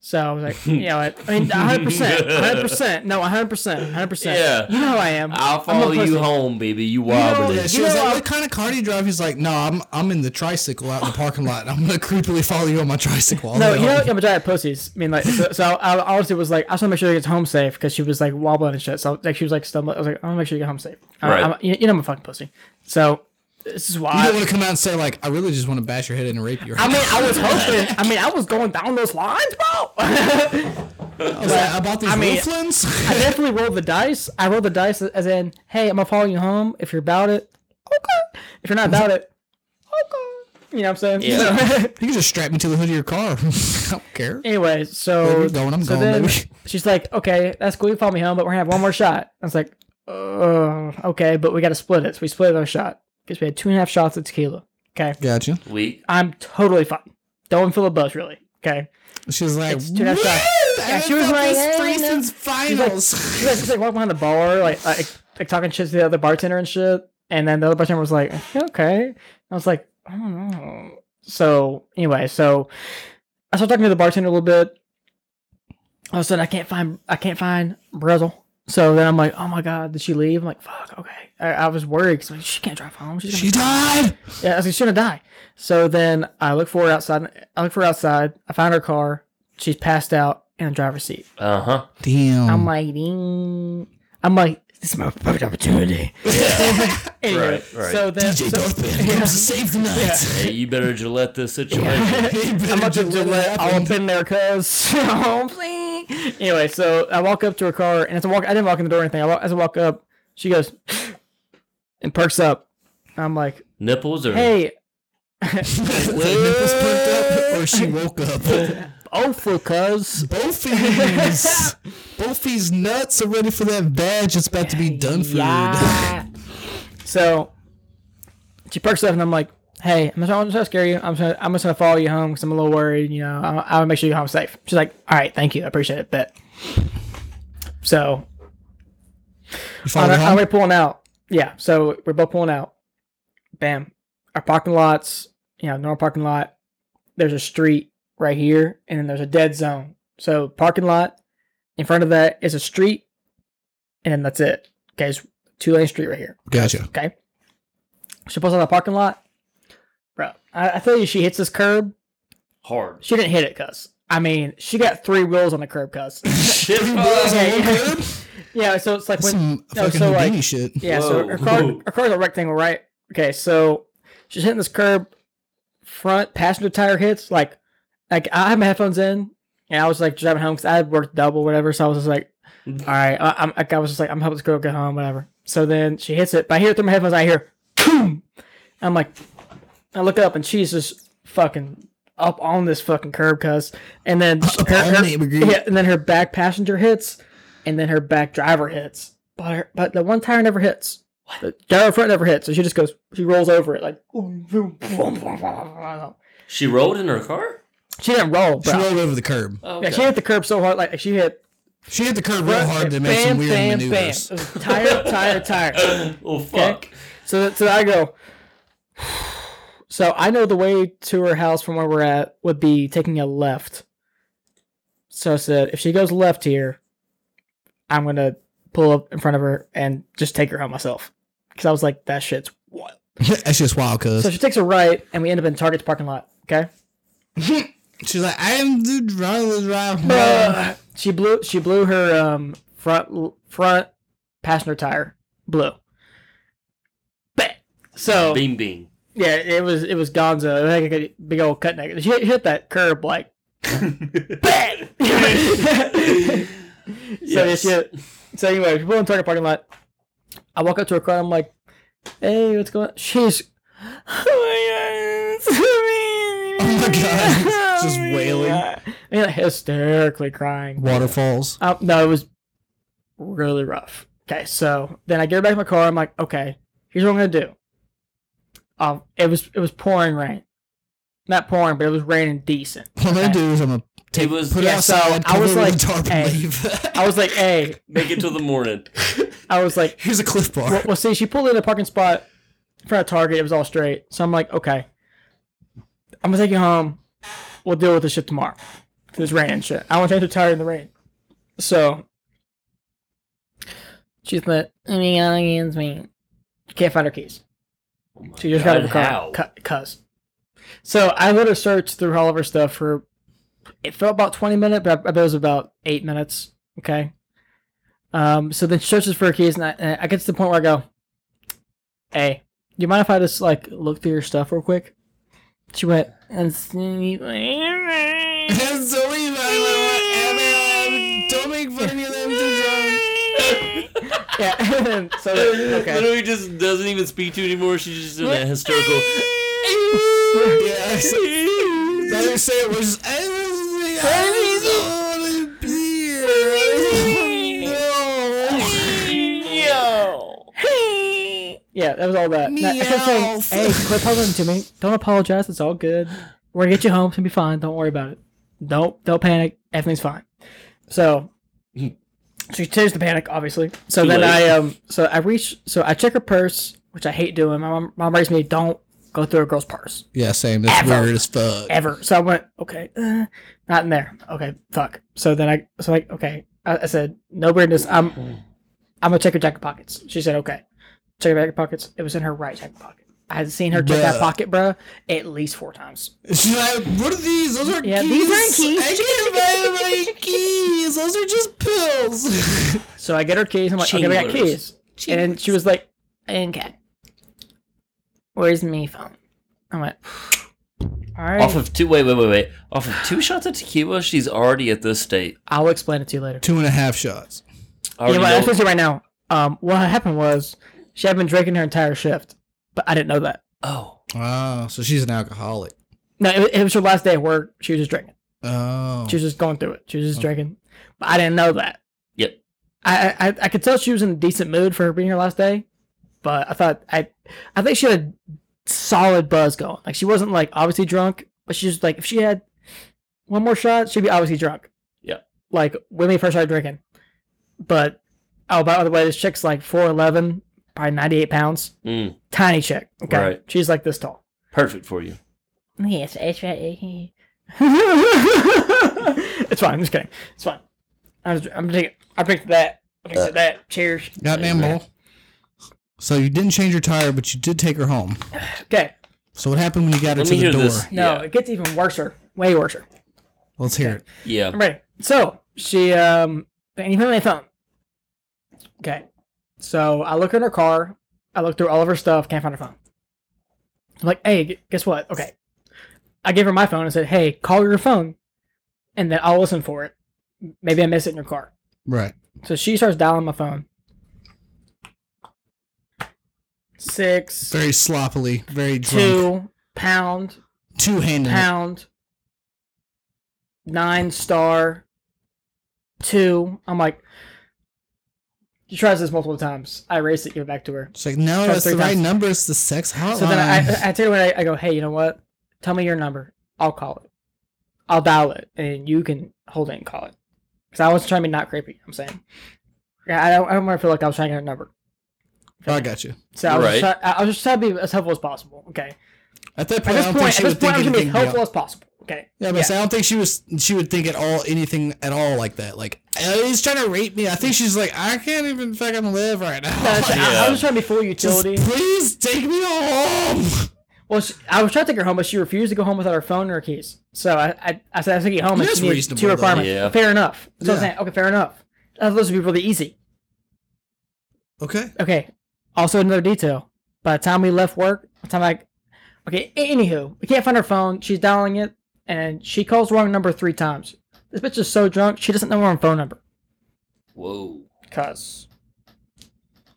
[SPEAKER 3] So I was like, you know what? I mean, 100, percent
[SPEAKER 4] [LAUGHS]
[SPEAKER 3] 100, percent no, 100, percent 100. percent
[SPEAKER 4] Yeah.
[SPEAKER 3] you know who I am.
[SPEAKER 4] I'll follow you home, baby. You wild
[SPEAKER 2] Yeah,
[SPEAKER 4] bitch.
[SPEAKER 2] she was like, "What kind of car do you drive?" He's like, "No, I'm I'm in the tricycle out in the parking lot. and I'm gonna creepily follow you on my tricycle." All
[SPEAKER 3] No,
[SPEAKER 2] the
[SPEAKER 3] you
[SPEAKER 2] way
[SPEAKER 3] know
[SPEAKER 2] home."
[SPEAKER 3] I'm a giant pussies. I mean, like, so, so I I honestly was like, I just want to make sure he gets home safe because she was like wobbling and shit. So like, she was like stumbling. I was like, I want to make sure you get home safe. I-
[SPEAKER 4] Right.
[SPEAKER 3] I'm- you, you know, I'm a fucking pussy. So this is why.
[SPEAKER 2] You don't want to come out and say like, "I really just want to bash your head in and rape you."
[SPEAKER 3] I mean, I was hoping. I mean, I was going down those lines, bro. [LAUGHS]
[SPEAKER 2] I was like, about these
[SPEAKER 3] I mean-
[SPEAKER 2] rooflands?
[SPEAKER 3] I definitely rolled the dice. I rolled the dice as in, hey, I'm gonna follow you home. If you're about it, okay. If you're not about it, okay. You know what I'm saying?
[SPEAKER 4] Yeah.
[SPEAKER 2] [LAUGHS]
[SPEAKER 3] So- [LAUGHS]
[SPEAKER 2] you can just strap me to the hood of your car. [LAUGHS] I don't care.
[SPEAKER 3] anyway, so
[SPEAKER 2] Where you're going, I'm
[SPEAKER 3] so
[SPEAKER 2] going,
[SPEAKER 3] then
[SPEAKER 2] baby. [LAUGHS]
[SPEAKER 3] she's like, okay, that's cool. You follow me home, but we're gonna have one more shot. I was like, uh, okay, but we gotta split it. So we split our shot because we had two and a half shots of tequila. Okay,
[SPEAKER 2] Gotcha.
[SPEAKER 4] Weak.
[SPEAKER 3] I'm totally fine. Don't feel a buzz really. Okay,
[SPEAKER 2] She was like,
[SPEAKER 3] It's two and a half
[SPEAKER 2] "Woo!
[SPEAKER 3] shots."
[SPEAKER 2] I
[SPEAKER 3] Yeah,
[SPEAKER 2] haven't
[SPEAKER 3] she was
[SPEAKER 2] felt
[SPEAKER 3] like,
[SPEAKER 2] this
[SPEAKER 3] "Hey,
[SPEAKER 2] three
[SPEAKER 3] no."
[SPEAKER 2] since
[SPEAKER 3] She's like,
[SPEAKER 2] finals." [LAUGHS]
[SPEAKER 3] she was just like walking behind the bar, like like, like talking shit to the other bartender and shit. And then the other bartender was like, "Okay." And I was like, "I don't know." So anyway, so I started talking to the bartender a little bit. All of a sudden, I can't find I can't find Brezel. So then I'm like, "Oh my god, did she leave?" I'm like, "Fuck, okay." I, I was worried because like, she can't drive home. She's gonna
[SPEAKER 2] she died.
[SPEAKER 3] yeah, I was like, she's gonna die. So then I look for her outside. I look for her outside. I find her car. She's passed out in the driver's seat.
[SPEAKER 4] Uh huh.
[SPEAKER 2] Damn.
[SPEAKER 3] I'm like, ding. I'm like, this is my perfect opportunity. [LAUGHS] Anyway,
[SPEAKER 4] Right, right.
[SPEAKER 3] So then,
[SPEAKER 2] DJ
[SPEAKER 3] so,
[SPEAKER 2] Dorfman comes to save the night.
[SPEAKER 4] Hey, you better
[SPEAKER 2] [LAUGHS]
[SPEAKER 4] Gillette this situation.
[SPEAKER 3] [LAUGHS] I'm about to let all up in there, cuz. [LAUGHS] Oh, anyway, so I walk up to her car, and as I walk, I didn't walk in the door or anything. I walk, as I walk up, she goes [GASPS] and perks up. I'm like,
[SPEAKER 4] Nipples or
[SPEAKER 3] hey, [LAUGHS]
[SPEAKER 2] Nipples perked up, or she woke up.
[SPEAKER 3] oh for cuz.
[SPEAKER 2] Both of these,
[SPEAKER 3] [LAUGHS]
[SPEAKER 2] both these nuts are ready for that badge. It's about to be done for. [LAUGHS]
[SPEAKER 3] Yeah. so she perks up, and I'm like, "Hey, I'm just I'm just trying to scare you. I'm just gonna, I'm just gonna follow you home because I'm a little worried. You know, I, I want to make sure you're home safe." She's like, "All right, thank you, I appreciate it." Bet. So
[SPEAKER 2] You
[SPEAKER 3] on
[SPEAKER 2] follow
[SPEAKER 3] our,
[SPEAKER 2] her
[SPEAKER 3] on
[SPEAKER 2] home?
[SPEAKER 3] our way pulling out, yeah. So we're both pulling out. Bam, our parking lots. You know, normal parking lot. There's a street right here, and then there's a dead zone. So parking lot in front of that is a street, and then that's it. Okay, it's two lane street right here.
[SPEAKER 2] Gotcha.
[SPEAKER 3] Okay. She pulls out of the parking lot. Bro, I, I tell you, she hits this curb.
[SPEAKER 2] [LAUGHS]
[SPEAKER 4] hard?
[SPEAKER 3] She didn't hit it, cuz. I mean, she got three wheels on the curb, cuz.
[SPEAKER 2] [LAUGHS]
[SPEAKER 4] Shit.
[SPEAKER 3] Okay. yeah, so it's like
[SPEAKER 2] That's
[SPEAKER 3] when.
[SPEAKER 2] some
[SPEAKER 3] No,
[SPEAKER 2] fucking
[SPEAKER 3] so
[SPEAKER 2] Houdini
[SPEAKER 3] like.
[SPEAKER 2] shit.
[SPEAKER 3] Yeah, so her
[SPEAKER 4] Whoa.
[SPEAKER 3] car, her car's a rectangle, right? Okay, so she's hitting this curb. Front passenger tire hits. Like, like I had my headphones in, and I was like driving home because I had worked double, whatever. So I was just like, all
[SPEAKER 4] Mm.
[SPEAKER 3] right, I, I'm, like, I was just like, I'm helping this girl get home, whatever. So then she hits it, but I hear it through my headphones. I hear, boom. I'm like, I look up, and she's just fucking up on this fucking curb, cuz. And
[SPEAKER 4] [LAUGHS]
[SPEAKER 3] then
[SPEAKER 2] Up
[SPEAKER 3] her,
[SPEAKER 2] on
[SPEAKER 3] her-
[SPEAKER 2] it, we agree.
[SPEAKER 3] yeah, and then her back passenger hits, and then her back driver hits. But her, but the one tire never hits. The tire in front never hits, so she just goes, she rolls over it like.
[SPEAKER 4] [LAUGHS] She rolled in her car. Oh,
[SPEAKER 3] She didn't roll, bro.
[SPEAKER 2] She rolled over the curb.
[SPEAKER 3] Yeah, she hit the curb so hard, like she hit
[SPEAKER 2] She hit the curb real hard to make some weird maneuvers.
[SPEAKER 3] It was Tire,
[SPEAKER 2] [LAUGHS]
[SPEAKER 3] tire, tire.
[SPEAKER 4] Oh fuck.
[SPEAKER 3] So that, so I go. [SIGHS] So I know the way to her house from where we're at would be taking a left. So I said, if she goes left here, I'm gonna pull up in front of her and just take her home myself. Because I was like, that shit's wild.
[SPEAKER 2] [LAUGHS] That's just wild, cuz.
[SPEAKER 3] So she takes a right, and we end up in Target's parking lot. Okay.
[SPEAKER 2] She's like, I am the driver, driver.
[SPEAKER 3] Bruh. She blew she blew her um front front passenger tire blew. Bang. So
[SPEAKER 4] Bing bing.
[SPEAKER 3] yeah, it was it was Gonzo. It was like a big old cut neck. She hit that
[SPEAKER 2] [LAUGHS]
[SPEAKER 3] curb like [LAUGHS] bang. so yeah, she hit- so anyway, we pull in Target parking lot. I walk up to her car. and I'm like, "Hey, what's going on?" She's oh my god. Oh
[SPEAKER 2] Oh my
[SPEAKER 3] [LAUGHS]
[SPEAKER 2] god. Just wailing.
[SPEAKER 3] And like, hysterically crying.
[SPEAKER 2] Waterfalls.
[SPEAKER 3] Um, no, it was really rough. Okay, so then I get back in my car. I'm like, okay, here's what I'm gonna do. Um, it was it was pouring rain, not pouring, but it was raining decent.
[SPEAKER 2] What I'm gonna do is I'm gonna take,
[SPEAKER 4] It was-
[SPEAKER 2] put it
[SPEAKER 4] yeah,
[SPEAKER 3] so
[SPEAKER 2] outside,
[SPEAKER 3] I
[SPEAKER 2] cover
[SPEAKER 3] was
[SPEAKER 2] it with
[SPEAKER 3] like,
[SPEAKER 2] a tarp
[SPEAKER 3] hey.
[SPEAKER 2] and leave.
[SPEAKER 3] I was like, hey,
[SPEAKER 4] [LAUGHS] Make it till the morning.
[SPEAKER 3] I was
[SPEAKER 2] [LAUGHS]
[SPEAKER 3] like,
[SPEAKER 2] Here's a cliff bar.
[SPEAKER 3] well,
[SPEAKER 2] [LAUGHS]
[SPEAKER 3] well, see, she pulled in a parking spot in front of Target. It was all straight, so I'm like, okay, I'm gonna take you home. We'll deal with this shit tomorrow. 'Cause It's raining and shit. I want to change the tire in the rain. So she's like, I mean, I mean, I mean, can't find her keys. She just got
[SPEAKER 5] God,
[SPEAKER 3] in the car.
[SPEAKER 5] how?
[SPEAKER 3] Cu- Cuz. So I let her search through all of her stuff for. It felt about twenty minutes, but I, I bet it was about eight minutes. Okay. Um. So then she searches for her keys, and I, and I get to the point where I go, "Hey, do you mind if I just like look through your stuff real quick?" She went and
[SPEAKER 2] Don't make fun of me. I'm too drunk.
[SPEAKER 3] [LAUGHS]
[SPEAKER 4] [LAUGHS]
[SPEAKER 3] yeah. [LAUGHS] so
[SPEAKER 5] [LAUGHS]
[SPEAKER 3] okay.
[SPEAKER 4] Literally just doesn't even speak to you anymore. She's just in a hysterical.
[SPEAKER 2] Yeah. So, I didn't say it was. I was- I was on a beer.
[SPEAKER 3] Yeah, that was all that. Now, instead of saying, hey, quit puzzling to me. Don't apologize. It's all good. We're gonna get you home. It's gonna be fine. Don't worry about it. Don't don't panic. Everything's fine. So she continues to panic, obviously. So
[SPEAKER 4] Too
[SPEAKER 3] then
[SPEAKER 4] late.
[SPEAKER 3] I um so I reach so I check her purse, which I hate doing. My mom, mom raised me don't go through a girl's purse
[SPEAKER 2] Yeah, same. That's
[SPEAKER 3] Ever.
[SPEAKER 2] weird as fuck.
[SPEAKER 3] ever. So I went, okay, uh, not in there. Okay, fuck. So then I, so like, okay, I, I said, no weirdness. I'm, I'm gonna check her jacket pockets. She said, okay, check her jacket pockets. It was in her right jacket pocket. I had seen her check that
[SPEAKER 2] Bruh.
[SPEAKER 3] pocket, bruh, at least four times.
[SPEAKER 2] She's like, what are these? Those aren't
[SPEAKER 3] Yeah,
[SPEAKER 2] keys.
[SPEAKER 3] these aren't keys.
[SPEAKER 2] I
[SPEAKER 3] [LAUGHS]
[SPEAKER 2] can't buy my keys. Those are just pills.
[SPEAKER 3] So I get her keys. I'm like, okay, I got keys.
[SPEAKER 4] Chinglers.
[SPEAKER 3] And then she was like, okay, where's me phone? I went, all right,
[SPEAKER 4] Off of two. Wait, wait, wait, wait. Off of two shots of tequila, she's already at this state.
[SPEAKER 3] I'll explain it to you later.
[SPEAKER 2] [LAUGHS] Two and a half shots.
[SPEAKER 4] I already
[SPEAKER 3] yeah, well,
[SPEAKER 4] know-
[SPEAKER 3] I'll tell you right now. Um, what happened was she had been drinking her entire shift, but I didn't know that.
[SPEAKER 4] oh,
[SPEAKER 2] Oh, so she's an alcoholic.
[SPEAKER 3] No, it, it was her last day at work. She was just drinking.
[SPEAKER 2] Oh.
[SPEAKER 3] She was just going through it. She was just drinking, but I didn't know that.
[SPEAKER 4] Yep.
[SPEAKER 3] I, I I could tell she was in a decent mood for her being her last day, but I thought I I think she had a solid buzz going. Like she wasn't like obviously drunk, but she was like if she had one more shot, she'd be obviously drunk.
[SPEAKER 4] Yeah.
[SPEAKER 3] Like when we first started drinking, but oh by the way, this chick's like four eleven, probably ninety eight pounds,
[SPEAKER 4] mm,
[SPEAKER 3] tiny chick. Okay,
[SPEAKER 4] Right.
[SPEAKER 3] she's like this tall.
[SPEAKER 4] perfect for you.
[SPEAKER 6] Yes, it's right.
[SPEAKER 3] [LAUGHS] it's fine. I'm just kidding. It's fine. I was, I'm taking. I picked that. I picked that. Cheers.
[SPEAKER 2] Goddamn
[SPEAKER 4] Amen.
[SPEAKER 2] bull. So you didn't change her tire, but you did take her home.
[SPEAKER 3] Okay.
[SPEAKER 2] So what happened when you got her
[SPEAKER 4] Let
[SPEAKER 2] to the
[SPEAKER 4] me hear
[SPEAKER 2] door?
[SPEAKER 4] this.
[SPEAKER 3] No,
[SPEAKER 4] Yeah.
[SPEAKER 3] it gets even worser. Way worser.
[SPEAKER 2] Let's hear it.
[SPEAKER 4] Yeah.
[SPEAKER 3] I'm ready. So she um and you put my phone. Okay. So I look in her car, I look through all of her stuff, can't find her phone. I'm like, hey, gu- guess what? Okay. I gave her my phone and said, hey, call your phone and then I'll listen for it. Maybe I miss it in your car.
[SPEAKER 2] Right.
[SPEAKER 3] So she starts dialing my phone. Six
[SPEAKER 2] Very sloppily, very drunk.
[SPEAKER 3] two pound
[SPEAKER 2] Two handed.
[SPEAKER 3] pound nine star two. I'm like, she tries this multiple times. I erase it, give it back to her.
[SPEAKER 2] It's like, no,
[SPEAKER 3] Tried
[SPEAKER 2] that's
[SPEAKER 3] three
[SPEAKER 2] the right
[SPEAKER 3] times.
[SPEAKER 2] number. It's the sex hotline.
[SPEAKER 3] So then I, I, I tell you what, I, I go, hey, you know what? Tell me your number. I'll call it. I'll dial it, and you can hold it and call it. Because I was trying to be not creepy. I'm saying, yeah, I don't, I don't want to feel like I was trying to get her number.
[SPEAKER 2] Oh, I got you.
[SPEAKER 3] So I was,
[SPEAKER 4] Right.
[SPEAKER 3] just try, I I was just trying to be as helpful as possible. Okay.
[SPEAKER 2] At that
[SPEAKER 3] At
[SPEAKER 2] point, I
[SPEAKER 3] this
[SPEAKER 2] don't
[SPEAKER 3] point,
[SPEAKER 2] think
[SPEAKER 3] at
[SPEAKER 2] she
[SPEAKER 3] this
[SPEAKER 2] would
[SPEAKER 3] point,
[SPEAKER 2] think
[SPEAKER 3] I'm just being
[SPEAKER 2] anything.
[SPEAKER 3] helpful
[SPEAKER 2] beyond-
[SPEAKER 3] as possible. Okay.
[SPEAKER 2] Yeah, but I don't think she was. She would think at all anything at all like that. Like "Oh, he's trying to rape me. I think she's like, I can't even fucking live right now.
[SPEAKER 3] No,
[SPEAKER 2] [LAUGHS]
[SPEAKER 3] it's-
[SPEAKER 2] Like,
[SPEAKER 3] I, I was just trying to be full
[SPEAKER 2] just
[SPEAKER 3] utility.
[SPEAKER 2] please take me home.
[SPEAKER 3] Well, she, I was trying to take her home, but she refused to go home without her phone or her keys. So I, I, I said, I take you home. And
[SPEAKER 2] That's
[SPEAKER 3] she needed
[SPEAKER 2] reasonable,
[SPEAKER 3] Two
[SPEAKER 2] though.
[SPEAKER 3] requirements.
[SPEAKER 4] Yeah.
[SPEAKER 3] Fair enough. So I was
[SPEAKER 2] Yeah.
[SPEAKER 3] saying, okay, fair enough. That's supposed to be really easy.
[SPEAKER 2] Okay.
[SPEAKER 3] Okay. Also, another detail. By the time we left work, by the time I, okay. Anywho, we can't find her phone. She's dialing it, and she calls wrong number three times. This bitch is so drunk, she doesn't know her own phone number.
[SPEAKER 4] Whoa.
[SPEAKER 3] Cause,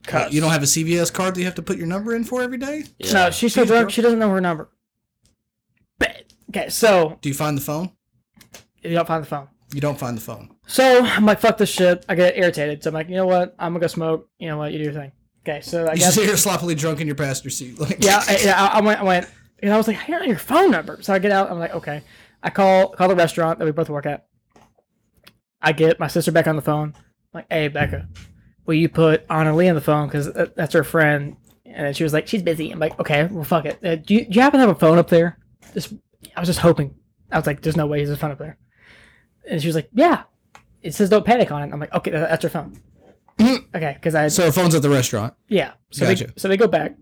[SPEAKER 3] cause
[SPEAKER 2] Uh, You don't have a CVS card that you have to put your number in for every day.
[SPEAKER 4] Yeah.
[SPEAKER 3] No, she's so
[SPEAKER 2] She's
[SPEAKER 3] drunk,
[SPEAKER 2] drunk.
[SPEAKER 3] she doesn't know her number. But, okay, so
[SPEAKER 2] Do you find the phone?
[SPEAKER 3] you don't find the phone.
[SPEAKER 2] You don't find the phone.
[SPEAKER 3] So I'm like, fuck this shit. I get irritated. So I'm like, you know what? I'm gonna go smoke. You know what? You do your thing.
[SPEAKER 2] [LAUGHS]
[SPEAKER 3] Okay, so I
[SPEAKER 2] You just
[SPEAKER 3] guess
[SPEAKER 2] sit here sloppily drunk in your passenger seat. Like,
[SPEAKER 3] [LAUGHS] yeah, I, yeah. I- I went, I went, and I was like, I don't know your phone number. So I get out. I'm like, okay. I call call the restaurant that we both work at. I get my sister back on the phone. I'm like, hey Becca, will you put Anna Lee on the phone because that's her friend? And then she was like, she's busy. I'm like, okay, well, fuck it. Uh, do, you, do you happen to have a phone up there? Just, I was just hoping. I was like, there's no way he's a phone up there. And she was like, yeah, it says don't panic on it. I'm like, okay, tha- that's her phone. [CLEARS THROAT] okay, because
[SPEAKER 2] [LAUGHS]
[SPEAKER 3] I
[SPEAKER 2] So her phone's at the restaurant.
[SPEAKER 3] yeah. So
[SPEAKER 2] Gotcha.
[SPEAKER 3] they so they go back.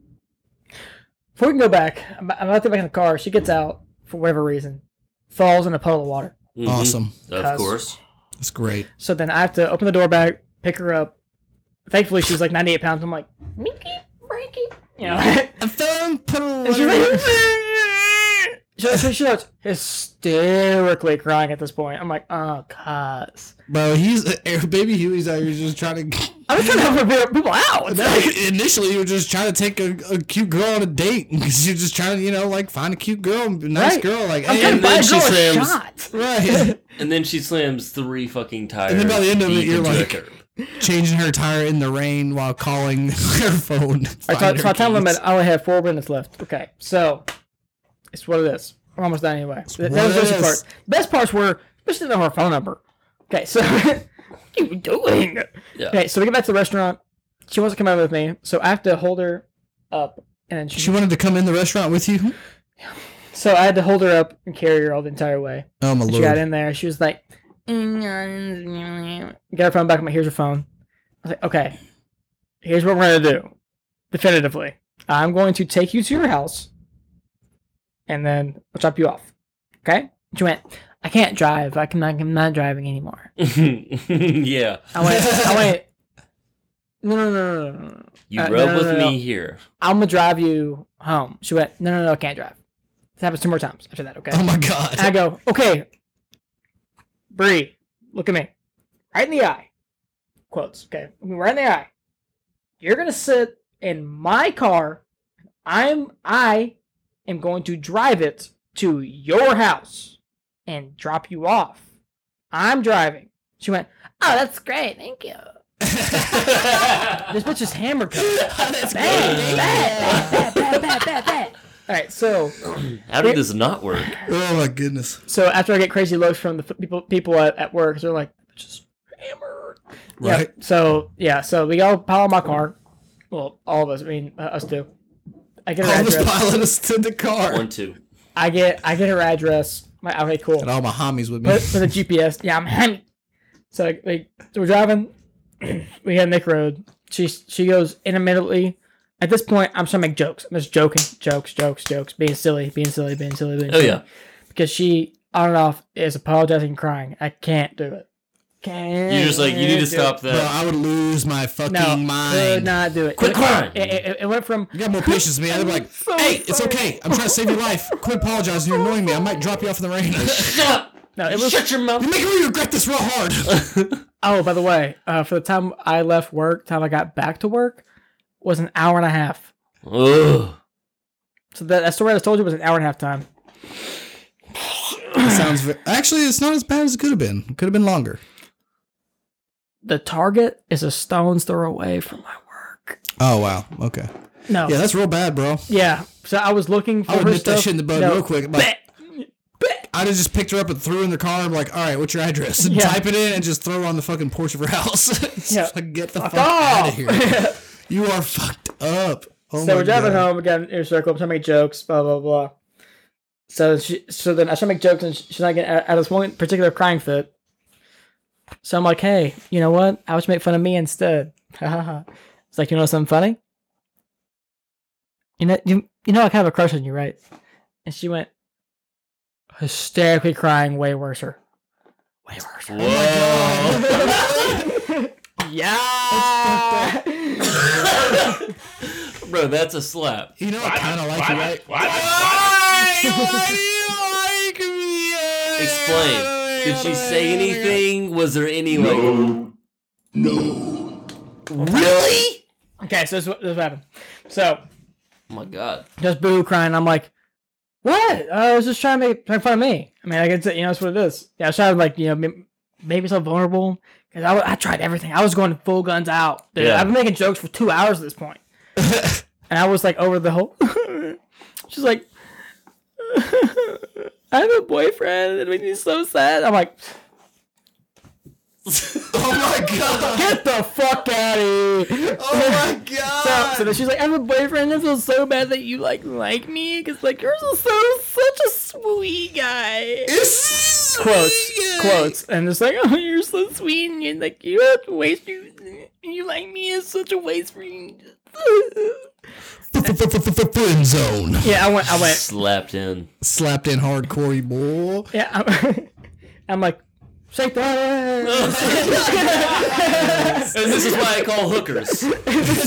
[SPEAKER 3] Before we can go back, I'm I'm about to get back in the car. She gets out for whatever reason, falls in a puddle of water.
[SPEAKER 4] Mhm.
[SPEAKER 2] Awesome.
[SPEAKER 4] Of
[SPEAKER 3] Cuz-
[SPEAKER 4] course.
[SPEAKER 2] That's great.
[SPEAKER 3] So then I have to open the door back, pick her up. Thankfully, she was like 98 pounds. I'm like, Minky, Frankie, you know. [LAUGHS]
[SPEAKER 2] A phone puddle.
[SPEAKER 3] And she's like, so, so she starts hysterically crying at this point. I'm like, oh, cuz.
[SPEAKER 2] Bro, he's eh, baby Huey's out here just trying to. [LAUGHS]
[SPEAKER 3] I'm just trying to help her people out. It's
[SPEAKER 2] No,
[SPEAKER 3] like-
[SPEAKER 2] initially you were just trying to take a, a cute girl on a date [LAUGHS] because you're just trying to, you know, like find a cute girl, a nice
[SPEAKER 3] Right.
[SPEAKER 2] girl, like
[SPEAKER 3] I'm
[SPEAKER 2] hey,
[SPEAKER 3] trying to
[SPEAKER 2] and
[SPEAKER 3] buy
[SPEAKER 2] then
[SPEAKER 3] a
[SPEAKER 2] she
[SPEAKER 3] girl a
[SPEAKER 2] slams-
[SPEAKER 3] shot.
[SPEAKER 2] [LAUGHS] right,
[SPEAKER 4] And then she slams three fucking tires.
[SPEAKER 2] then by the end of it,
[SPEAKER 4] deep
[SPEAKER 2] you're
[SPEAKER 4] into a
[SPEAKER 2] like-
[SPEAKER 4] curb.
[SPEAKER 2] changing her tire in the rain while calling [LAUGHS] her phone. to
[SPEAKER 3] All right, so,
[SPEAKER 2] find
[SPEAKER 3] so I
[SPEAKER 2] her
[SPEAKER 3] tell them
[SPEAKER 2] keys.
[SPEAKER 3] that I only have four minutes left. Okay, so it's what it is. We're almost done anyway. That, that was
[SPEAKER 2] what
[SPEAKER 3] the
[SPEAKER 2] it
[SPEAKER 3] best
[SPEAKER 2] is.
[SPEAKER 3] part. Best parts were just didn't know her phone number. Okay, so [LAUGHS] what are you doing?
[SPEAKER 4] Yeah.
[SPEAKER 3] Okay, so we get back to the restaurant. She wants to come out with me, so I have to hold her up, and then she,
[SPEAKER 2] She wanted to come in the restaurant with you.
[SPEAKER 3] so I had to hold her up and carry her all the entire way.
[SPEAKER 2] Oh my
[SPEAKER 3] And she got
[SPEAKER 2] lord!
[SPEAKER 3] in there. She was like, "Mm, "Got her phone back." I'm like, "Here's your phone." I was like, "Okay, here's what we're gonna do, definitively. I'm going to take you to your house, and then I'll drop you off." Okay? She went, "I can't drive. I can. I'm not driving anymore."
[SPEAKER 4] [LAUGHS] yeah.
[SPEAKER 3] I went. I went. No, no, no, no, no, no.
[SPEAKER 4] You
[SPEAKER 3] Uh,
[SPEAKER 4] rub
[SPEAKER 3] no, no,
[SPEAKER 4] with
[SPEAKER 3] no, no.
[SPEAKER 4] me here.
[SPEAKER 3] I'm gonna drive you home. She went, "No, no, no, I can't drive." This happens two more times after that. Okay.
[SPEAKER 2] Oh my god!
[SPEAKER 3] And I go, okay, Bree, look at me. Right in the eye. Quotes, okay. I mean, right in the eye. You're gonna sit in my car. I'm I am going to drive it to your house and drop you off. I'm driving. She went, Oh, that's great, thank you. this bitch is hammered. that's bad, bad, bad, bad, bad, bad, [LAUGHS] bad. Alright, so
[SPEAKER 4] How did this not work?
[SPEAKER 2] [LAUGHS] Oh my goodness!
[SPEAKER 3] so after I get crazy looks from the f- people people at, at work, they're like, just hammered.
[SPEAKER 2] Right.
[SPEAKER 3] Yeah, so yeah, so we all pile in my car. Well, all of us. I mean, uh, us two. I get her
[SPEAKER 2] All this
[SPEAKER 3] address.
[SPEAKER 2] pilot us to the car.
[SPEAKER 4] One, two.
[SPEAKER 3] I get I get her address. My okay, cool.
[SPEAKER 2] And all my homies with me.
[SPEAKER 3] With, with a GPS. Yeah, I'm hammy. So like, like, so we're driving. [CLEARS THROAT] we hit Nick Road. She she goes intermittently. At this point, I'm trying to make jokes. I'm just joking, jokes, jokes, jokes, being silly, being silly, being silly, being
[SPEAKER 4] [LAUGHS] Oh,
[SPEAKER 3] silly
[SPEAKER 4] yeah.
[SPEAKER 3] because she on and off is apologizing, and crying. I can't do it. Can't.
[SPEAKER 4] You're just like, you need
[SPEAKER 3] do
[SPEAKER 4] to stop
[SPEAKER 3] it.
[SPEAKER 2] Bro, [LAUGHS]
[SPEAKER 4] that.
[SPEAKER 2] I would lose my fucking
[SPEAKER 3] No, could
[SPEAKER 2] mind.
[SPEAKER 3] not do it.
[SPEAKER 4] Quit
[SPEAKER 3] it went-
[SPEAKER 4] crying.
[SPEAKER 3] It, it, it went from
[SPEAKER 2] You got more patience than me. I'd be like,
[SPEAKER 3] so
[SPEAKER 2] hey, it's
[SPEAKER 3] sorry."
[SPEAKER 2] okay. I'm trying to save your life. Quit apologizing. You're annoying me. I might drop you off in the rain. [LAUGHS]
[SPEAKER 3] no. It was
[SPEAKER 4] Shut your mouth.
[SPEAKER 2] You're making me regret this real hard.
[SPEAKER 3] oh, by the way, uh, for the time I left work, time I got back to work was an hour and a half.
[SPEAKER 4] Ugh.
[SPEAKER 3] So that, that story I just told you was an hour and a half time.
[SPEAKER 2] [LAUGHS] It sounds ve- actually, it's not as bad as it could have been. It could have been longer.
[SPEAKER 3] The target is a stone's throw away from my work.
[SPEAKER 2] Oh wow. Okay.
[SPEAKER 3] No.
[SPEAKER 2] Yeah, that's real bad, bro.
[SPEAKER 3] Yeah. So I was looking for
[SPEAKER 2] I would
[SPEAKER 3] her
[SPEAKER 2] nip that
[SPEAKER 3] stuff.
[SPEAKER 2] shit in the bud
[SPEAKER 3] No.
[SPEAKER 2] real quick. Like, I'd have just picked her up and threw her in the car. I'm like, all right, what's your address? [LAUGHS] And
[SPEAKER 3] Yeah.
[SPEAKER 2] type it in and just throw her on the fucking porch of her house. [LAUGHS] Just
[SPEAKER 3] Yeah.
[SPEAKER 2] fucking get the
[SPEAKER 3] Fuck
[SPEAKER 2] fuck, out
[SPEAKER 3] off. [LAUGHS]
[SPEAKER 2] of here. you are fucked up. Oh
[SPEAKER 3] so
[SPEAKER 2] my
[SPEAKER 3] we're driving
[SPEAKER 2] God.
[SPEAKER 3] home again, inner circle. I'm trying to make jokes, blah blah blah. So she, so then I try to make jokes, and she- she's not getting at, at this one particular crying fit. So I'm like, hey, you know what? I wish you make fun of me instead. Ha ha ha. It's like you know something funny. You know you you know I kind of have a crush on you, right? And she went hysterically crying, way worser, way worse. yeah.
[SPEAKER 4] [LAUGHS] Bro, that's a slap.
[SPEAKER 2] You know, I kind of like you, right?
[SPEAKER 4] Explain. Did she say anything? Was there any like? Really?
[SPEAKER 3] [LAUGHS] Okay, so this is what, this is what happened. So
[SPEAKER 4] Oh my god.
[SPEAKER 3] just boo crying. I'm like, what? I was just trying to make, make fun of me. I mean, I guess you know that's what it is. Yeah, I was trying to like you know ma- make myself vulnerable because I, w- I tried everything. I was going full guns out. Dude.
[SPEAKER 4] Yeah.
[SPEAKER 3] I've been making jokes for two hours at
[SPEAKER 2] [LAUGHS]
[SPEAKER 3] this point, and I was like over the whole. [LAUGHS] She's like, [LAUGHS] I have a boyfriend. It makes me so sad. I'm like,
[SPEAKER 2] [LAUGHS] Oh my god!
[SPEAKER 3] get the fuck out of here.
[SPEAKER 2] Oh my
[SPEAKER 3] So,
[SPEAKER 2] god!
[SPEAKER 3] so then she's like, I have a boyfriend. I feel so bad that you like like me because like you're so such a sweet guy.
[SPEAKER 2] It's
[SPEAKER 3] Quotes.
[SPEAKER 2] yeah.
[SPEAKER 3] quotes and it's like, oh, you're so sweet, and you're like, you have to waste you, you like me is such a waste for you.
[SPEAKER 2] Friend zone.
[SPEAKER 3] Yeah, I went, I went,
[SPEAKER 4] Slapped in.
[SPEAKER 2] Slapped in hardcore, you boy.
[SPEAKER 3] yeah, I'm, [LAUGHS] I'm like, shake that.
[SPEAKER 4] And this is why I call
[SPEAKER 3] [LAUGHS]
[SPEAKER 4] hookers.
[SPEAKER 3] this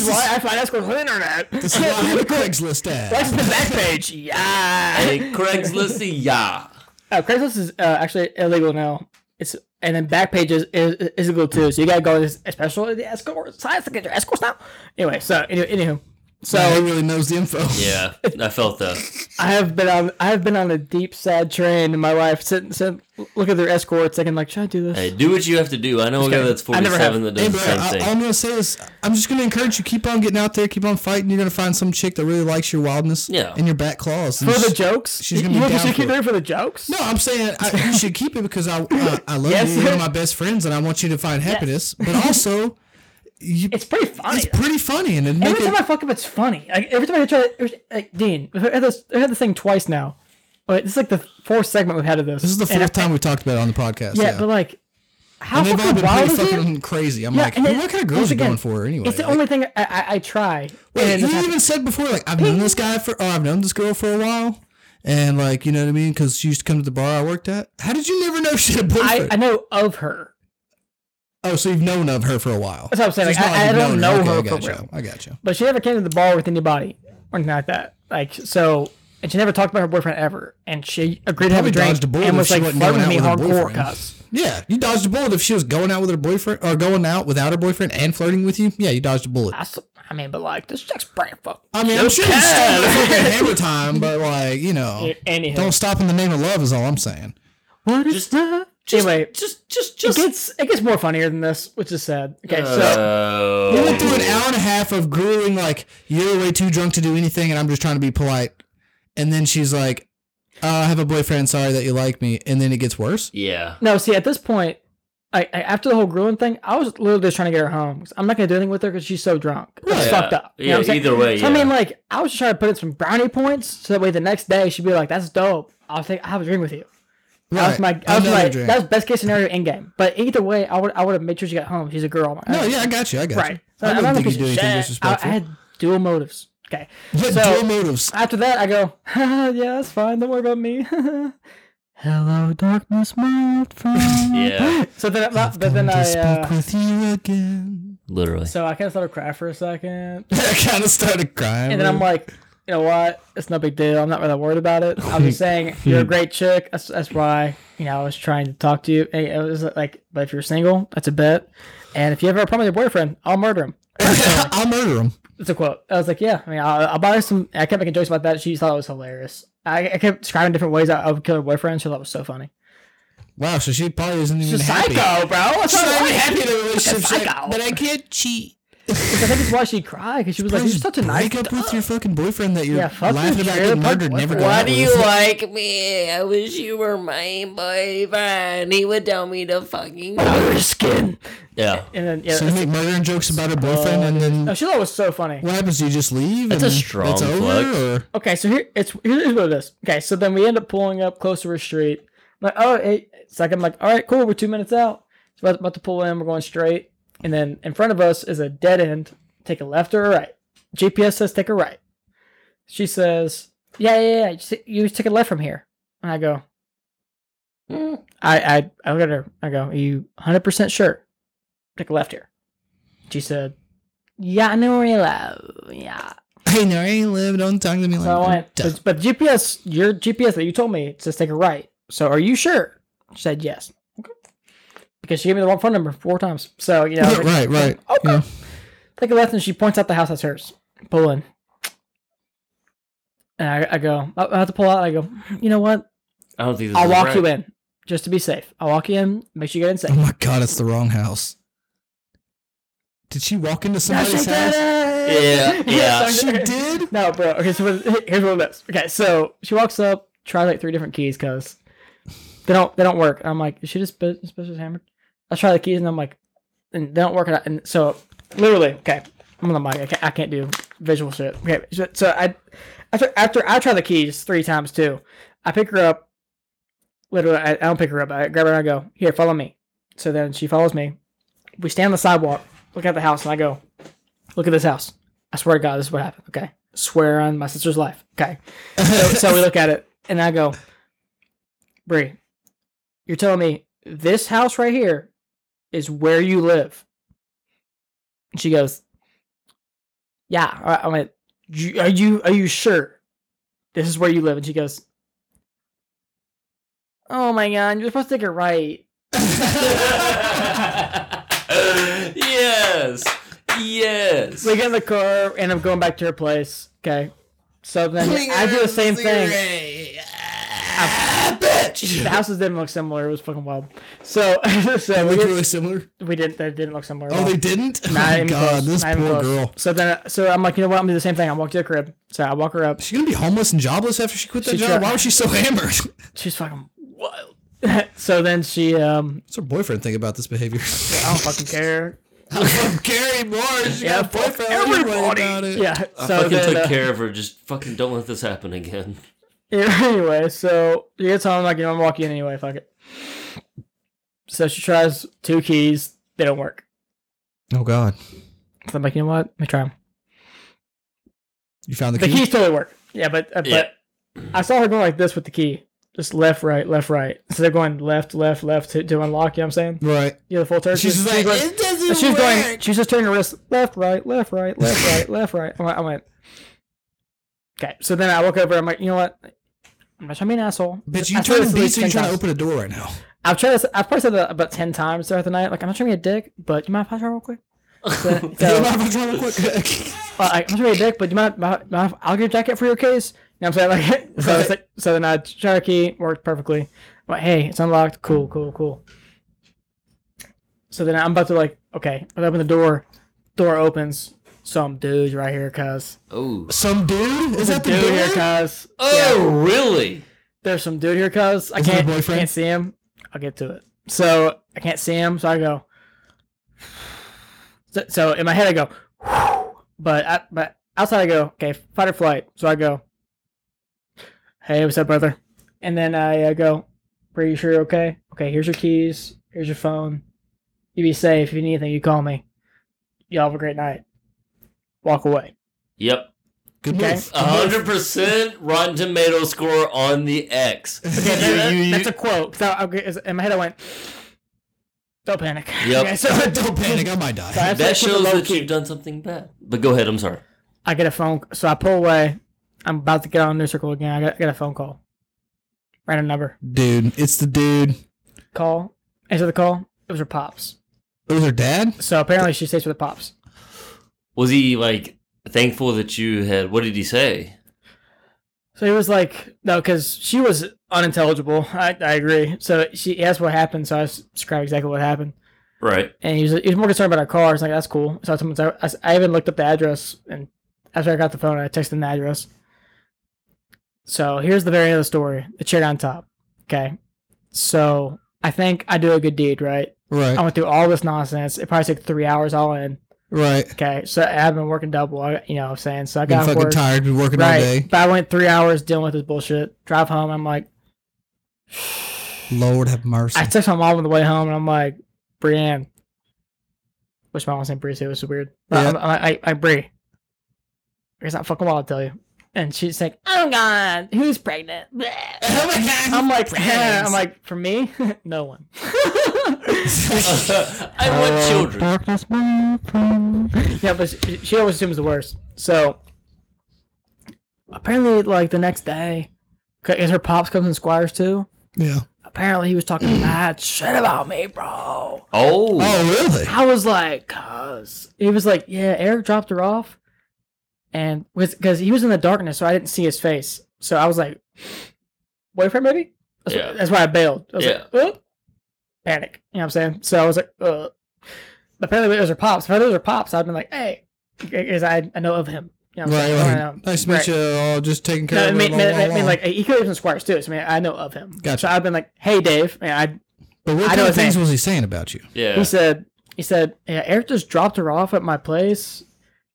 [SPEAKER 3] is why I find escorts on the [LAUGHS] internet.
[SPEAKER 2] This is why I'm a Craigslist ad.
[SPEAKER 3] That's the back page. Yeah.
[SPEAKER 4] Hey, Craigslist, yeah.
[SPEAKER 3] Uh, Craigslist is uh, actually illegal now. It's and then Backpage is, is, is illegal too. So you gotta go as especially the escort sites to get your escorts now. Anyway, so anyway, anywho, so
[SPEAKER 2] So he really knows the info.
[SPEAKER 4] Yeah, I felt that.
[SPEAKER 3] I have been on I have been on a deep sad train in my life. Sit, sit, look at their escorts, thinking like, should I do this?
[SPEAKER 4] Hey, do what you have to do. I know a guy that's
[SPEAKER 3] I never have.
[SPEAKER 4] 47 that
[SPEAKER 2] Hey,
[SPEAKER 4] does
[SPEAKER 2] bro,
[SPEAKER 4] the same
[SPEAKER 2] I, all
[SPEAKER 4] thing.
[SPEAKER 2] I'm gonna say is I'm just gonna encourage you. Keep on getting out there. Keep on fighting. You're gonna find some chick that really likes your wildness.
[SPEAKER 4] Yeah.
[SPEAKER 2] And your back claws. And
[SPEAKER 3] for the
[SPEAKER 2] she-
[SPEAKER 3] jokes,
[SPEAKER 2] she's gonna
[SPEAKER 3] you
[SPEAKER 2] be
[SPEAKER 3] want me
[SPEAKER 2] down
[SPEAKER 3] to keep
[SPEAKER 2] for it.
[SPEAKER 3] there for the jokes?
[SPEAKER 2] No, I'm saying I, you should keep it because I uh, I love
[SPEAKER 3] Yes.
[SPEAKER 2] you. You're one of my best friends, and I want you to find happiness. But
[SPEAKER 3] [LAUGHS]
[SPEAKER 2] also, you,
[SPEAKER 3] it's pretty funny.
[SPEAKER 2] it's pretty funny, and it make
[SPEAKER 3] every
[SPEAKER 2] it-
[SPEAKER 3] time I fuck up, it's funny. Like, every time I try, every, like, Dean, I had this I had this thing twice now. Wait, this is like the fourth segment we've had of this.
[SPEAKER 2] this is the
[SPEAKER 3] And I-
[SPEAKER 2] fourth time we talked about it on the podcast.
[SPEAKER 3] Yeah,
[SPEAKER 2] Yeah,
[SPEAKER 3] but like, how
[SPEAKER 2] and they've all
[SPEAKER 3] fucking
[SPEAKER 2] been
[SPEAKER 3] wild
[SPEAKER 2] pretty
[SPEAKER 3] is it?
[SPEAKER 2] fucking crazy. I'm like,
[SPEAKER 3] and
[SPEAKER 2] well,
[SPEAKER 3] it-
[SPEAKER 2] what kind of
[SPEAKER 3] once
[SPEAKER 2] girls are you
[SPEAKER 3] again,
[SPEAKER 2] going for anyway?
[SPEAKER 3] It's the
[SPEAKER 2] Like,
[SPEAKER 3] only thing I, I, I try.
[SPEAKER 2] Wait,
[SPEAKER 3] And
[SPEAKER 2] you
[SPEAKER 3] it's
[SPEAKER 2] even said before, like, I've known this guy for, or I've known this girl for a while, and like, you know what I mean? Because she used to come to the bar I worked at. How did you never know [LAUGHS] she had a
[SPEAKER 3] I,
[SPEAKER 2] boyfriend?
[SPEAKER 3] I know of her.
[SPEAKER 2] oh, so you've known of her for a while.
[SPEAKER 3] That's what I'm saying,
[SPEAKER 2] It's
[SPEAKER 3] like,
[SPEAKER 2] not
[SPEAKER 3] I- I
[SPEAKER 2] you've known
[SPEAKER 3] don't know
[SPEAKER 2] Okay,
[SPEAKER 3] her
[SPEAKER 2] I
[SPEAKER 3] for
[SPEAKER 2] got
[SPEAKER 3] real.
[SPEAKER 2] you. I got you.
[SPEAKER 3] But she never came to the bar with anybody or anything like that. Like so, and she never talked about her boyfriend ever. And she agreed to have
[SPEAKER 2] Probably
[SPEAKER 3] a drink
[SPEAKER 2] dodged a bullet
[SPEAKER 3] and
[SPEAKER 2] if
[SPEAKER 3] was
[SPEAKER 2] she
[SPEAKER 3] like
[SPEAKER 2] wasn't
[SPEAKER 3] flirting with me
[SPEAKER 2] going out with her
[SPEAKER 3] hardcore
[SPEAKER 2] boyfriend.
[SPEAKER 3] cuss.
[SPEAKER 2] Yeah, you dodged a bullet if she was going out with her boyfriend or going out without her boyfriend and flirting with you. Yeah, you dodged a bullet.
[SPEAKER 3] I, s- I mean, but like this chick's brain fuck.
[SPEAKER 2] I mean, I'm sure you stopped at
[SPEAKER 3] [LAUGHS]
[SPEAKER 2] fucking hammer time, but like, you
[SPEAKER 3] Oh.
[SPEAKER 2] know,
[SPEAKER 3] Anyhow,
[SPEAKER 2] don't stop in the name of love is all I'm saying.
[SPEAKER 3] what is the anyway?
[SPEAKER 4] Just, just,
[SPEAKER 3] It
[SPEAKER 4] just.
[SPEAKER 3] gets it gets more funnier than this, which is sad.
[SPEAKER 4] Uh,
[SPEAKER 3] Okay, so
[SPEAKER 4] Oh.
[SPEAKER 2] We went through an hour and a half of grueling, like, you're way too drunk to do anything, and I'm just trying to be polite. And then she's like, uh, I have a boyfriend. Sorry that you like me. And then it gets worse.
[SPEAKER 4] yeah.
[SPEAKER 3] No, see, at this point, I, I after the whole grueling thing, I was literally just trying to get her home. 'Cause I'm not gonna do anything with her because she's so drunk. It's
[SPEAKER 4] Right.
[SPEAKER 3] fucked
[SPEAKER 4] Yeah.
[SPEAKER 3] up. You know what I'm
[SPEAKER 4] Yeah,
[SPEAKER 3] saying?
[SPEAKER 4] either way,
[SPEAKER 3] So I
[SPEAKER 4] yeah.
[SPEAKER 3] mean, like, I was just trying to put in some brownie points so that way the next day she'd be like, "That's dope. I'll take. I'll have a drink with you." That
[SPEAKER 2] Right.
[SPEAKER 3] was my. That was
[SPEAKER 2] Another
[SPEAKER 3] my.
[SPEAKER 2] drink.
[SPEAKER 3] That was best case scenario in game. But either way, I would. I would have made sure she got home. She's a girl. I'm like,
[SPEAKER 2] No,
[SPEAKER 3] "Alright."
[SPEAKER 2] Oh, yeah, I got you. I got you.
[SPEAKER 3] Right. So
[SPEAKER 2] I
[SPEAKER 3] I'm
[SPEAKER 2] don't
[SPEAKER 3] not
[SPEAKER 2] think you
[SPEAKER 3] looking
[SPEAKER 2] do anything
[SPEAKER 3] I, I
[SPEAKER 2] disrespectful.
[SPEAKER 3] had dual motives. Okay.
[SPEAKER 2] But
[SPEAKER 3] so-
[SPEAKER 2] dual motives.
[SPEAKER 3] After that, I go, [LAUGHS] yeah, that's fine. Don't worry about me. [LAUGHS] Hello, darkness, my old friend.
[SPEAKER 4] Yeah.
[SPEAKER 3] So then, I- but
[SPEAKER 2] Come
[SPEAKER 3] then
[SPEAKER 2] to
[SPEAKER 3] I. Uh,
[SPEAKER 2] speak with you again. [LAUGHS]
[SPEAKER 4] Literally.
[SPEAKER 3] So I kind of started to cry for a second,
[SPEAKER 2] I kind of started crying.
[SPEAKER 3] and then I'm
[SPEAKER 2] bro.
[SPEAKER 3] like, you know what? It's no big deal. I'm not really worried about it.
[SPEAKER 2] [LAUGHS]
[SPEAKER 3] I'm just saying you're a
[SPEAKER 2] Hmm.
[SPEAKER 3] great chick. That's that's why you know I was trying to talk to you. Hey, I was like, but if you're single, that's a bet. And if you ever have a problem with your boyfriend, I'll murder him.
[SPEAKER 2] [LAUGHS] I'll murder him.
[SPEAKER 3] It's a quote. I was like, yeah. I mean, I'll, I'll buy her some. I kept making jokes about that. She thought it was hilarious. I, I kept describing different ways I, I would kill her boyfriend. She thought it was so funny.
[SPEAKER 2] Wow, so she probably isn't even
[SPEAKER 3] She's a
[SPEAKER 2] happy.
[SPEAKER 3] psycho, bro. That's
[SPEAKER 2] She's
[SPEAKER 3] not
[SPEAKER 2] not even
[SPEAKER 3] right.
[SPEAKER 2] happy in the relationship.
[SPEAKER 3] She's a
[SPEAKER 2] She's like,
[SPEAKER 3] psycho.
[SPEAKER 2] but I can't cheat.
[SPEAKER 3] I think it's why she cried because she was like, "You're such a nice."
[SPEAKER 2] Break up with your fucking boyfriend that you're
[SPEAKER 3] Yeah, fuck
[SPEAKER 2] laughing
[SPEAKER 3] your
[SPEAKER 2] about
[SPEAKER 3] shit,
[SPEAKER 2] getting
[SPEAKER 3] fuck
[SPEAKER 2] murdered. Never
[SPEAKER 3] boyfriend.
[SPEAKER 2] go
[SPEAKER 5] Why
[SPEAKER 2] out
[SPEAKER 5] do
[SPEAKER 2] with.
[SPEAKER 5] you like me? I wish you were my boyfriend. He would tell me to fucking go.
[SPEAKER 3] skin.
[SPEAKER 4] Yeah.
[SPEAKER 3] And then yeah,
[SPEAKER 2] So you
[SPEAKER 3] that's-
[SPEAKER 2] make murdering jokes about her boyfriend, and then
[SPEAKER 3] no, she thought it was so funny.
[SPEAKER 2] what happens? Do you just leave?
[SPEAKER 4] That's
[SPEAKER 2] and
[SPEAKER 4] a strong
[SPEAKER 2] That's
[SPEAKER 4] flex.
[SPEAKER 2] over. Or?
[SPEAKER 3] Okay, so here it's here's what it is. Okay, so then we end up pulling up close to her street. I'm like, oh, hey, it's like I'm like, all right, cool, we're two minutes out. It's about, about to pull in, we're going straight, and then in front of us is a dead end. Take a left or a right. GPS says take a right. She says, yeah, yeah, yeah. You, just, you just take a left from here. And I go, mm. I, I, I look at her. I go, are you 100 percent sure? Take a left here. She said, yeah, I know where you live. Yeah.
[SPEAKER 2] Hey, no, I ain't live. Don't talk to me like
[SPEAKER 3] So I went,
[SPEAKER 2] that.
[SPEAKER 3] but, but GPS, your GPS that you told me it says take a right. So are you sure? She said yes. Okay. Because she gave me the wrong phone number four times.
[SPEAKER 2] [LAUGHS]
[SPEAKER 3] So, you know, I was like,
[SPEAKER 2] right, right.
[SPEAKER 3] Okay.
[SPEAKER 2] Yeah.
[SPEAKER 3] take a left and she points out the house that's hers. Pull in. And I, I go, "Oh, I I have to pull out. And I go, you know what?
[SPEAKER 4] I don't think this
[SPEAKER 3] I'll
[SPEAKER 4] is
[SPEAKER 3] walk
[SPEAKER 4] right.
[SPEAKER 3] you in just to be safe. I'll walk you in. Make sure you get in
[SPEAKER 2] Oh
[SPEAKER 3] safe.
[SPEAKER 2] my god, it's the wrong house. Did she walk into somebody's house?
[SPEAKER 4] [LAUGHS] Yeah.
[SPEAKER 3] [LAUGHS]
[SPEAKER 4] Yeah.
[SPEAKER 2] She did.
[SPEAKER 3] No, bro. Okay, so what- here's what it is. Okay, so she walks up, tries like three different keys because they don't they don't work. I'm like, is she just bit- supposed to be hammered? I try the keys and I'm like, and they don't work. And, I, and so literally, okay, I'm on the mic. I can't, I can't do visual shit. Okay, so, so I after after I try the keys three times too, I pick her up. literally, I, I don't pick her up. I grab her and I go, here, follow me. So then she follows me. We stand on the sidewalk, look at the house, and I go, look at this house. I swear to God, this is what happened. Okay. Swear on my sister's life. Okay. So, so we look at it, and I go, Brie, you're telling me this house right here is where you live? And she goes, Yeah. I- I went, "You- Are you are you sure this is where you live? And she goes, Oh my God, you're supposed to take it right.
[SPEAKER 4] yes. Yes.
[SPEAKER 3] We get in the car, and I'm going back to her place. Okay. So then I do the same thing.
[SPEAKER 2] Ah, bitch.
[SPEAKER 3] The houses didn't look similar. It was fucking wild. So, [LAUGHS] so we,
[SPEAKER 2] Looked
[SPEAKER 3] did,
[SPEAKER 2] really similar.
[SPEAKER 3] we didn't. They didn't look similar. at
[SPEAKER 2] Oh,
[SPEAKER 3] all.
[SPEAKER 2] they didn't. Oh
[SPEAKER 3] Not
[SPEAKER 2] my
[SPEAKER 3] even
[SPEAKER 2] God,
[SPEAKER 3] close.
[SPEAKER 2] this
[SPEAKER 3] Not even
[SPEAKER 2] poor
[SPEAKER 3] close.
[SPEAKER 2] girl.
[SPEAKER 3] So then, so I'm like, you know what? I'm gonna do the same thing. I'm walk to the crib. So I walk her
[SPEAKER 2] [LAUGHS]
[SPEAKER 3] up.
[SPEAKER 2] She's gonna be homeless and jobless after she quit that
[SPEAKER 3] She
[SPEAKER 2] job.
[SPEAKER 3] tried-
[SPEAKER 2] Why was she so hammered? [LAUGHS]
[SPEAKER 3] She's fucking wild. [LAUGHS] so then she, um,
[SPEAKER 2] What's her boyfriend think about this behavior?
[SPEAKER 3] I don't fucking care.
[SPEAKER 2] Carrie Moore, [LAUGHS] she
[SPEAKER 3] Yeah,
[SPEAKER 2] got a boyfriend. Everybody about it.
[SPEAKER 3] Yeah.
[SPEAKER 4] I
[SPEAKER 3] so
[SPEAKER 4] fucking
[SPEAKER 3] then,
[SPEAKER 4] took
[SPEAKER 3] uh,
[SPEAKER 4] care of her. Just fucking don't let this happen again.
[SPEAKER 3] Yeah, [LAUGHS] anyway, so she gets home, like, you know, I'm walking in anyway, fuck it. So she tries two keys, they don't work.
[SPEAKER 2] Oh God,
[SPEAKER 3] So I'm like, you know what? Let me try them.
[SPEAKER 2] you found the
[SPEAKER 3] The
[SPEAKER 2] key.
[SPEAKER 3] keys totally work. Yeah, but uh,
[SPEAKER 4] Yeah.
[SPEAKER 3] but I saw her going like this with the key. Just left, right, left, right. So they're going left, left, left to, to unlock, you know what I'm saying?
[SPEAKER 2] Right.
[SPEAKER 3] Yeah, the full turkey.
[SPEAKER 2] She's just like,
[SPEAKER 3] going-
[SPEAKER 2] it doesn't
[SPEAKER 3] she's going
[SPEAKER 2] work.
[SPEAKER 3] she's just turning her wrist left, right, left, right, left, right, [LAUGHS] left, right. I went, I went. Okay. So then I look over, I'm like, you know what? I'm not trying to be an asshole.
[SPEAKER 2] But you
[SPEAKER 3] I said
[SPEAKER 2] turned
[SPEAKER 3] this at
[SPEAKER 2] beat,
[SPEAKER 3] least
[SPEAKER 2] so you're
[SPEAKER 3] 10
[SPEAKER 2] trying to
[SPEAKER 3] times.
[SPEAKER 2] open a door right [LAUGHS] now.
[SPEAKER 3] I've tried this. I've probably said that about ten times throughout the night. Like I'm not trying to be a dick, but you mind if I try real
[SPEAKER 2] [LAUGHS]
[SPEAKER 3] quick? So,
[SPEAKER 2] You
[SPEAKER 3] so,
[SPEAKER 2] mind if I try real
[SPEAKER 3] [LAUGHS]
[SPEAKER 2] quick?
[SPEAKER 3] uh, I'm not trying to be a dick, but you mind, mind, mind if I'll get a jacket for your case. You know what I'm saying? [LAUGHS] Like, so, it's like, so then I try a key, worked perfectly. I'm like, hey, it's unlocked. Cool, cool, cool. So then I'm about to like, okay, I open the door. Door opens. Some dude right here, cuz.
[SPEAKER 4] Oh.
[SPEAKER 2] Some dude? Is that the
[SPEAKER 3] Dude here,
[SPEAKER 2] dude?
[SPEAKER 3] cuz.
[SPEAKER 4] Oh, really?
[SPEAKER 3] there's some dude here, cuz I
[SPEAKER 2] Is it a
[SPEAKER 3] can't,
[SPEAKER 2] boyfriend?
[SPEAKER 3] can't see him. I'll get to it. So I can't see him, so I go. So, so in my head, I go, [SIGHS] but I, but outside, I go, okay, fight or flight. So I go, hey, what's up, brother? And then I uh, go, pretty sure you're okay? Okay, here's your keys. Here's your phone. You be safe. If you need anything, you call me. Y'all have a great night. Walk away.
[SPEAKER 4] Yep.
[SPEAKER 2] Good
[SPEAKER 3] Okay.
[SPEAKER 2] move.
[SPEAKER 3] [LAUGHS]
[SPEAKER 4] A hundred percent Rotten Tomato score on the X.
[SPEAKER 3] That-
[SPEAKER 4] You- you-
[SPEAKER 3] that's a quote. So I, in my head, I went, "Don't panic." [LAUGHS]
[SPEAKER 4] Yep.
[SPEAKER 3] Okay, so
[SPEAKER 2] Don't panic, I might die.
[SPEAKER 3] So I have to
[SPEAKER 4] that
[SPEAKER 3] put the
[SPEAKER 4] shows
[SPEAKER 3] low
[SPEAKER 4] that
[SPEAKER 3] key.
[SPEAKER 4] you've done something bad. But go ahead. I'm sorry.
[SPEAKER 3] I get a phone. So I pull away. I'm about to get on news circle again. I got, I got a phone call. Random number.
[SPEAKER 2] dude, it's the dude.
[SPEAKER 3] Call. Answer the call. It was her pops.
[SPEAKER 2] It was her dad?
[SPEAKER 3] So apparently she stays with the pops.
[SPEAKER 4] Was he like thankful that you had? What did he say?
[SPEAKER 3] So he was like, no, because she was unintelligible. I, I agree. So she asked what happened. So I s- described exactly what happened.
[SPEAKER 4] Right.
[SPEAKER 3] and he was, he was more concerned about our car. I was like, that's cool. So I, told him- I, I even looked up the address, and after I got the phone, I texted him the address. So here's the very end of the story the cherry on top. Okay. So I think I do a good deed, right? I
[SPEAKER 2] Right.
[SPEAKER 3] went through all this nonsense. It probably took three hours all in.
[SPEAKER 2] Right.
[SPEAKER 3] Okay. So I've been working double, I- you know what I'm saying? So I
[SPEAKER 2] Been
[SPEAKER 3] got off
[SPEAKER 2] fucking
[SPEAKER 3] work.
[SPEAKER 2] tired, been working all
[SPEAKER 3] Right.
[SPEAKER 2] day.
[SPEAKER 3] But I went three hours dealing with this bullshit. Drive home. I'm like,
[SPEAKER 2] Lord have mercy.
[SPEAKER 3] I text my mom on the way home, and I'm like, Brianne. Which my mom's name Bree, so it was weird. But
[SPEAKER 2] Yeah.
[SPEAKER 3] I'm, I'm, I, I, Bree. It's not fucking wild, I tell you. And she's like, "Oh God, who's pregnant?" Bleh. I'm like, I'm like, for me, [LAUGHS] no one.
[SPEAKER 4] I
[SPEAKER 2] Uh,
[SPEAKER 4] want children.
[SPEAKER 3] yeah, but she, she always assumes the worst. So apparently, like the next day, because her pops comes in Squires too.
[SPEAKER 2] yeah.
[SPEAKER 3] Apparently, he was talking mad shit about me, bro.
[SPEAKER 4] Oh.
[SPEAKER 2] Oh, really?
[SPEAKER 3] I was like, cuz. He was like, yeah, Eric dropped her off. And was because he was in the darkness, so I didn't see his face. So I was like, [GASPS] boyfriend, maybe? That's,
[SPEAKER 4] Yeah.
[SPEAKER 3] that's why I bailed. I was like, "Uh," panic. You know what I'm saying? So I was like, uh. Apparently, it was her pops. If I knew it was her pops, I'd been like, hey, because I, I know of him. You know what I'm
[SPEAKER 2] Right,
[SPEAKER 3] saying?
[SPEAKER 2] right.
[SPEAKER 3] Or I know-
[SPEAKER 2] Nice to meet
[SPEAKER 3] right.
[SPEAKER 2] you. Oh, just taking
[SPEAKER 3] No,
[SPEAKER 2] care
[SPEAKER 3] I
[SPEAKER 2] of
[SPEAKER 3] mean,
[SPEAKER 2] it,
[SPEAKER 3] I
[SPEAKER 2] blah,
[SPEAKER 3] mean,
[SPEAKER 2] blah,
[SPEAKER 3] I mean,
[SPEAKER 2] blah.
[SPEAKER 3] like he could have been Squires too. So I mean, I know of him.
[SPEAKER 2] Gotcha.
[SPEAKER 3] So I've been like, "Hey, Dave," and I
[SPEAKER 2] But what
[SPEAKER 3] I
[SPEAKER 2] kind
[SPEAKER 3] know
[SPEAKER 2] of
[SPEAKER 3] his
[SPEAKER 2] things
[SPEAKER 3] name.
[SPEAKER 2] was he saying about you?
[SPEAKER 4] Yeah.
[SPEAKER 3] he said he said yeah, Eric just dropped her off at my place,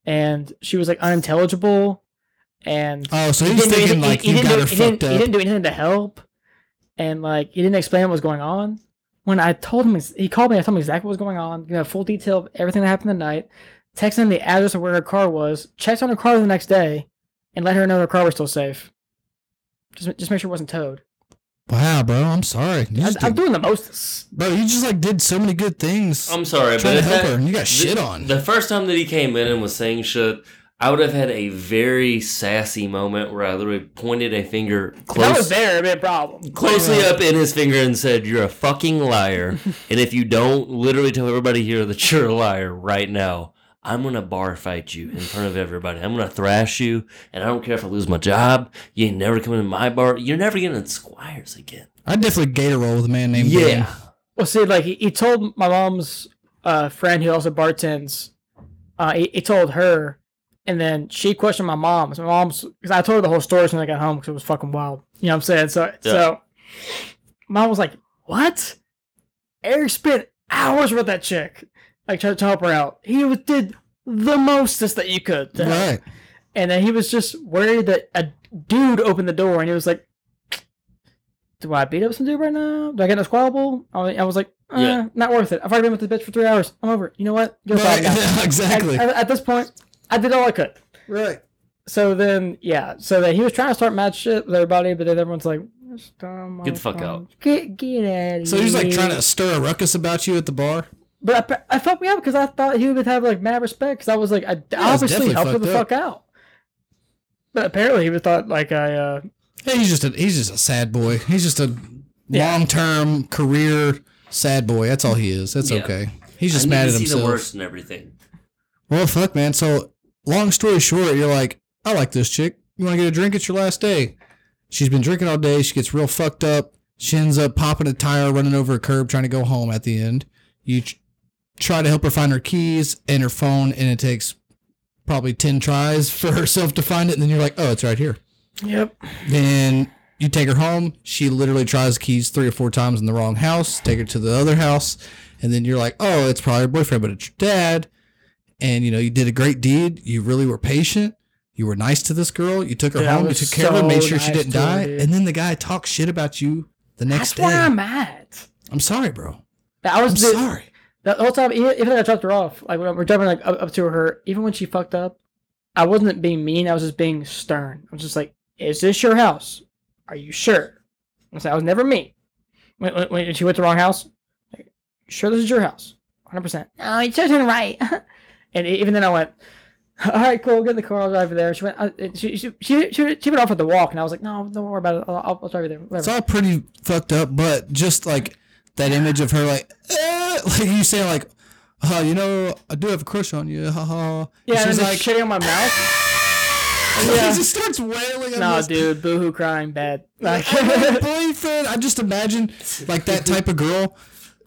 [SPEAKER 3] and she was like unintelligible, and
[SPEAKER 2] Oh, so
[SPEAKER 3] he
[SPEAKER 2] he's
[SPEAKER 3] didn't do
[SPEAKER 2] Oh, thinking
[SPEAKER 3] anything-
[SPEAKER 2] like
[SPEAKER 3] he
[SPEAKER 2] you
[SPEAKER 3] didn't
[SPEAKER 2] got
[SPEAKER 3] do-
[SPEAKER 2] her
[SPEAKER 3] he didn't-
[SPEAKER 2] fucked
[SPEAKER 3] He
[SPEAKER 2] up.
[SPEAKER 3] didn't do anything to help, and like he didn't explain what was going on. When I told him, he called me. I told him exactly what was going on. You know, full detail of everything that happened the night. Texted him the address of where her car was. Checked on her car the next day, and let her know her car was still safe. Just, just make sure it wasn't towed.
[SPEAKER 2] Wow, bro. I'm sorry. You
[SPEAKER 3] I,
[SPEAKER 2] just
[SPEAKER 3] I'm
[SPEAKER 2] did-
[SPEAKER 3] doing the most.
[SPEAKER 2] bro, you just like did so many good things.
[SPEAKER 4] I'm sorry,
[SPEAKER 2] Trying
[SPEAKER 4] but
[SPEAKER 2] to
[SPEAKER 4] if
[SPEAKER 2] help
[SPEAKER 4] that-
[SPEAKER 2] her, and you got
[SPEAKER 4] the-
[SPEAKER 2] shit on.
[SPEAKER 4] The first time that he came in and was saying shit, I would have had a very sassy moment where I literally pointed a finger
[SPEAKER 3] If I was
[SPEAKER 4] close,
[SPEAKER 3] there, it'd be a problem.
[SPEAKER 4] closely up in his finger and said, "You're a fucking liar, and if you don't literally tell everybody here that you're a liar right now." I'm gonna bar fight you in front of everybody. I'm gonna thrash you, and I don't care if I lose my job. You ain't never coming to my bar. You're never getting in Squires again.
[SPEAKER 2] I definitely gator roll with a man named
[SPEAKER 4] Yeah.
[SPEAKER 2] Dan.
[SPEAKER 3] Well, see, like he, he told my mom's uh, friend who also bartends, uh, he, he told her, and then she questioned my mom. So my mom's because I told her the whole story when I got home because it was fucking wild. You know what I'm saying? So so, mom was like, "What? Eric spent hours with that chick, like trying to help her out. He was- did the mostest that you could, to help.
[SPEAKER 2] Right.
[SPEAKER 3] and then he was just worried that a dude opened the door, and he was like." Do I beat up some dude right now? Do I get in a squabble? I was I was like, uh,
[SPEAKER 4] Yeah.
[SPEAKER 3] not worth it. I've already been with this bitch for three hours. I'm over it. You know what? You're
[SPEAKER 2] Right, [LAUGHS]
[SPEAKER 3] fine now.
[SPEAKER 2] exactly.
[SPEAKER 3] At, at- at this point, I did all I could.
[SPEAKER 2] Right.
[SPEAKER 3] So then, yeah. So then he was trying to start mad shit with everybody, but then everyone's like, "This dumb
[SPEAKER 4] Get the fuck
[SPEAKER 3] motherfucker.
[SPEAKER 4] out.
[SPEAKER 6] Get get out of
[SPEAKER 2] So
[SPEAKER 6] here.
[SPEAKER 2] he's like trying to stir a ruckus about you at the bar.
[SPEAKER 3] But I, I fucked me up because I thought he would have like mad respect because I was like, I obviously
[SPEAKER 2] definitely
[SPEAKER 3] helped her the
[SPEAKER 2] fucked up.
[SPEAKER 3] fuck out. But apparently, he would thought like I. uh
[SPEAKER 2] Yeah, he's just a he's just a sad boy. He's just a
[SPEAKER 3] Yeah.
[SPEAKER 2] long term career sad boy. That's all he is. That's
[SPEAKER 4] Yeah.
[SPEAKER 2] okay. He's just
[SPEAKER 4] I need
[SPEAKER 2] mad
[SPEAKER 4] to
[SPEAKER 2] at
[SPEAKER 4] see
[SPEAKER 2] himself.
[SPEAKER 4] the worst in everything.
[SPEAKER 2] Well, fuck, man. So, long story short, you're like, I like this chick. You want to get a drink? It's your last day. She's been drinking all day. She gets real fucked up. She ends up popping a tire, running over a curb, trying to go home at the end. You tr- try to help her find her keys and her phone, and it takes probably 10 tries [LAUGHS] for herself to find it. And then you're like, oh, it's right here.
[SPEAKER 3] Yep.
[SPEAKER 2] Then you take her home. She literally tries keys three or four times in the wrong house. Take her to the other house, and then you're like, "Oh, it's probably her boyfriend, but it's your dad." And you know, you did a great deed. You really were patient. You were nice to this girl. You took her
[SPEAKER 3] Dude, I
[SPEAKER 2] home. You
[SPEAKER 3] was
[SPEAKER 2] took care of her. Made
[SPEAKER 3] so
[SPEAKER 2] sure she
[SPEAKER 3] nice
[SPEAKER 2] didn't
[SPEAKER 3] to her,
[SPEAKER 2] die.
[SPEAKER 3] dude.
[SPEAKER 2] and then the guy talks shit about you the next
[SPEAKER 3] That's
[SPEAKER 2] day.
[SPEAKER 3] where
[SPEAKER 2] I'm,
[SPEAKER 3] I'm at.
[SPEAKER 2] sorry, bro.
[SPEAKER 3] I was
[SPEAKER 2] I'm
[SPEAKER 3] dude,
[SPEAKER 2] sorry.
[SPEAKER 3] The whole time, even even though I dropped her off, like when we're driving like up, up to her, even when she fucked up, I wasn't being mean. I was just being stern. I was just like, "Is this your house? Are you sure?" I was, I was never mean. When, when, when she went to the wrong house, like, "You sure this is your house, hundred percent. No, it isn't right. and e- even then, I went, "All right, cool. Get in the car. I'll drive you there." She went. I, and she, she she she she went off at the walk, and I was like, "No, don't worry about it. I'll, I'll, I'll drive you there." Whatever.
[SPEAKER 2] It's all pretty fucked up, but just like that image of her, like, eh, [LAUGHS] like you say, like, oh, you know, I do have a crush on you, haha.
[SPEAKER 3] yeah, and
[SPEAKER 2] she's
[SPEAKER 3] then
[SPEAKER 2] like, [LAUGHS]
[SPEAKER 3] just shitting on my mouth. Yeah.
[SPEAKER 2] He just starts wailing.
[SPEAKER 3] no,
[SPEAKER 2] on this-
[SPEAKER 3] dude, boohoo,
[SPEAKER 2] [LAUGHS]
[SPEAKER 3] crying, bad. Like, [LAUGHS]
[SPEAKER 2] I have a boyfriend. I just imagine like that type of girl.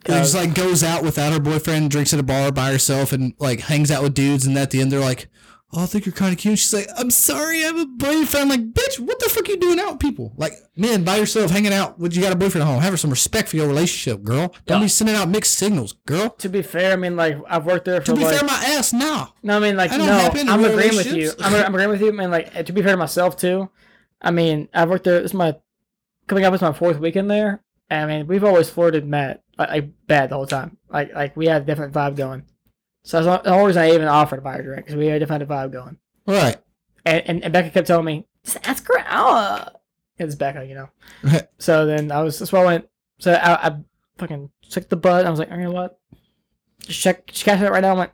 [SPEAKER 2] who just like goes out without her boyfriend, drinks at a bar by herself, and like hangs out with dudes. And at the end, they're like, "Oh, I think you're kind of cute." She's like, "I'm sorry, I have a boyfriend." I'm like, bitch, what the fuck you doing out with people? Like, man, by yourself, hanging out. Would you got a boyfriend at home? Have some respect for your relationship, girl. Don't be sending out mixed signals, girl.
[SPEAKER 3] to be fair, I mean, like I've worked there for
[SPEAKER 2] To be
[SPEAKER 3] like.
[SPEAKER 2] fair, my ass now.
[SPEAKER 3] no, I mean, like
[SPEAKER 2] I
[SPEAKER 3] no,
[SPEAKER 2] don't have been in
[SPEAKER 3] I'm agreeing with you.
[SPEAKER 2] relationships.
[SPEAKER 3] I'm, I'm agreeing with you, man. Like to be fair to myself too. I mean, I've worked there. This is my coming up. It's my fourth weekend there. I mean, we've always flirted Matt like, like bad the whole time. Like like we had a different vibe going. So that's the only reason I even offered to buy her drink because we had a different vibe going.
[SPEAKER 2] Right.
[SPEAKER 3] And, and and Becca kept telling me just ask her out. It's Becca,
[SPEAKER 2] [LAUGHS]
[SPEAKER 3] you know.
[SPEAKER 2] Right.
[SPEAKER 3] So then I was that's why I went. So I, I fucking took the butt. I was like, you know what? Just check, just cash it out right now. I went.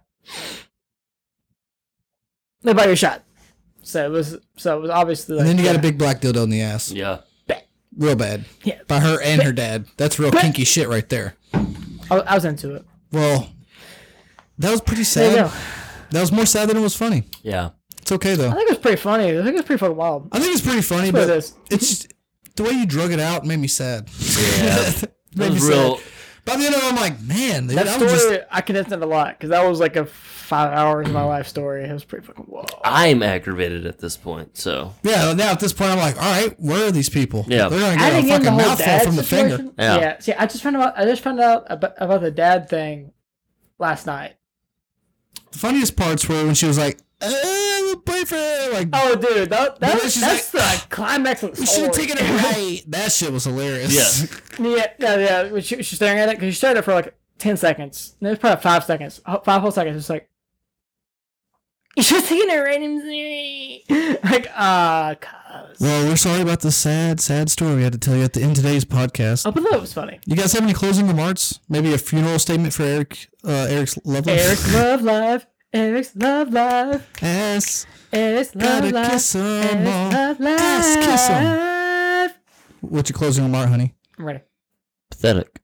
[SPEAKER 3] They bought your shot. So it was, so it was obviously. Like,
[SPEAKER 2] And then you got
[SPEAKER 3] yeah.
[SPEAKER 2] a big black dildo in the ass,
[SPEAKER 4] Yeah.
[SPEAKER 2] real bad,
[SPEAKER 3] Yeah.
[SPEAKER 2] by her and her dad. That's real kinky shit right there.
[SPEAKER 3] I, I was into it.
[SPEAKER 2] Well, that was pretty sad.
[SPEAKER 3] There you go.
[SPEAKER 2] That was more sad than it was funny.
[SPEAKER 4] Yeah.
[SPEAKER 2] It's okay though.
[SPEAKER 3] I think it was pretty funny. I think it was pretty fucking wild.
[SPEAKER 2] I think it's pretty funny,
[SPEAKER 3] Look
[SPEAKER 2] but
[SPEAKER 3] at this.
[SPEAKER 2] it's just- the way you drug it out made me sad. [LAUGHS]
[SPEAKER 4] Yeah.
[SPEAKER 2] made me
[SPEAKER 4] was real-
[SPEAKER 2] sad. By the end of it, I'm like, man, dude,
[SPEAKER 3] That
[SPEAKER 2] I
[SPEAKER 3] story,
[SPEAKER 2] was just
[SPEAKER 3] I condensed it a lot because that was like a five hours of my life story. It was pretty fucking wild.
[SPEAKER 4] I'm aggravated at this point, so
[SPEAKER 2] yeah. Now at this point, I'm like, all right, where are these people?
[SPEAKER 4] Yeah.
[SPEAKER 2] they're gonna
[SPEAKER 3] I
[SPEAKER 2] get a
[SPEAKER 3] didn't get the
[SPEAKER 2] fucking
[SPEAKER 3] whole
[SPEAKER 2] mouthful
[SPEAKER 3] dad
[SPEAKER 2] from the
[SPEAKER 3] situation.
[SPEAKER 2] finger.
[SPEAKER 4] Yeah.
[SPEAKER 3] See, I just found out. I just found out about, about the dad thing last night.
[SPEAKER 2] The funniest parts were when she was like, oh, boyfriend. Like,
[SPEAKER 3] Oh, dude, that, that
[SPEAKER 2] Boy, she's
[SPEAKER 3] that's the climax of the
[SPEAKER 2] we should have
[SPEAKER 3] story.
[SPEAKER 2] taken it right. That shit was hilarious.
[SPEAKER 4] Yeah.
[SPEAKER 3] [LAUGHS] Yeah, yeah, yeah. when She, she's staring at it because she stared at it for like ten seconds. No, it's probably five seconds, Ho- five whole seconds. It's like [LAUGHS] you're just taking a random theory. [LAUGHS] like, ah, uh, cause
[SPEAKER 2] Well, we're sorry about the sad, sad story we had to tell you at the end of today's podcast.
[SPEAKER 3] oh, but that was [LAUGHS] funny.
[SPEAKER 2] You guys have any closing remarks? Maybe a funeral statement for Eric, uh, Eric's lovely.
[SPEAKER 3] Eric's love life. Eric's love life.
[SPEAKER 2] ass.
[SPEAKER 3] Eric's love
[SPEAKER 2] Gotta
[SPEAKER 3] life.
[SPEAKER 2] kiss 'em
[SPEAKER 3] Eric's
[SPEAKER 2] all.
[SPEAKER 3] love life.
[SPEAKER 2] Just kiss What's your closing remark, honey?
[SPEAKER 3] I'm ready.
[SPEAKER 4] Pathetic.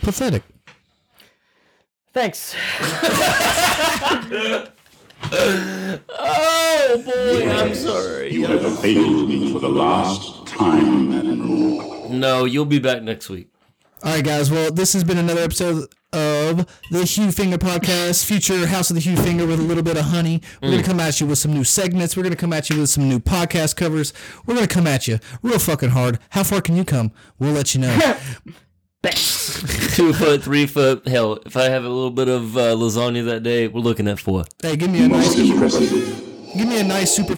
[SPEAKER 2] Pathetic.
[SPEAKER 3] Thanks.
[SPEAKER 4] Oh boy, I'm sorry.
[SPEAKER 12] You have evaded me for the last time, Admiral.
[SPEAKER 4] No, you'll be back next week.
[SPEAKER 2] All right, guys. Well, this has been another episode of the Hugh Finger podcast, future House of the Hugh Finger with a little bit of honey. We're going to come at you with some new segments. We're going to come at you with some new podcast covers. We're going to come at you real fucking hard. How far can you come? We'll let you know.
[SPEAKER 4] Two foot, three foot. Hell, if I have a little bit of uh, lasagna that day, we're looking at four.
[SPEAKER 2] hey, give me a nice,
[SPEAKER 12] Most impressive.
[SPEAKER 2] give me a nice super